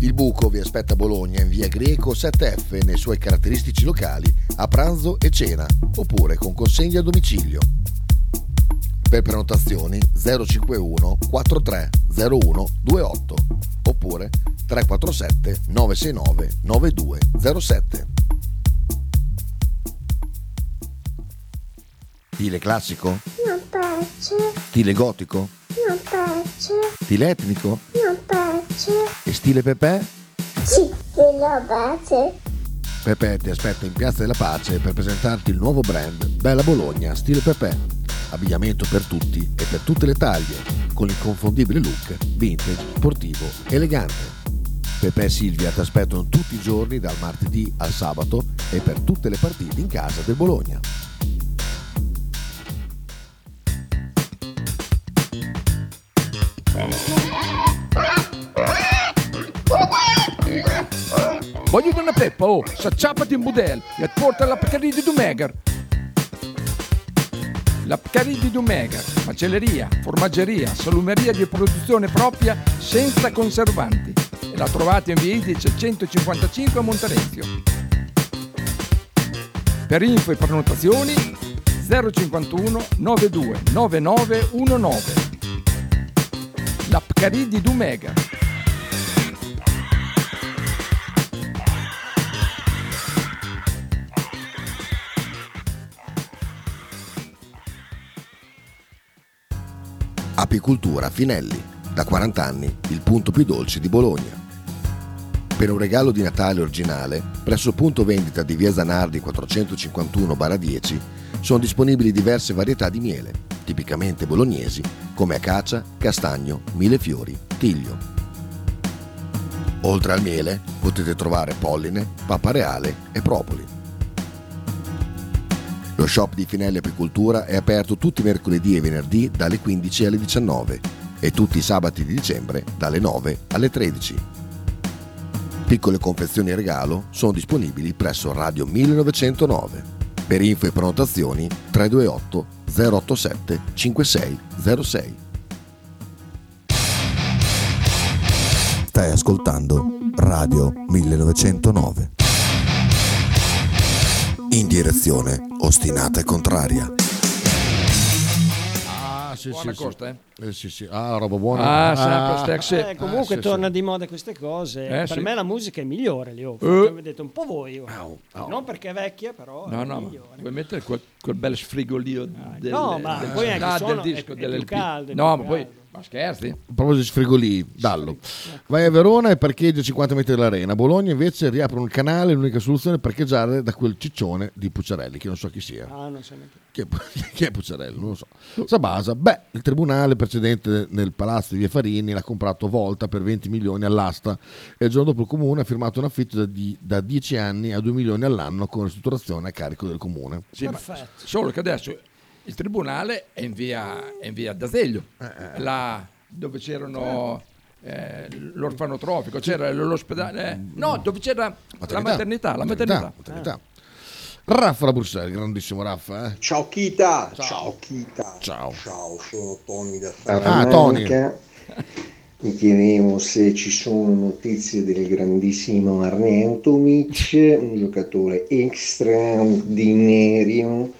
Speaker 11: Il buco vi aspetta a Bologna in via Greco 7F nei suoi caratteristici locali a pranzo e cena oppure con consegne a domicilio. Per prenotazioni 051 4301 28 oppure 347 969 9207. Stile classico?
Speaker 17: Non piace,
Speaker 11: Stile gotico?
Speaker 17: non piace,
Speaker 11: Stile etnico?
Speaker 17: non piace.
Speaker 11: E stile pepè?
Speaker 17: Sì, quello piace.
Speaker 11: Pepe ti aspetta in Piazza della Pace per presentarti il nuovo brand Bella Bologna Stile Pepe. Abbigliamento per tutti e per tutte le taglie, con l'inconfondibile look vintage, sportivo, elegante. Pepe e Silvia ti aspettano tutti i giorni dal martedì al sabato e per tutte le partite in casa del Bologna.
Speaker 3: Voglio una peppa, oh, s'acciappati in budel e porta la Pcaridi di Dumegar. La Pcaridi di Dumegar, macelleria, formaggeria, salumeria di produzione propria senza conservanti. E la trovate in via Idice 155 a Monterezio. Per info e prenotazioni 051 92 9919. La Pcaridi di Dumegar.
Speaker 11: Apicultura Finelli, da 40 anni il punto più dolce di Bologna. Per un regalo di Natale originale, presso il punto vendita di Via Zanardi 451-10 sono disponibili diverse varietà di miele, tipicamente bolognesi, come acacia, castagno, millefiori, tiglio. Oltre al miele potete trovare polline, pappa reale e propoli. Lo shop di Finelli Apicoltura è aperto tutti i mercoledì e venerdì dalle 15 alle 19 e tutti i sabati di dicembre dalle 9 alle 13. Piccole confezioni regalo sono disponibili presso Radio 1909. Per info e prenotazioni 328 087 5606. Stai ascoltando Radio 1909. In direzione ostinata e contraria.
Speaker 1: Ah, sì,
Speaker 3: Buona
Speaker 1: sì, sì.
Speaker 3: costa, eh?
Speaker 1: Eh, sì, sì. Ah, roba buona.
Speaker 3: Ah, sempre sexy.
Speaker 2: Eh, comunque
Speaker 1: Ah, sì,
Speaker 2: torna di moda queste cose.
Speaker 1: Eh,
Speaker 2: per
Speaker 1: sì.
Speaker 2: me la musica è migliore, Leo.
Speaker 3: Eh.
Speaker 2: Vedete un po' voi. oh. Non perché è vecchia, però.
Speaker 3: No,
Speaker 2: è
Speaker 3: no, ma
Speaker 2: migliore.
Speaker 3: vuoi mettere quel, quel bel sfrigolio del,
Speaker 2: Ah, no, ma
Speaker 3: del
Speaker 2: poi anche
Speaker 3: CD,
Speaker 2: sono- ecco,
Speaker 3: del disco
Speaker 2: è- è
Speaker 3: dell'LP?
Speaker 2: più caldo, è
Speaker 3: No,
Speaker 2: più
Speaker 3: ma poi ma scherzi.
Speaker 1: A proposito di sfrigolì, dallo. Vai a Verona e parcheggia a 50 metri dall'arena. A Bologna invece riaprono il canale, l'unica soluzione è parcheggiare da quel ciccione di Pucciarelli, che non so chi sia.
Speaker 2: Ah, non so neanche.
Speaker 1: Chi è, chi è Pucciarelli? Non lo so. Sabasa, beh, il tribunale precedente nel palazzo di Via Farini l'ha comprato Volta per 20 milioni all'asta e il giorno dopo il comune ha firmato un affitto da, di- da 10 anni a 2 milioni all'anno con ristrutturazione a carico del comune.
Speaker 3: Sì, ma solo che adesso il tribunale è in via, è in via D'Azeglio, là dove c'erano eh, l'orfanotrofico, c'era l'ospedale, eh, no, dove c'era la maternità, la maternità.
Speaker 1: maternità. Raffa la Bruxelles, grandissimo Raffa. eh.
Speaker 19: Ciao Kita, ciao, Kita,
Speaker 1: ciao.
Speaker 19: sono Tony da
Speaker 1: Ah, Tony.
Speaker 19: Salamanca. Mi chiedevo se ci sono notizie del grandissimo Arnautovic, un giocatore straordinario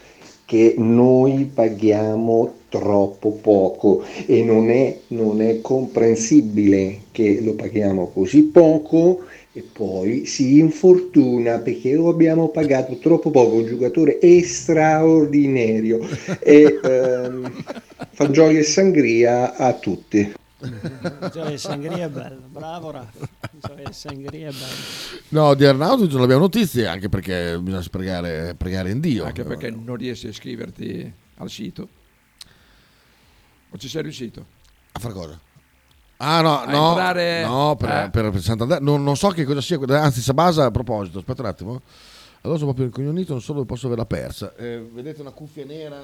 Speaker 19: che noi paghiamo troppo poco e non è, non è comprensibile che lo paghiamo così poco e poi si infortuna perché lo abbiamo pagato troppo poco, un giocatore straordinario e ehm, fa gioia e sangria a tutti.
Speaker 2: Gioia e sangria è bello. Bravo, Rafa. Gioia e sangria è bello.
Speaker 1: No, di Arnautovic non abbiamo notizie, anche perché bisogna pregare, pregare in Dio.
Speaker 3: Anche perché non riesci a iscriverti al sito. O ci sei riuscito?
Speaker 1: A fare cosa? Ah no,
Speaker 3: A
Speaker 1: no,
Speaker 3: entrare-
Speaker 1: no, per,
Speaker 3: eh?
Speaker 1: per- per Santander, non, non so che cosa sia, anzi Sabasa a proposito, aspetta un attimo, allora sono proprio incognito, non so dove posso averla persa. Eh, vedete una cuffia nera?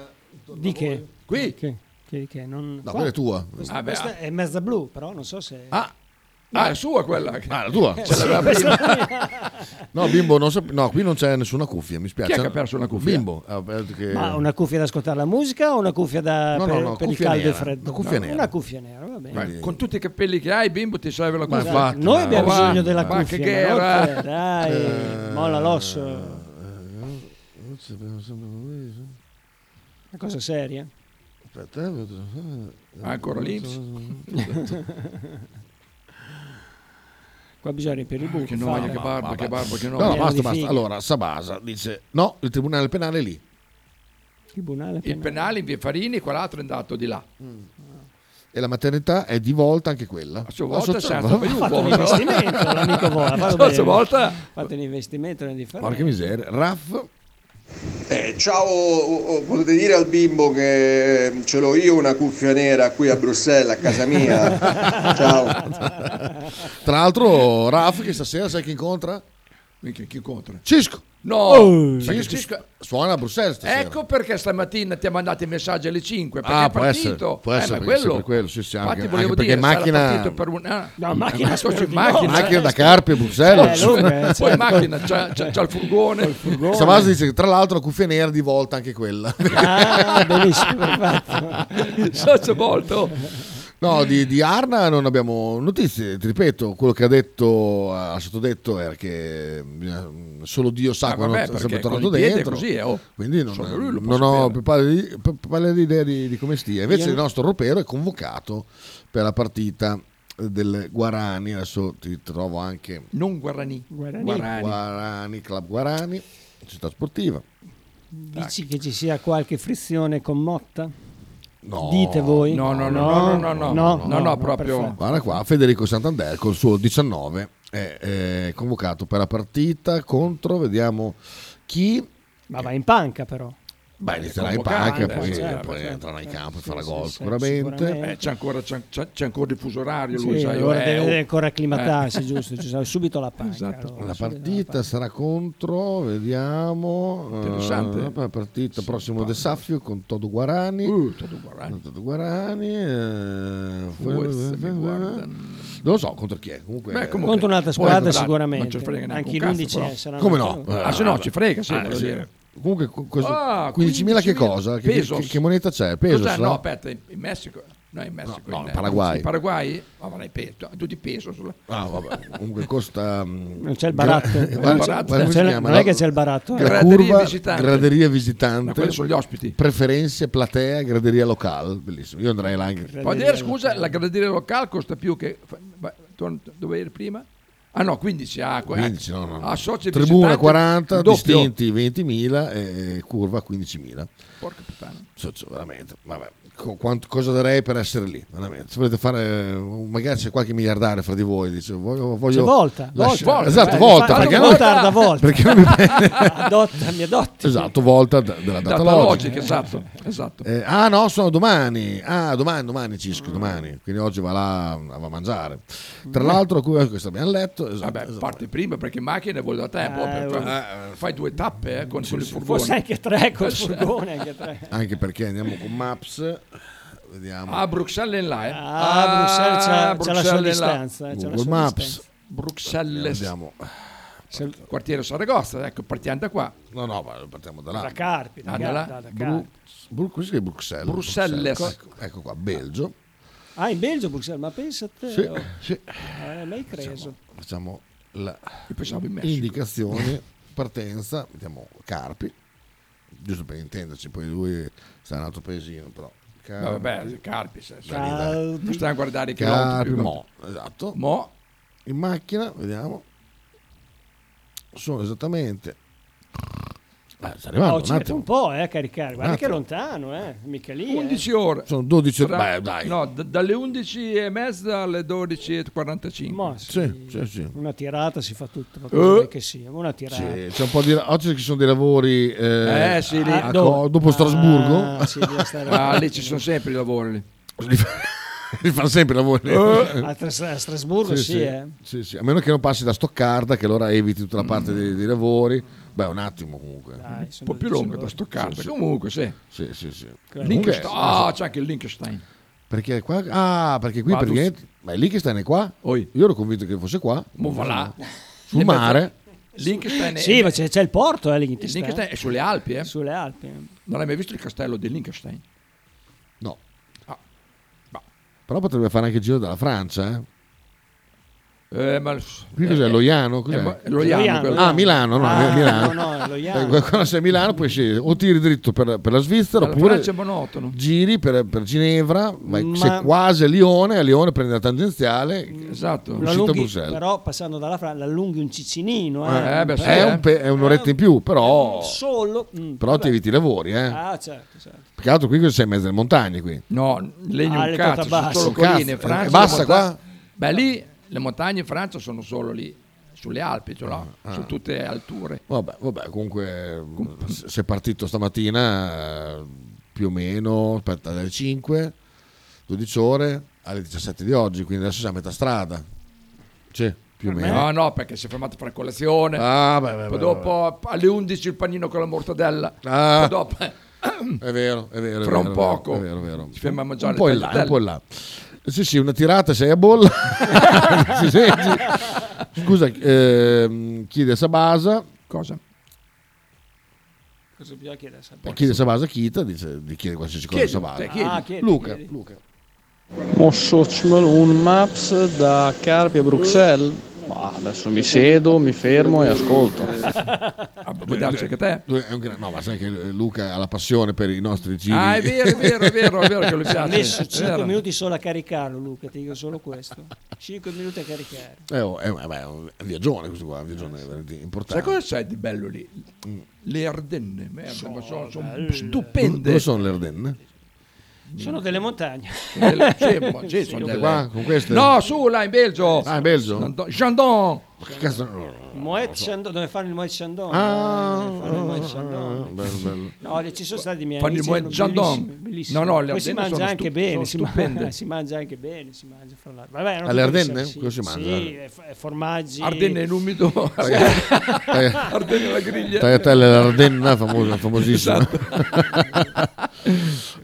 Speaker 2: Di che?
Speaker 1: Qui?
Speaker 2: Che, che, che non...
Speaker 1: No, quella è tua.
Speaker 2: Questa,
Speaker 1: Ah, beh,
Speaker 2: questa
Speaker 1: ah.
Speaker 2: è mezza blu, però non so se...
Speaker 1: Ah,
Speaker 3: ah, è sua quella.
Speaker 1: Ah, la tua?
Speaker 2: Eh,
Speaker 1: Ce
Speaker 2: sì,
Speaker 1: l'aveva
Speaker 2: questa
Speaker 1: prima.
Speaker 2: è
Speaker 1: No, bimbo, non sap- no, qui non c'è nessuna cuffia, mi spiace.
Speaker 2: Chi è che ha perso
Speaker 1: una
Speaker 2: cuffia?
Speaker 1: Bimbo. ha aperto che-
Speaker 2: Ma Ah, una cuffia da ascoltare la musica o una cuffia da,
Speaker 1: No, no,
Speaker 2: per,
Speaker 1: no,
Speaker 2: per il
Speaker 1: cuffia
Speaker 2: caldo e
Speaker 1: nera,
Speaker 2: il freddo?
Speaker 1: una cuffia
Speaker 2: No,
Speaker 1: nera.
Speaker 2: Una cuffia nera, va bene.
Speaker 3: Vai, Con tutti i capelli che hai, bimbo, ti serve la
Speaker 2: Ma
Speaker 3: cuffia.
Speaker 2: infatti, Noi ma- abbiamo
Speaker 3: Ma va,
Speaker 2: bisogno della
Speaker 3: ma che
Speaker 2: cuffia,
Speaker 3: guerra.
Speaker 2: ma non te, dai,
Speaker 1: Eh.
Speaker 2: molla l'osso. Una cosa seria.
Speaker 1: Aspetta, eh,
Speaker 3: Ancora l'Inps?
Speaker 2: Qua bisogna riempire il buco.
Speaker 3: che noia,
Speaker 2: fare.
Speaker 3: che barba, che barba, che
Speaker 1: No,
Speaker 3: noia.
Speaker 1: no, basta,
Speaker 2: di
Speaker 1: basta.
Speaker 2: figa.
Speaker 1: Allora, Sabasa dice, no, il tribunale penale è lì.
Speaker 2: Tribunale
Speaker 3: Il penale in via Farini e quell'altro è andato di là.
Speaker 1: E la maternità è di volta anche quella.
Speaker 3: sua volta certo.
Speaker 1: La
Speaker 3: è stato
Speaker 1: sua-
Speaker 3: per
Speaker 1: Ha
Speaker 3: un
Speaker 1: fatto
Speaker 3: po'.
Speaker 1: un
Speaker 2: un
Speaker 1: invest-
Speaker 2: investimento, l'amico Vola.
Speaker 1: La
Speaker 2: fatto
Speaker 1: prossima
Speaker 2: bene.
Speaker 1: volta-
Speaker 2: Fate un investimento nella differenza.
Speaker 1: Porca miseria. Raff,
Speaker 19: Eh, ciao, oh, oh, potete dire al bimbo che ce l'ho io una cuffia nera qui a Bruxelles, a casa mia. ciao.
Speaker 1: tra l'altro, Raff che stasera sai chi incontra?
Speaker 3: Minchia, chi incontra?
Speaker 1: Cisco.
Speaker 3: No,
Speaker 1: Oh,
Speaker 3: perché
Speaker 1: sì,
Speaker 3: ci
Speaker 1: sì,
Speaker 3: sca-
Speaker 1: suona a Bruxelles stasera.
Speaker 3: Ecco perché stamattina ti ha mandato i messaggi alle 5 perché
Speaker 1: Ah,
Speaker 3: è
Speaker 1: può
Speaker 3: partito.
Speaker 1: essere, può
Speaker 3: Eh,
Speaker 1: essere,
Speaker 3: ma
Speaker 1: perché
Speaker 3: quello.
Speaker 1: per quello, sì, sì,
Speaker 3: Infatti
Speaker 1: anche-
Speaker 3: volevo
Speaker 1: anche perché
Speaker 3: dire, sarà
Speaker 1: macchina-
Speaker 3: partito per un... ah,
Speaker 1: No, macchina
Speaker 3: ma sono in
Speaker 1: sportiva,
Speaker 3: macchina,
Speaker 1: macchina da
Speaker 3: eh,
Speaker 1: Carpi a Bruxelles.
Speaker 3: Eh, Luca,
Speaker 1: Cioè,
Speaker 3: poi
Speaker 1: certo.
Speaker 3: macchina, c'ha, c'ha- c'ha il furgone.
Speaker 1: Samaso dice che tra l'altro la cuffia nera di volta anche quella.
Speaker 3: Ah, benissimo, perfetto. Socio molto.
Speaker 1: No, di, di Arna non abbiamo notizie, ti ripeto, quello che ha detto, ha sottodetto era che mm, solo Dio sa
Speaker 3: Ah,
Speaker 1: quando
Speaker 3: vabbè,
Speaker 1: è
Speaker 3: perché
Speaker 1: sempre
Speaker 3: con
Speaker 1: tornato
Speaker 3: i piedi è
Speaker 1: dentro.
Speaker 3: così, eh, oh.
Speaker 1: Quindi non,
Speaker 3: Solo lui lo può
Speaker 1: non ho più pallida di- p- pallida idea di, di come stia. Invece
Speaker 3: Io-
Speaker 1: il nostro Ropero è convocato per la partita del Guarani, adesso ti trovo anche
Speaker 3: Non Guarani.
Speaker 2: Guarani.
Speaker 1: Guarani, Club Guarani, città sportiva.
Speaker 2: Dici
Speaker 1: Ecco.
Speaker 2: che ci sia qualche frizione con Motta?
Speaker 1: No.
Speaker 2: Dite voi?
Speaker 1: No, no,
Speaker 3: no, no, no, no, no, no, proprio.
Speaker 2: perfetto.
Speaker 1: Guarda qua, Federico Santander col suo 19 è, eh, convocato per la partita contro, vediamo chi.
Speaker 2: Ma va in panca però.
Speaker 1: Beh, inizierà in
Speaker 3: Convocato,
Speaker 1: panca,
Speaker 3: eh,
Speaker 1: poi,
Speaker 3: certo,
Speaker 1: poi
Speaker 3: certo.
Speaker 1: entrerà in campo e
Speaker 3: Sì,
Speaker 1: farà
Speaker 3: sì,
Speaker 1: gol
Speaker 3: sì,
Speaker 1: sicuramente.
Speaker 3: Eh, c'è, ancora, c'è, c'è- c'è ancora il fuso orario,
Speaker 2: Sì,
Speaker 3: lui sai,
Speaker 2: ora
Speaker 3: eh,
Speaker 2: deve
Speaker 3: oh.
Speaker 2: ancora acclimatarsi,
Speaker 3: Eh.
Speaker 2: giusto? Ci sarà subito la panca.
Speaker 3: Esatto.
Speaker 2: allora.
Speaker 1: La partita sarà contro, vediamo.
Speaker 2: Interessante.
Speaker 1: eh, la partita prossimo De Saffio con Todo Guarani.
Speaker 3: Todo Uh, Guarani.
Speaker 1: Todo Guarani. eh,
Speaker 3: Forse mi
Speaker 1: non lo so contro chi è. Comunque,
Speaker 3: Beh, comunque,
Speaker 2: Contro un'altra
Speaker 3: poi
Speaker 2: squadra
Speaker 3: guardate,
Speaker 2: sicuramente.
Speaker 3: non ci frega neanche
Speaker 2: Anche eh,
Speaker 3: un
Speaker 2: l'undici
Speaker 3: cazzo, però.
Speaker 2: sarà
Speaker 1: Come no?
Speaker 2: una-
Speaker 3: Ah, se no, ci frega, sì,
Speaker 1: Eh,
Speaker 3: voglio dire.
Speaker 1: Comunque, co- cosa-
Speaker 3: Ah,
Speaker 1: 15.000 che
Speaker 3: 15.000
Speaker 1: cosa? Che,
Speaker 3: pesos.
Speaker 1: che- che moneta c'è? Pesos?
Speaker 3: Cos'è?
Speaker 1: no?
Speaker 3: No, aspetta, in in Messico. No, in Messico.
Speaker 1: No, no,
Speaker 3: in-
Speaker 1: Paraguay.
Speaker 3: sì, Paraguay? Ma vai, peso, tutti peso. sulla-
Speaker 1: Ah, vabbè, comunque costa... mm, Non
Speaker 2: c'è il baratto. Non c'è il baratto. Non c'è- non è che c'è il baratto, eh.
Speaker 1: La
Speaker 2: Graderia
Speaker 1: curva,
Speaker 2: visitante.
Speaker 1: graderia
Speaker 3: Ma
Speaker 1: visitante.
Speaker 3: quelli sono gli ospiti.
Speaker 1: Preferenze, platea, graderia locale. Bellissimo. Io andrei là anche...
Speaker 3: Poi dire, scusa, la graderia locale costa più che... fa- va- torn- Dove eri prima? Ah no, 15 a
Speaker 1: 15, no, no.
Speaker 3: A Ah, soci e
Speaker 1: Tribuna
Speaker 3: visitanti,
Speaker 1: 40,
Speaker 3: il doppio.
Speaker 1: distinti 20.000 e curva 15.000.
Speaker 3: Porca puttana.
Speaker 1: Socio, veramente, vabbè. Co- quanto- cosa darei per essere lì? Veramente. Se volete fare, eh, magari c'è qualche miliardario fra di voi, dice, voglio, voglio
Speaker 2: C'è volta,
Speaker 1: lascia-
Speaker 2: volta.
Speaker 1: esatto,
Speaker 2: Eh,
Speaker 1: volta,
Speaker 2: fa-
Speaker 1: perché
Speaker 2: fanno
Speaker 1: non-
Speaker 2: volta da volta.
Speaker 1: perché non mi
Speaker 2: Adotta, mi adotti.
Speaker 1: Esatto, volta d- della data,
Speaker 3: Data
Speaker 1: logica.
Speaker 3: logica, esatto, esatto.
Speaker 1: Eh, ah no, sono domani. Ah, domani, domani Cisco, domani. Quindi oggi va là a va a mangiare. Tra
Speaker 3: Mm.
Speaker 1: l'altro, que- questo abbiamo letto. Esatto,
Speaker 3: Vabbè,
Speaker 1: esatto.
Speaker 3: parte prima perché in macchina vuol da tempo.
Speaker 2: Eh,
Speaker 3: per-
Speaker 2: vabbè.
Speaker 3: eh, fai due tappe eh, con, con il furgone.
Speaker 2: Forse anche tre col
Speaker 3: Eh, sì.
Speaker 2: furgone, anche tre.
Speaker 1: Anche perché andiamo con Maps. Vediamo.
Speaker 3: Ah, Bruxelles in là. eh.
Speaker 2: Ah, Bruxelles c'ha- c'ha la sua
Speaker 3: in là.
Speaker 2: distanza, eh, c'ha la Google sua Maps. distanza.
Speaker 3: Bruxelles.
Speaker 1: Andiamo.
Speaker 3: Se- Quartiere Saragossa, ecco, partiamo da qua.
Speaker 1: No, no, ma partiamo da là.
Speaker 2: Da Carpi, da
Speaker 3: Ah,
Speaker 2: Car-
Speaker 3: da là.
Speaker 2: da- da
Speaker 1: Bru- Bru- così è Bruxelles.
Speaker 3: Bruxelles.
Speaker 1: Ecco, ecco qua, Belgio.
Speaker 2: Ah, in Belgio, Bruxelles, ma pensa a te.
Speaker 1: Sì,
Speaker 2: oh.
Speaker 1: sì.
Speaker 2: Eh, l'hai preso.
Speaker 1: Facciamo la
Speaker 3: pensavo in Messico.
Speaker 1: indicazione, partenza, vediamo Carpi, giusto per intenderci, poi lui sta in un altro paesino, però.
Speaker 3: No, vabbè, Carpi, se-
Speaker 1: Dai, dai.
Speaker 3: non stiamo a guardare i
Speaker 1: Carpi,
Speaker 3: chilometri.
Speaker 1: mo, esatto.
Speaker 3: Mo.
Speaker 1: In macchina, vediamo. Sono esattamente... Ah, sta arrivando,
Speaker 2: Oh,
Speaker 1: un
Speaker 2: ci mette
Speaker 1: attimo.
Speaker 2: un po' eh, a caricare, guarda
Speaker 1: Un
Speaker 2: che è
Speaker 1: attimo.
Speaker 2: lontano, eh, mica lì. eh.
Speaker 3: 11 ore.
Speaker 1: Sono 12 ore,
Speaker 3: Tra-
Speaker 1: beh, dai.
Speaker 3: No, d- dalle 11 e mezza alle 12 e 45.
Speaker 1: Sì, sì, sì.
Speaker 2: Una tirata si fa tutto, ma cosa
Speaker 1: Eh.
Speaker 2: vuoi che sia, una tirata.
Speaker 1: Sì, c'è un po' di... Oggi ci sono dei lavori eh,
Speaker 3: Eh, sì, lì.
Speaker 1: a- a-
Speaker 3: Dove?
Speaker 1: dopo Strasburgo.
Speaker 2: Ah, sì, bisogna stare-
Speaker 3: Ah, lì ci sono sempre i lavori. lì.
Speaker 1: Li fanno sempre i lavori.
Speaker 2: Eh, a, Tras- a Strasburgo sì,
Speaker 1: sì,
Speaker 2: eh.
Speaker 1: sì, sì. A meno che non passi da Stoccarda, che allora eviti tutta la parte dei, dei lavori. Beh, un attimo comunque.
Speaker 3: Un po' più lungo da Stoccarda,
Speaker 1: Sì, sì.
Speaker 3: comunque sì.
Speaker 1: Sì, sì, sì. Comunque,
Speaker 3: Liechtenstein. Ah, c'è anche il Liechtenstein.
Speaker 1: perché qua... Ah, perché qui
Speaker 3: Vaduz.
Speaker 1: praticamente... Ma è lì che stai qua? Io ero convinto che fosse qua.
Speaker 3: Mo va là.
Speaker 1: Sul
Speaker 3: E
Speaker 1: mare.
Speaker 3: Liechtenstein è-
Speaker 2: Sì, ma c'è, c'è il porto, eh,
Speaker 3: Il
Speaker 2: Liechtenstein.
Speaker 3: Liechtenstein è sulle Alpi, eh?
Speaker 2: Sulle Alpi.
Speaker 3: Non hai mai visto il castello di Liechtenstein?
Speaker 1: No.
Speaker 3: Ah, bah.
Speaker 1: Però potrebbe fare anche il giro della Francia, eh?
Speaker 3: Eh, ma...
Speaker 1: Qui cos'è? Loiano?
Speaker 3: Eh, ma-
Speaker 1: Cos'è?
Speaker 3: Loiano, Loiano, quello.
Speaker 1: Ah, Milano, no,
Speaker 3: Ah,
Speaker 1: Milano.
Speaker 3: no, no, Loiano.
Speaker 1: Eh, Quando sei a Milano poi scegli o tiri dritto per, per la Svizzera
Speaker 3: Dalla
Speaker 1: oppure
Speaker 3: Francia boh. è monotono.
Speaker 1: giri per, per Ginevra, vai,
Speaker 2: Ma-
Speaker 1: sei quasi a Lione, a Lione prendi la tangenziale,
Speaker 3: esatto.
Speaker 2: Lo
Speaker 1: uscita a
Speaker 2: allunghi,
Speaker 1: Bruxelles.
Speaker 2: però passando dalla Francia, l'allunghi un ciccinino, eh.
Speaker 1: Eh,
Speaker 2: Un
Speaker 1: è, un pe- è un'oretta in più, però,
Speaker 2: Solo. mm,
Speaker 1: però
Speaker 2: vabbè.
Speaker 1: ti eviti i lavori. Eh.
Speaker 2: Ah, certo, certo.
Speaker 1: Peccato qui che sei in mezzo alle montagne. Qui.
Speaker 3: No, legno
Speaker 2: Ah,
Speaker 3: un
Speaker 2: le
Speaker 3: cazzo,
Speaker 2: cote
Speaker 3: sono
Speaker 2: basse.
Speaker 3: solo
Speaker 1: Un cazzo.
Speaker 3: colline.
Speaker 1: Eh,
Speaker 3: Francia,
Speaker 1: è bassa
Speaker 3: le montagne-
Speaker 1: qua?
Speaker 3: Beh, lì le montagne in Francia sono solo lì, sulle Alpi, cioè, no,
Speaker 1: Ah,
Speaker 3: sono tutte alture.
Speaker 1: Vabbè, vabbè, comunque se sei partito stamattina eh, più o meno, aspetta, dalle 5, 12 ore alle 17 di oggi, quindi adesso siamo a metà strada. Sì. Più o meno.
Speaker 3: No, no, perché si è fermata per colazione.
Speaker 1: Eh? Ah, beh, beh,
Speaker 3: Poi
Speaker 1: beh,
Speaker 3: dopo alle 11 il panino con la mortadella.
Speaker 1: Ah.
Speaker 3: Poi dopo eh.
Speaker 1: È vero, è vero. è
Speaker 3: Fra
Speaker 1: vero,
Speaker 3: un
Speaker 1: è vero,
Speaker 3: poco.
Speaker 1: È vero, è vero.
Speaker 3: Ci ferma a mangiare
Speaker 1: Un po'
Speaker 3: le
Speaker 1: in là, un
Speaker 3: tagliatelle.
Speaker 1: po' in là. Sì, sì, una tirata, sei a bolla. Ci senti? Scusa, ehm, chiede a Sabasa.
Speaker 3: Cosa?
Speaker 2: Cosa bisogna chiedere?
Speaker 3: Eh,
Speaker 1: Chiede a Sabasa Chita, dice, gli chiede qualsiasi cosa a
Speaker 2: Chiedi,
Speaker 1: Sabasa.
Speaker 2: te,
Speaker 3: cioè,
Speaker 2: chiedi. Ah, chiedi,
Speaker 1: Luca,
Speaker 2: chiedi.
Speaker 1: Luca.
Speaker 7: Ho Socimal un Maps da Carpi a Bruxelles. Ma adesso mi siedo, mi fermo e ascolto.
Speaker 3: puoi Ah, darci anche te.
Speaker 1: Lui è un gran- No, ma sai che Luca ha la passione per i nostri giri.
Speaker 3: Ah, è vero, è vero, è vero, è vero che lui
Speaker 2: Ha
Speaker 3: piace.
Speaker 2: messo
Speaker 3: È
Speaker 2: 5
Speaker 3: vero.
Speaker 2: minuti solo a caricarlo, Luca, ti dico solo questo. 5 minuti a caricare.
Speaker 1: Eh, oh, eh, beh, è un viaggione questo qua, un viaggione veramente
Speaker 3: Eh, Sai
Speaker 1: importante.
Speaker 3: cosa c'è di bello lì? Le Ardenne, merda, ma sono, sono
Speaker 2: belle.
Speaker 3: stupende.
Speaker 1: Dove sono le Ardenne?
Speaker 2: Sono delle montagne.
Speaker 3: Sono delle- sì, ma- sì,
Speaker 2: Sì,
Speaker 3: sono
Speaker 1: Tutte
Speaker 3: delle-
Speaker 1: qua, con queste?
Speaker 3: Eh. No, su, là in Belgio.
Speaker 1: Ah, in Belgio?
Speaker 3: Chandon- Chandon.
Speaker 1: Che cazzo?
Speaker 2: Moet Chandon, dove fanno il Moet Chandon?
Speaker 1: Ah,
Speaker 2: eh, fanno il Moet Chandon.
Speaker 1: ah, bello, bello.
Speaker 2: No, ci sono stati i miei
Speaker 3: Fanno il
Speaker 2: amici,
Speaker 3: Moet
Speaker 2: erano
Speaker 3: Chandon.
Speaker 2: bellissimi, bellissimi.
Speaker 3: No, no, le
Speaker 2: Poi si
Speaker 3: Ardenne
Speaker 2: mangia
Speaker 3: sono
Speaker 2: anche
Speaker 3: stu- sono
Speaker 2: bene, si,
Speaker 3: stupende.
Speaker 2: mangia, si mangia anche bene, si mangia fra l'altro. Vabbè, erano
Speaker 1: Alle
Speaker 2: tutte
Speaker 1: Ardenne?
Speaker 2: ricerche,
Speaker 1: Cosa si
Speaker 2: sì.
Speaker 1: mangia?
Speaker 2: Sì, eh, f- eh, formaggi.
Speaker 3: Ardenne in umido. Ardenne alla griglia.
Speaker 1: Tagliatelle eh, all'Ardenna, famosa, famosissima.
Speaker 3: Esatto.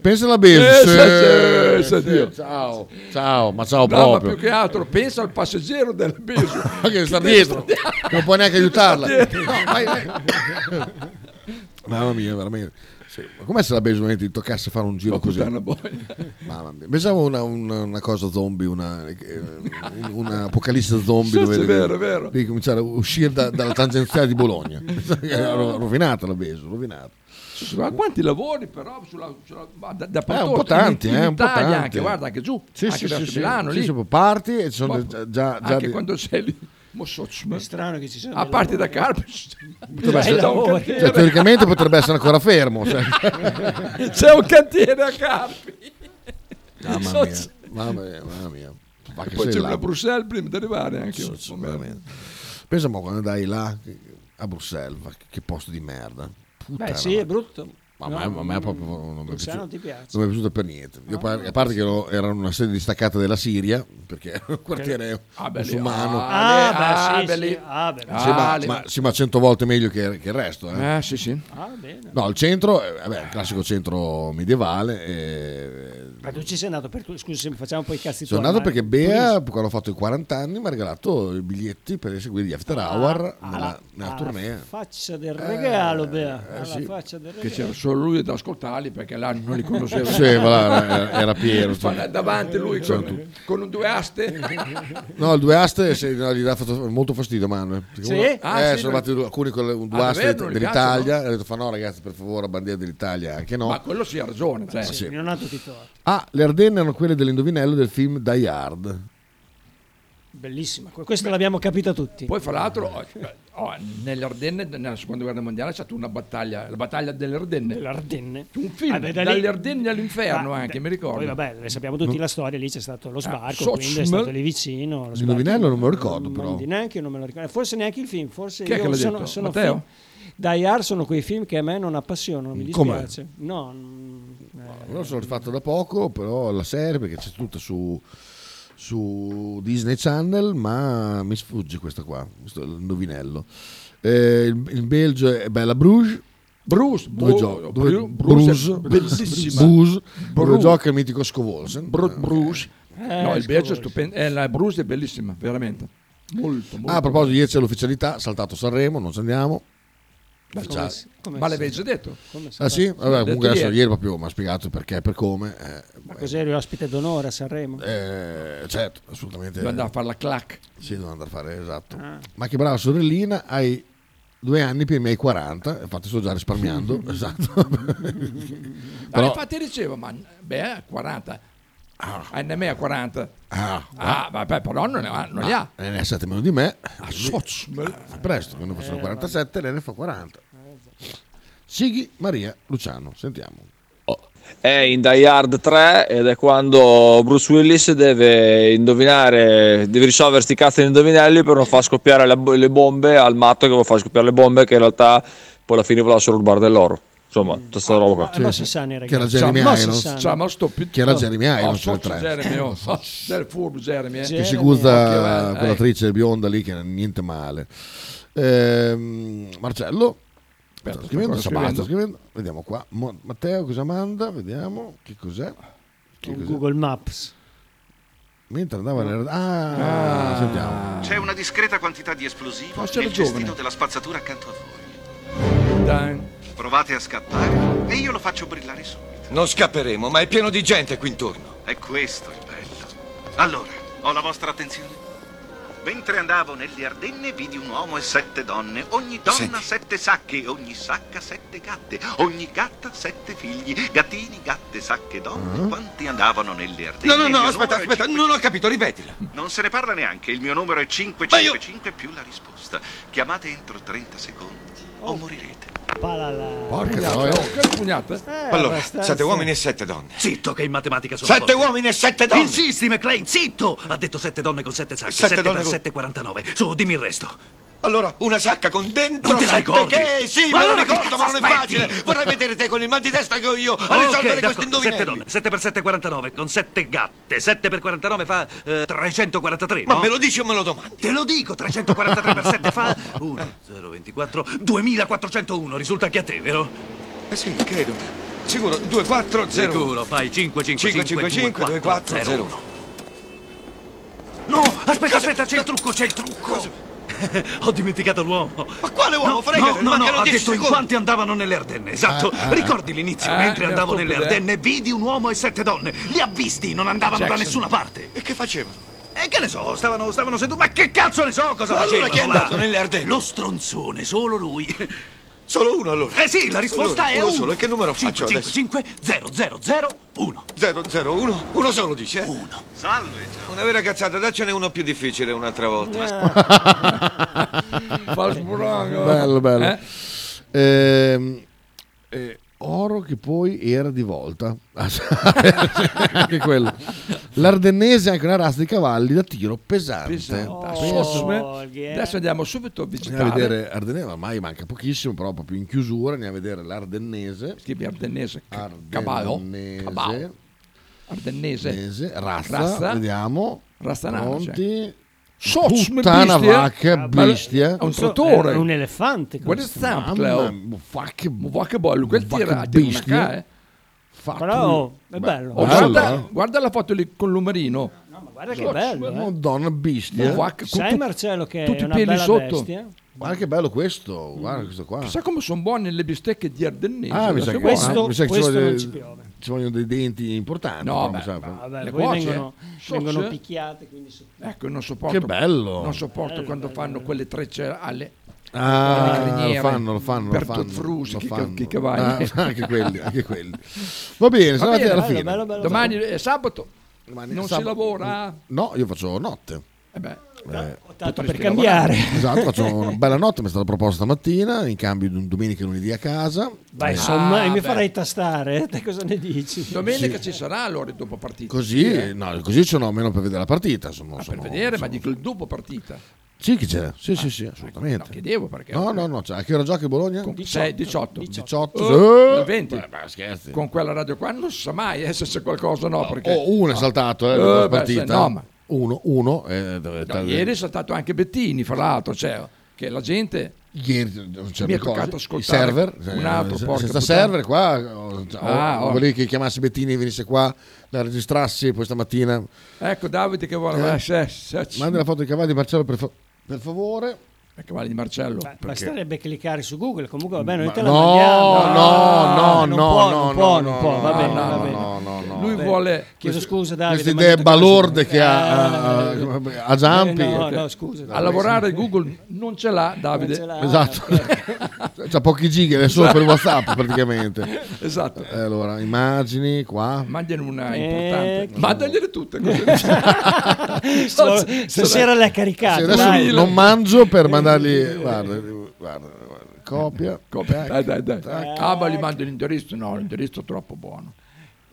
Speaker 1: Pensa alla
Speaker 3: Eh,
Speaker 1: Belgio.
Speaker 3: sì, sì, sì, Dio.
Speaker 1: ciao, ciao, ma ciao
Speaker 3: Esatto. No, ma
Speaker 1: proprio.
Speaker 3: più che altro pensa al passeggero del Belgio.
Speaker 1: che sta dietro. Non puoi neanche aiutarla. No, vai, vai. Mamma mia, veramente. Sì, ma com'è se la Belgio veramente ti toccasse fare un giro così?
Speaker 3: puttana boh. boia.
Speaker 1: Mamma mia. Pensavo una, una- una cosa zombie, una, eh, un- un'apocalisse zombie
Speaker 3: Sì,
Speaker 1: dove
Speaker 3: sì, vero, vero.
Speaker 1: devi cominciare a uscire da- dalla tangenziale di Bologna. Era ro- rovinata la Belgio, rovinata.
Speaker 3: Ma quanti lavori però sulla, sulla, ma da, da
Speaker 1: Eh, un po'
Speaker 3: portosi,
Speaker 1: tanti,
Speaker 3: in, in
Speaker 1: eh, un po'
Speaker 3: Italia
Speaker 1: tanti.
Speaker 3: anche, guarda anche giù,
Speaker 1: Sì,
Speaker 3: anche
Speaker 1: sì,
Speaker 3: verso
Speaker 1: sì, sì.
Speaker 3: Milano
Speaker 1: Sì,
Speaker 3: lì.
Speaker 1: sì, proprio parti e ci sono
Speaker 3: Ma-
Speaker 1: già- già- già
Speaker 3: anche
Speaker 1: di-
Speaker 3: quando sei lì, mo so, ma-
Speaker 2: È strano che ci siano
Speaker 3: a
Speaker 2: dei
Speaker 3: parte diciamo, da
Speaker 2: lavori.
Speaker 3: Carpi
Speaker 1: Potrebbe
Speaker 2: Dai,
Speaker 1: essere-
Speaker 2: lavori.
Speaker 1: cioè, teoricamente potrebbe essere ancora fermo. cioè.
Speaker 3: c'è un cantiere a Carpi.
Speaker 1: Mamma mia, mamma mia, mamma mia. Ma
Speaker 3: E
Speaker 1: che
Speaker 3: poi
Speaker 1: sei
Speaker 3: c'è
Speaker 1: là.
Speaker 3: una Bruxelles prima di arrivare anche.
Speaker 1: Sì, sì, veramente. Pensa ma quando andai là a Bruxelles, ma che posto di merda. Puttana,
Speaker 2: Beh, sì, è brutto.
Speaker 1: Ma a me- a me proprio non mi è
Speaker 2: Luciano,
Speaker 1: piaciuto.
Speaker 2: ti piace?
Speaker 1: Non mi è piaciuto per niente. Io par- a parte che ero, era una sede distaccata della Siria, perché era un quartiere
Speaker 3: Ah, beh, lì-
Speaker 1: musulmano.
Speaker 2: Ah,
Speaker 3: Ah,
Speaker 2: beh, sì,
Speaker 3: beh,
Speaker 2: sì.
Speaker 3: lì.
Speaker 2: Ah, beh,
Speaker 1: Sì, ma,
Speaker 3: lì-
Speaker 1: ma- sì, ma cento volte meglio che, che il resto. eh.
Speaker 3: Ah, sì, sì.
Speaker 2: Ah, bene.
Speaker 1: No, il centro, eh, vabbè, il classico centro medievale. eh,
Speaker 2: Ma tu ci sei andato per tu? Scusa, se facciamo poi i cazzi tuoi,
Speaker 1: sono andato
Speaker 2: ma-
Speaker 1: perché Bea, quando ho fatto i 40 anni, mi ha regalato i biglietti per eseguire gli after hour
Speaker 2: Ah,
Speaker 1: nella,
Speaker 2: alla-
Speaker 1: nella
Speaker 2: alla
Speaker 1: tournée.
Speaker 2: Faccia del regalo, Bea.
Speaker 1: eh,
Speaker 2: alla
Speaker 1: sì.
Speaker 2: faccia del
Speaker 3: Che
Speaker 2: regalo.
Speaker 3: c'era solo lui ad ascoltarli perché là non li conoscevo.
Speaker 1: Sì, ma là era- era pieno,
Speaker 3: Fa
Speaker 1: sì.
Speaker 3: là davanti lui
Speaker 1: C'erano
Speaker 3: con, con un due aste.
Speaker 1: No, il due aste se- no, gli dà fatto- molto fastidio, Manuel. Perché
Speaker 3: Sì?
Speaker 1: uno-
Speaker 3: Ah,
Speaker 1: eh,
Speaker 3: sì,
Speaker 1: sono
Speaker 3: per-
Speaker 1: arrivati alcuni con le- un due
Speaker 3: Ah,
Speaker 1: aste
Speaker 3: davvero? Non gli
Speaker 1: dell'Italia. E ho detto, fa no ragazzi, per favore, la bandiera dell'Italia, anche no.
Speaker 3: Ma quello si ha ragione. Cioè.
Speaker 1: Oh. Sì.
Speaker 2: Non ha tutti i torti.
Speaker 1: Ah, le Ardenne erano quelle dell'indovinello del film Die Hard.
Speaker 2: Bellissima. que- Questa l'abbiamo capita tutti.
Speaker 3: Poi, fra l'altro, oh, oh, nelle Ardenne, nella seconda guerra mondiale, c'è stata una battaglia, la battaglia delle Ardenne.
Speaker 2: Le Ardenne.
Speaker 3: Un film,
Speaker 2: Vabbè, da lì-
Speaker 3: dalle Ardenne all'inferno
Speaker 2: Ma-
Speaker 3: anche, mi ricordo.
Speaker 2: Poi vabbè, le sappiamo tutti la storia, lì c'è stato lo sbarco,
Speaker 3: so-
Speaker 2: quindi è stato lì vicino. Lo sbarco.
Speaker 1: L'indovinello non me lo ricordo, però.
Speaker 2: Non- neanche io non me lo ricordo. Forse neanche il film, forse
Speaker 3: Chi è che
Speaker 2: io
Speaker 3: l'ha
Speaker 2: sono,
Speaker 3: detto?
Speaker 2: sono
Speaker 3: Matteo?
Speaker 2: film- Die Hard sono quei film che a me non appassionano, mi
Speaker 1: Com'è?
Speaker 2: dispiace. No,
Speaker 1: Io sono rifatto da poco, però la serie perché c'è tutta su, su Disney Channel, ma mi sfugge questa qua, questo è l'indovinello. Eh, il, il Belgio è bella Bruges.
Speaker 3: Bruce,
Speaker 1: dove
Speaker 3: Bru-
Speaker 1: gioca?
Speaker 3: Bru-
Speaker 1: Dove,
Speaker 3: Bruges è
Speaker 1: Bruges,
Speaker 3: bellissima.
Speaker 1: Bruges, dove
Speaker 3: Bruges.
Speaker 1: gioca il mitico Scovolsen.
Speaker 3: Bru- Bruce.
Speaker 2: Eh,
Speaker 3: no, il Belgio
Speaker 2: scusa.
Speaker 3: è stupendo. eh, la Bruce è bellissima, veramente. Molto, molto.
Speaker 1: Ah, a proposito, ieri c'è l'ufficialità, saltato Sanremo, non ci andiamo.
Speaker 3: Ma
Speaker 1: Ufficiale.
Speaker 3: come- come Ma l'avevi già detto?
Speaker 2: Come si
Speaker 1: Ah
Speaker 2: fa?
Speaker 1: sì? Vabbè,
Speaker 2: Detto
Speaker 1: comunque adesso
Speaker 2: ieri.
Speaker 1: ieri proprio mi ha spiegato perché e per come. eh,
Speaker 2: Ma cos'eri ospite d'onore a Sanremo?
Speaker 1: eh, certo, assolutamente.
Speaker 3: Deve andare Ah. a fare la clac. Ah,
Speaker 1: Sì, devo andare a fare, esatto. Ma che brava sorellina, hai due anni più i miei 40, infatti sto già risparmiando, esatto.
Speaker 3: Ah,
Speaker 1: Però,
Speaker 3: infatti dicevo, ma beh, 40. NME a 40.
Speaker 1: ah,
Speaker 3: Ah, vabbè, però non ne ha. Non li ha.
Speaker 1: ne ne ha 7 meno di me. Ah, presto, quando
Speaker 3: Eh,
Speaker 1: facciamo 47, lei ne fa 40.
Speaker 3: esatto.
Speaker 1: Sighi, Maria, Luciano, sentiamo.
Speaker 12: È in Die Hard 3 ed è quando Bruce Willis deve indovinare, deve risolvere sti cazzo di indovinelli per non far scoppiare la- le bombe al matto che vuole far scoppiare le bombe che in realtà poi alla fine voleva solo rubare dell'oro. Insomma, tutta sta roba qua.
Speaker 2: Sì. Eh, Ma si sa, ne ragazzi.
Speaker 1: Che era Jeremy
Speaker 2: Ma si sa,
Speaker 1: Irons.
Speaker 2: no? Cioè, ma
Speaker 3: sto più-
Speaker 1: Che era
Speaker 3: no.
Speaker 1: Jeremy
Speaker 3: Oh,
Speaker 1: Irons.
Speaker 3: so
Speaker 1: il tre.
Speaker 3: c'è Jeremy, oh, so, c'è il furbo Jeremy. eh.
Speaker 1: che si gusta quell'attrice bionda lì che non è niente male. Ehm, Marcello.
Speaker 3: Aspetta,
Speaker 1: sta scrivendo,
Speaker 3: sto
Speaker 1: Sabato
Speaker 3: ancora
Speaker 1: sta scrivendo. Vediamo qua. Mo- Matteo cosa manda? Vediamo che cos'è. Che cos'è?
Speaker 2: Google Maps.
Speaker 1: Mentre andava nella... Ah,
Speaker 2: Ah.
Speaker 1: sentiamo.
Speaker 20: C'è una discreta quantità di esplosivo
Speaker 1: Forse era
Speaker 20: nel
Speaker 1: giovane.
Speaker 20: cestino della spazzatura accanto a voi. Provate a scappare e io lo faccio brillare subito.
Speaker 21: Non scapperemo, ma è pieno di gente qui intorno.
Speaker 20: È questo il bello. Allora, ho la vostra attenzione. Mentre andavo nelle Ardenne vidi un uomo e sette donne, ogni donna
Speaker 21: Senti.
Speaker 20: sette sacche, ogni sacca sette gatte, ogni gatta sette figli, gattini, gatte, sacche, donne, quanti andavano nelle Ardenne?
Speaker 21: No, no,
Speaker 20: Il
Speaker 21: no,
Speaker 20: mio
Speaker 21: aspetta,
Speaker 20: numero è
Speaker 21: aspetta, non ho capito, ripetila.
Speaker 20: Non se ne parla neanche, il mio numero è 555 più la risposta. Chiamate entro 30 secondi o morirete.
Speaker 1: Porca
Speaker 3: troia. Oh, Che pugnata.
Speaker 2: Eh,
Speaker 21: Allora, sette uomini e sette donne.
Speaker 22: Zitto, che in matematica sono.
Speaker 21: Sette
Speaker 22: forte.
Speaker 21: uomini e sette donne.
Speaker 22: Insisti, McLean, zitto! Ha detto sette donne con sette sacche.
Speaker 21: Sette
Speaker 22: Sette,
Speaker 21: donne
Speaker 22: per
Speaker 21: con-
Speaker 22: sette, 49. Su, dimmi il resto.
Speaker 21: Allora, una sacca con dentro.
Speaker 22: Non te la
Speaker 21: sette-
Speaker 22: ricordi?
Speaker 21: Che sì,
Speaker 22: Ma
Speaker 21: me lo
Speaker 22: allora che
Speaker 21: ricordo, ma
Speaker 22: cazzo
Speaker 21: non è
Speaker 22: aspetti?
Speaker 21: facile. Vorrei vedere te con il mal di testa che ho io a
Speaker 22: Ok,
Speaker 21: risolvere
Speaker 22: d'accordo,
Speaker 21: questi
Speaker 22: sette
Speaker 21: indovinelli.
Speaker 22: donne, 7 per 7 49, con sette gatte. 7 per 49 fa eh, 343,
Speaker 21: Ma
Speaker 22: no?
Speaker 21: me lo dici o me lo domandi?
Speaker 22: Te lo dico, 343 per 7 fa 1, 0, 24, 2401, risulta anche a te, vero? Eh sì, credo. Sicuro, 2, 4,
Speaker 21: 0.
Speaker 22: Sicuro, fai 5, 5, 5,
Speaker 21: 5, 5, 2, 4, 0, 1.
Speaker 22: No, aspetta, aspetta, c'è il trucco, c'è il trucco. Ho dimenticato l'uomo. Ma
Speaker 21: quale uomo?
Speaker 22: No,
Speaker 21: Fregate,
Speaker 22: no, no,
Speaker 21: mancano
Speaker 22: no, ha
Speaker 21: 10
Speaker 22: detto in
Speaker 21: secondi.
Speaker 22: quanti andavano nelle Ardenne, esatto.
Speaker 21: Ah, ah,
Speaker 22: Ricordi l'inizio,
Speaker 21: ah,
Speaker 22: mentre
Speaker 21: mi
Speaker 22: andavo
Speaker 21: raccomando,
Speaker 22: nelle
Speaker 21: eh.
Speaker 22: Ardenne, vidi un uomo e sette donne. Li ha visti, non andavano da
Speaker 21: Jackson.
Speaker 22: nessuna parte.
Speaker 21: E che facevano?
Speaker 22: E che ne so, stavano, stavano seduti. Ma che cazzo ne so cosa
Speaker 21: Ma allora
Speaker 22: facevano?
Speaker 21: chi è
Speaker 22: là?
Speaker 21: andato nelle Ardenne?
Speaker 22: Lo stronzone, solo lui.
Speaker 21: Solo uno allora?
Speaker 22: Eh sì, la risposta
Speaker 21: Allora,
Speaker 22: è
Speaker 21: uno
Speaker 22: uno.
Speaker 21: solo, e che numero
Speaker 22: Cinque,
Speaker 21: faccio adesso?
Speaker 22: 5, 0, 0, 0, 1.
Speaker 21: 0, 0, 1. Uno solo dice? eh?
Speaker 20: Salve.
Speaker 21: Una vera cazzata, daccene uno più difficile un'altra volta.
Speaker 3: sbronco.
Speaker 1: bello, bello.
Speaker 3: Eh?
Speaker 1: Ehm, eh, oro che poi era di volta. Ah, anche quello. L'ardennese è anche una razza di cavalli da tiro pesante.
Speaker 3: Pesante,
Speaker 1: Pensa-
Speaker 3: assolutamente. Adesso andiamo subito a
Speaker 1: Andiamo
Speaker 3: visitare.
Speaker 1: a Oh, vedere Ardennese, ormai manca pochissimo, però proprio in chiusura andiamo a vedere l'Ardennese.
Speaker 3: Scrivi Ardennese, ca- cavallo,
Speaker 1: Ardennese.
Speaker 3: cavallo. Ardennese.
Speaker 1: Ardennese, razza,
Speaker 3: Razza.
Speaker 1: vediamo.
Speaker 3: Razza nana,
Speaker 1: Pronti.
Speaker 3: Soch,
Speaker 1: Puttana
Speaker 3: bestia.
Speaker 1: vacca,
Speaker 3: Ah, bello.
Speaker 1: bestia.
Speaker 3: È un trattore.
Speaker 2: È Eh, un elefante
Speaker 3: Guarda il
Speaker 2: questo.
Speaker 3: stamp,
Speaker 1: Mamma
Speaker 3: Cleo.
Speaker 1: mia, ma fa che-
Speaker 3: Ma fa che bello, quel
Speaker 1: fa
Speaker 3: tira
Speaker 1: che
Speaker 3: tira una
Speaker 1: bestia.
Speaker 3: ca, eh.
Speaker 2: Però, oh, è
Speaker 3: Beh,
Speaker 2: bello.
Speaker 3: oh,
Speaker 1: Bello,
Speaker 3: guarda,
Speaker 1: eh.
Speaker 3: guarda la foto lì con l'umarino.
Speaker 2: Guarda che
Speaker 3: Soch,
Speaker 2: bello. eh.
Speaker 1: Madonna
Speaker 3: Ma
Speaker 1: bestia.
Speaker 3: guarda che-
Speaker 2: Sai,
Speaker 3: tu-
Speaker 2: Marcello, che
Speaker 3: tutti
Speaker 2: è
Speaker 3: i
Speaker 2: una
Speaker 3: peli
Speaker 2: bella
Speaker 3: sotto.
Speaker 2: bestia?
Speaker 1: Guarda che bello questo, guarda questo qua.
Speaker 3: Chissà come sono buone le bistecche di Ardennese.
Speaker 1: Ah, mi sa
Speaker 3: se
Speaker 1: che,
Speaker 3: vuoi.
Speaker 1: ah, mi sa che ci,
Speaker 2: questo
Speaker 1: vogliono-
Speaker 2: non ci piove.
Speaker 1: ci vogliono dei denti importanti.
Speaker 3: No,
Speaker 1: però,
Speaker 3: beh,
Speaker 1: mi sa.
Speaker 2: Vabbè,
Speaker 3: Le
Speaker 2: Ah, poi
Speaker 3: cuoce,
Speaker 2: vengono,
Speaker 3: eh?
Speaker 2: vengono
Speaker 3: Socio?
Speaker 2: picchiate, quindi si-
Speaker 3: Ecco, non sopporto.
Speaker 1: Che bello.
Speaker 3: Non sopporto quando fanno quelle trecce alle
Speaker 1: Ah,
Speaker 3: alle criniere,
Speaker 1: lo fanno, lo fanno, lo
Speaker 3: per
Speaker 1: fanno,
Speaker 3: Totfrusi,
Speaker 1: lo
Speaker 3: chi-
Speaker 1: fanno.
Speaker 3: chi cavalli.
Speaker 1: Ah, anche quelli, anche quelli. Va bene, siamo
Speaker 3: Va
Speaker 1: arrivati
Speaker 3: bene,
Speaker 1: alla
Speaker 3: bello,
Speaker 1: fine.
Speaker 3: bello, bello. Domani è sabato. non
Speaker 1: sabato.
Speaker 3: si lavora.
Speaker 1: No, io faccio notte.
Speaker 3: Eh beh,
Speaker 1: Eh,
Speaker 3: tanto
Speaker 2: per cambiare.
Speaker 1: Esatto, faccio una bella notte, mi è stata proposta stamattina, in cambio di un domenica e lunedì a casa.
Speaker 2: Vai,
Speaker 1: Eh,
Speaker 2: insomma,
Speaker 3: Ah,
Speaker 2: mi
Speaker 3: beh.
Speaker 2: farei tastare, eh? te cosa ne dici?
Speaker 3: Domenica ci sarà allora il dopo partita.
Speaker 1: Così,
Speaker 3: Sì, eh? Ah,
Speaker 1: no, così ce n'ho meno per vedere la partita. Sono,
Speaker 3: per
Speaker 1: sono-
Speaker 3: vedere, ma dico il dopo partita.
Speaker 1: Sì, che c'è? Sì, sì, sì, assolutamente.
Speaker 3: No, chiedevo perché.
Speaker 1: No, no, no, cioè, a che ora gioca il Bologna?
Speaker 3: Sei- 18.
Speaker 1: 18.
Speaker 3: Oh,
Speaker 1: sì.
Speaker 3: il 20.
Speaker 1: Beh, ma scherzi.
Speaker 3: Con quella radio qua non si sa mai eh, se c'è qualcosa o no. Perché...
Speaker 1: Oh, uno è saltato, eh,
Speaker 3: Eh,
Speaker 1: dopo la
Speaker 3: beh,
Speaker 1: partita.
Speaker 3: se no, ma-
Speaker 1: Uno, uno. eh, dove-
Speaker 3: No, ieri è saltato anche Bettini, fra l'altro, cioè, che la gente...
Speaker 1: Ieri non c'era
Speaker 3: mi è
Speaker 1: cosa.
Speaker 3: toccato
Speaker 1: I
Speaker 3: ascoltare
Speaker 1: server,
Speaker 3: un
Speaker 1: eh,
Speaker 3: altro
Speaker 1: se-
Speaker 3: porca
Speaker 1: senza
Speaker 3: puttana.
Speaker 1: server qua, o-
Speaker 3: Ah,
Speaker 1: o-
Speaker 3: oh.
Speaker 1: volevi che chiamassi Bettini venisse qua, la registrassi poi stamattina.
Speaker 3: Ecco Davide che vuole...
Speaker 1: Eh.
Speaker 3: eh, se- se-
Speaker 1: Manda la foto di cavalli di Marcello per, fa- per favore.
Speaker 3: I cavalli di Marcello.
Speaker 2: Beh, Basterebbe cliccare su Google, comunque va bene, noi te la
Speaker 1: no,
Speaker 2: mandiamo. Ah,
Speaker 1: no, no,
Speaker 2: non
Speaker 1: no,
Speaker 2: può,
Speaker 1: no,
Speaker 2: non può,
Speaker 1: no,
Speaker 2: non può,
Speaker 1: no,
Speaker 2: va
Speaker 1: no,
Speaker 2: bene,
Speaker 1: no,
Speaker 2: va bene.
Speaker 1: no, no, no.
Speaker 3: Lui
Speaker 2: Beh,
Speaker 3: vuole...
Speaker 2: Chiedo scusa Davide.
Speaker 1: Queste
Speaker 2: ma
Speaker 1: idee
Speaker 2: ho detto
Speaker 1: balorde
Speaker 2: cose-
Speaker 1: che ha
Speaker 2: Eh,
Speaker 1: a- a Zampi.
Speaker 2: No,
Speaker 1: Che-
Speaker 2: no, scusa.
Speaker 3: A lavorare Google non ce l'ha Davide.
Speaker 2: ce l'ha.
Speaker 1: Esatto, c'ha pochi giga, è solo per WhatsApp praticamente.
Speaker 3: Esatto.
Speaker 1: Eh, Allora, immagini qua.
Speaker 3: Mandiane una
Speaker 2: Eh,
Speaker 3: importante.
Speaker 2: che-
Speaker 3: Mandagliele tutte. così.
Speaker 2: Solo- stasera l'ha
Speaker 1: Sì,
Speaker 2: caricato.
Speaker 1: adesso
Speaker 2: dai. Eh,
Speaker 1: non mangio per mandargli. Guarda, guarda, guarda, copia.
Speaker 3: Copia.
Speaker 1: tac,
Speaker 3: Eh, Dai, dai, dai.
Speaker 2: Eh,
Speaker 1: tac.
Speaker 3: Ah,
Speaker 2: ecco.
Speaker 3: ma gli mando l'indirizzo? No, l'indirizzo è troppo buono.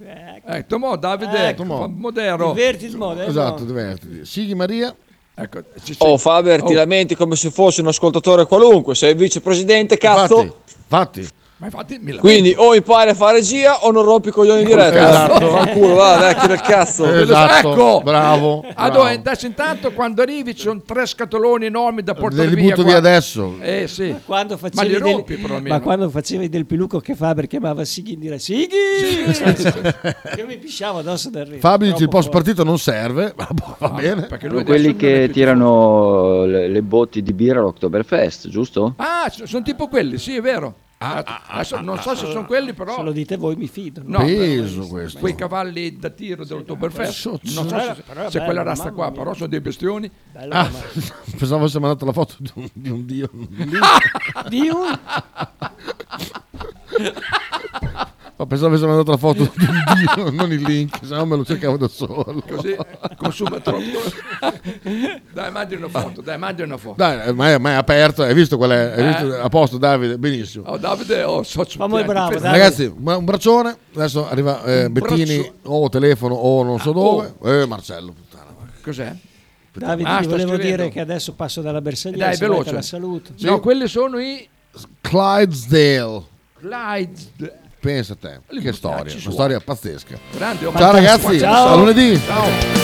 Speaker 2: Ecco.
Speaker 3: Eh, Tomò, Davide,
Speaker 1: Ecco, Tomò.
Speaker 3: fa- Modero.
Speaker 2: Divertiti, eh, Modero.
Speaker 1: Esatto, divertiti. Sighi Maria.
Speaker 3: Ecco, ci-
Speaker 12: Oh, Faber, ti
Speaker 3: Oh.
Speaker 12: lamenti come se fossi un ascoltatore qualunque. Sei il vicepresidente, cazzo.
Speaker 1: Infatti,
Speaker 3: Ma infatti mi lamento.
Speaker 12: Quindi o impari a fare regia o non rompi i coglioni in diretta.
Speaker 3: Esatto.
Speaker 12: Fanculo, va, vecchio del cazzo.
Speaker 1: Eh, esatto.
Speaker 3: ecco,
Speaker 12: Allora,
Speaker 2: Ah,
Speaker 3: Allora, adesso intanto quando arrivi ci sono tre scatoloni enormi da portare
Speaker 1: Li
Speaker 3: via.
Speaker 1: butto via
Speaker 3: guarda.
Speaker 1: adesso.
Speaker 3: Eh sì. Ma,
Speaker 2: quando
Speaker 3: ma li
Speaker 2: facevi del-
Speaker 3: rompi però almeno.
Speaker 2: ma quando facevi del peluco che Faber chiamava Sighi dire Sighi io mi pisciavo addosso dal ridere
Speaker 1: Fabio dice il
Speaker 2: Troppo
Speaker 1: post partito non serve, ma boh, va bene.
Speaker 5: Quelli che tirano le le botti di birra all'Octoberfest, giusto?
Speaker 3: Ah, so- sono tipo quelli, sì, è vero. Adesso non so se sono quelli, però.
Speaker 2: Se lo dite voi, mi fido.
Speaker 3: No,
Speaker 1: Peso
Speaker 3: però-
Speaker 1: questo.
Speaker 3: Quei cavalli da tiro dell'Ottoberfest. Non so
Speaker 2: però-
Speaker 3: se,
Speaker 2: però è
Speaker 3: se
Speaker 2: bello,
Speaker 3: quella razza
Speaker 2: mamma
Speaker 3: qua,
Speaker 2: mia.
Speaker 3: però sono dei bestioni.
Speaker 1: Ah, pensavo fosse mandato la foto di un, di un dio.
Speaker 3: Ah.
Speaker 2: Di un-
Speaker 1: Ma pensavo avesse mandato la foto di un dio, non il link, se no me lo cercavo da solo.
Speaker 3: Così eh, consuma troppo. dai, mandi una foto, dai, mandi una foto.
Speaker 1: Dai, eh, ma è, ma è aperto, hai visto qual è? Hai
Speaker 3: Eh.
Speaker 1: visto? A posto Davide, benissimo.
Speaker 3: Oh, Davide, oh, socio.
Speaker 2: Ma molto bravo, Davide.
Speaker 1: Ragazzi, ma- un braccione, adesso arriva eh, Bettini o telefono o non so dove, eh, Marcello.
Speaker 3: Cos'è?
Speaker 2: Davide
Speaker 3: Ah,
Speaker 2: ti
Speaker 3: sto
Speaker 2: volevo
Speaker 3: scrivendo.
Speaker 2: dire che adesso passo dalla bersagliera
Speaker 3: Dai,
Speaker 2: se vuoi
Speaker 3: veloce.
Speaker 2: te la saluto
Speaker 3: No, quelli sono i
Speaker 1: Clydesdale,
Speaker 3: Clyde.
Speaker 1: pensa a te, che storia, una
Speaker 3: suoi.
Speaker 1: storia pazzesca.
Speaker 3: Grande, oh,
Speaker 1: Ciao ragazzi,
Speaker 3: Ciao.
Speaker 1: a lunedì.
Speaker 3: Ciao.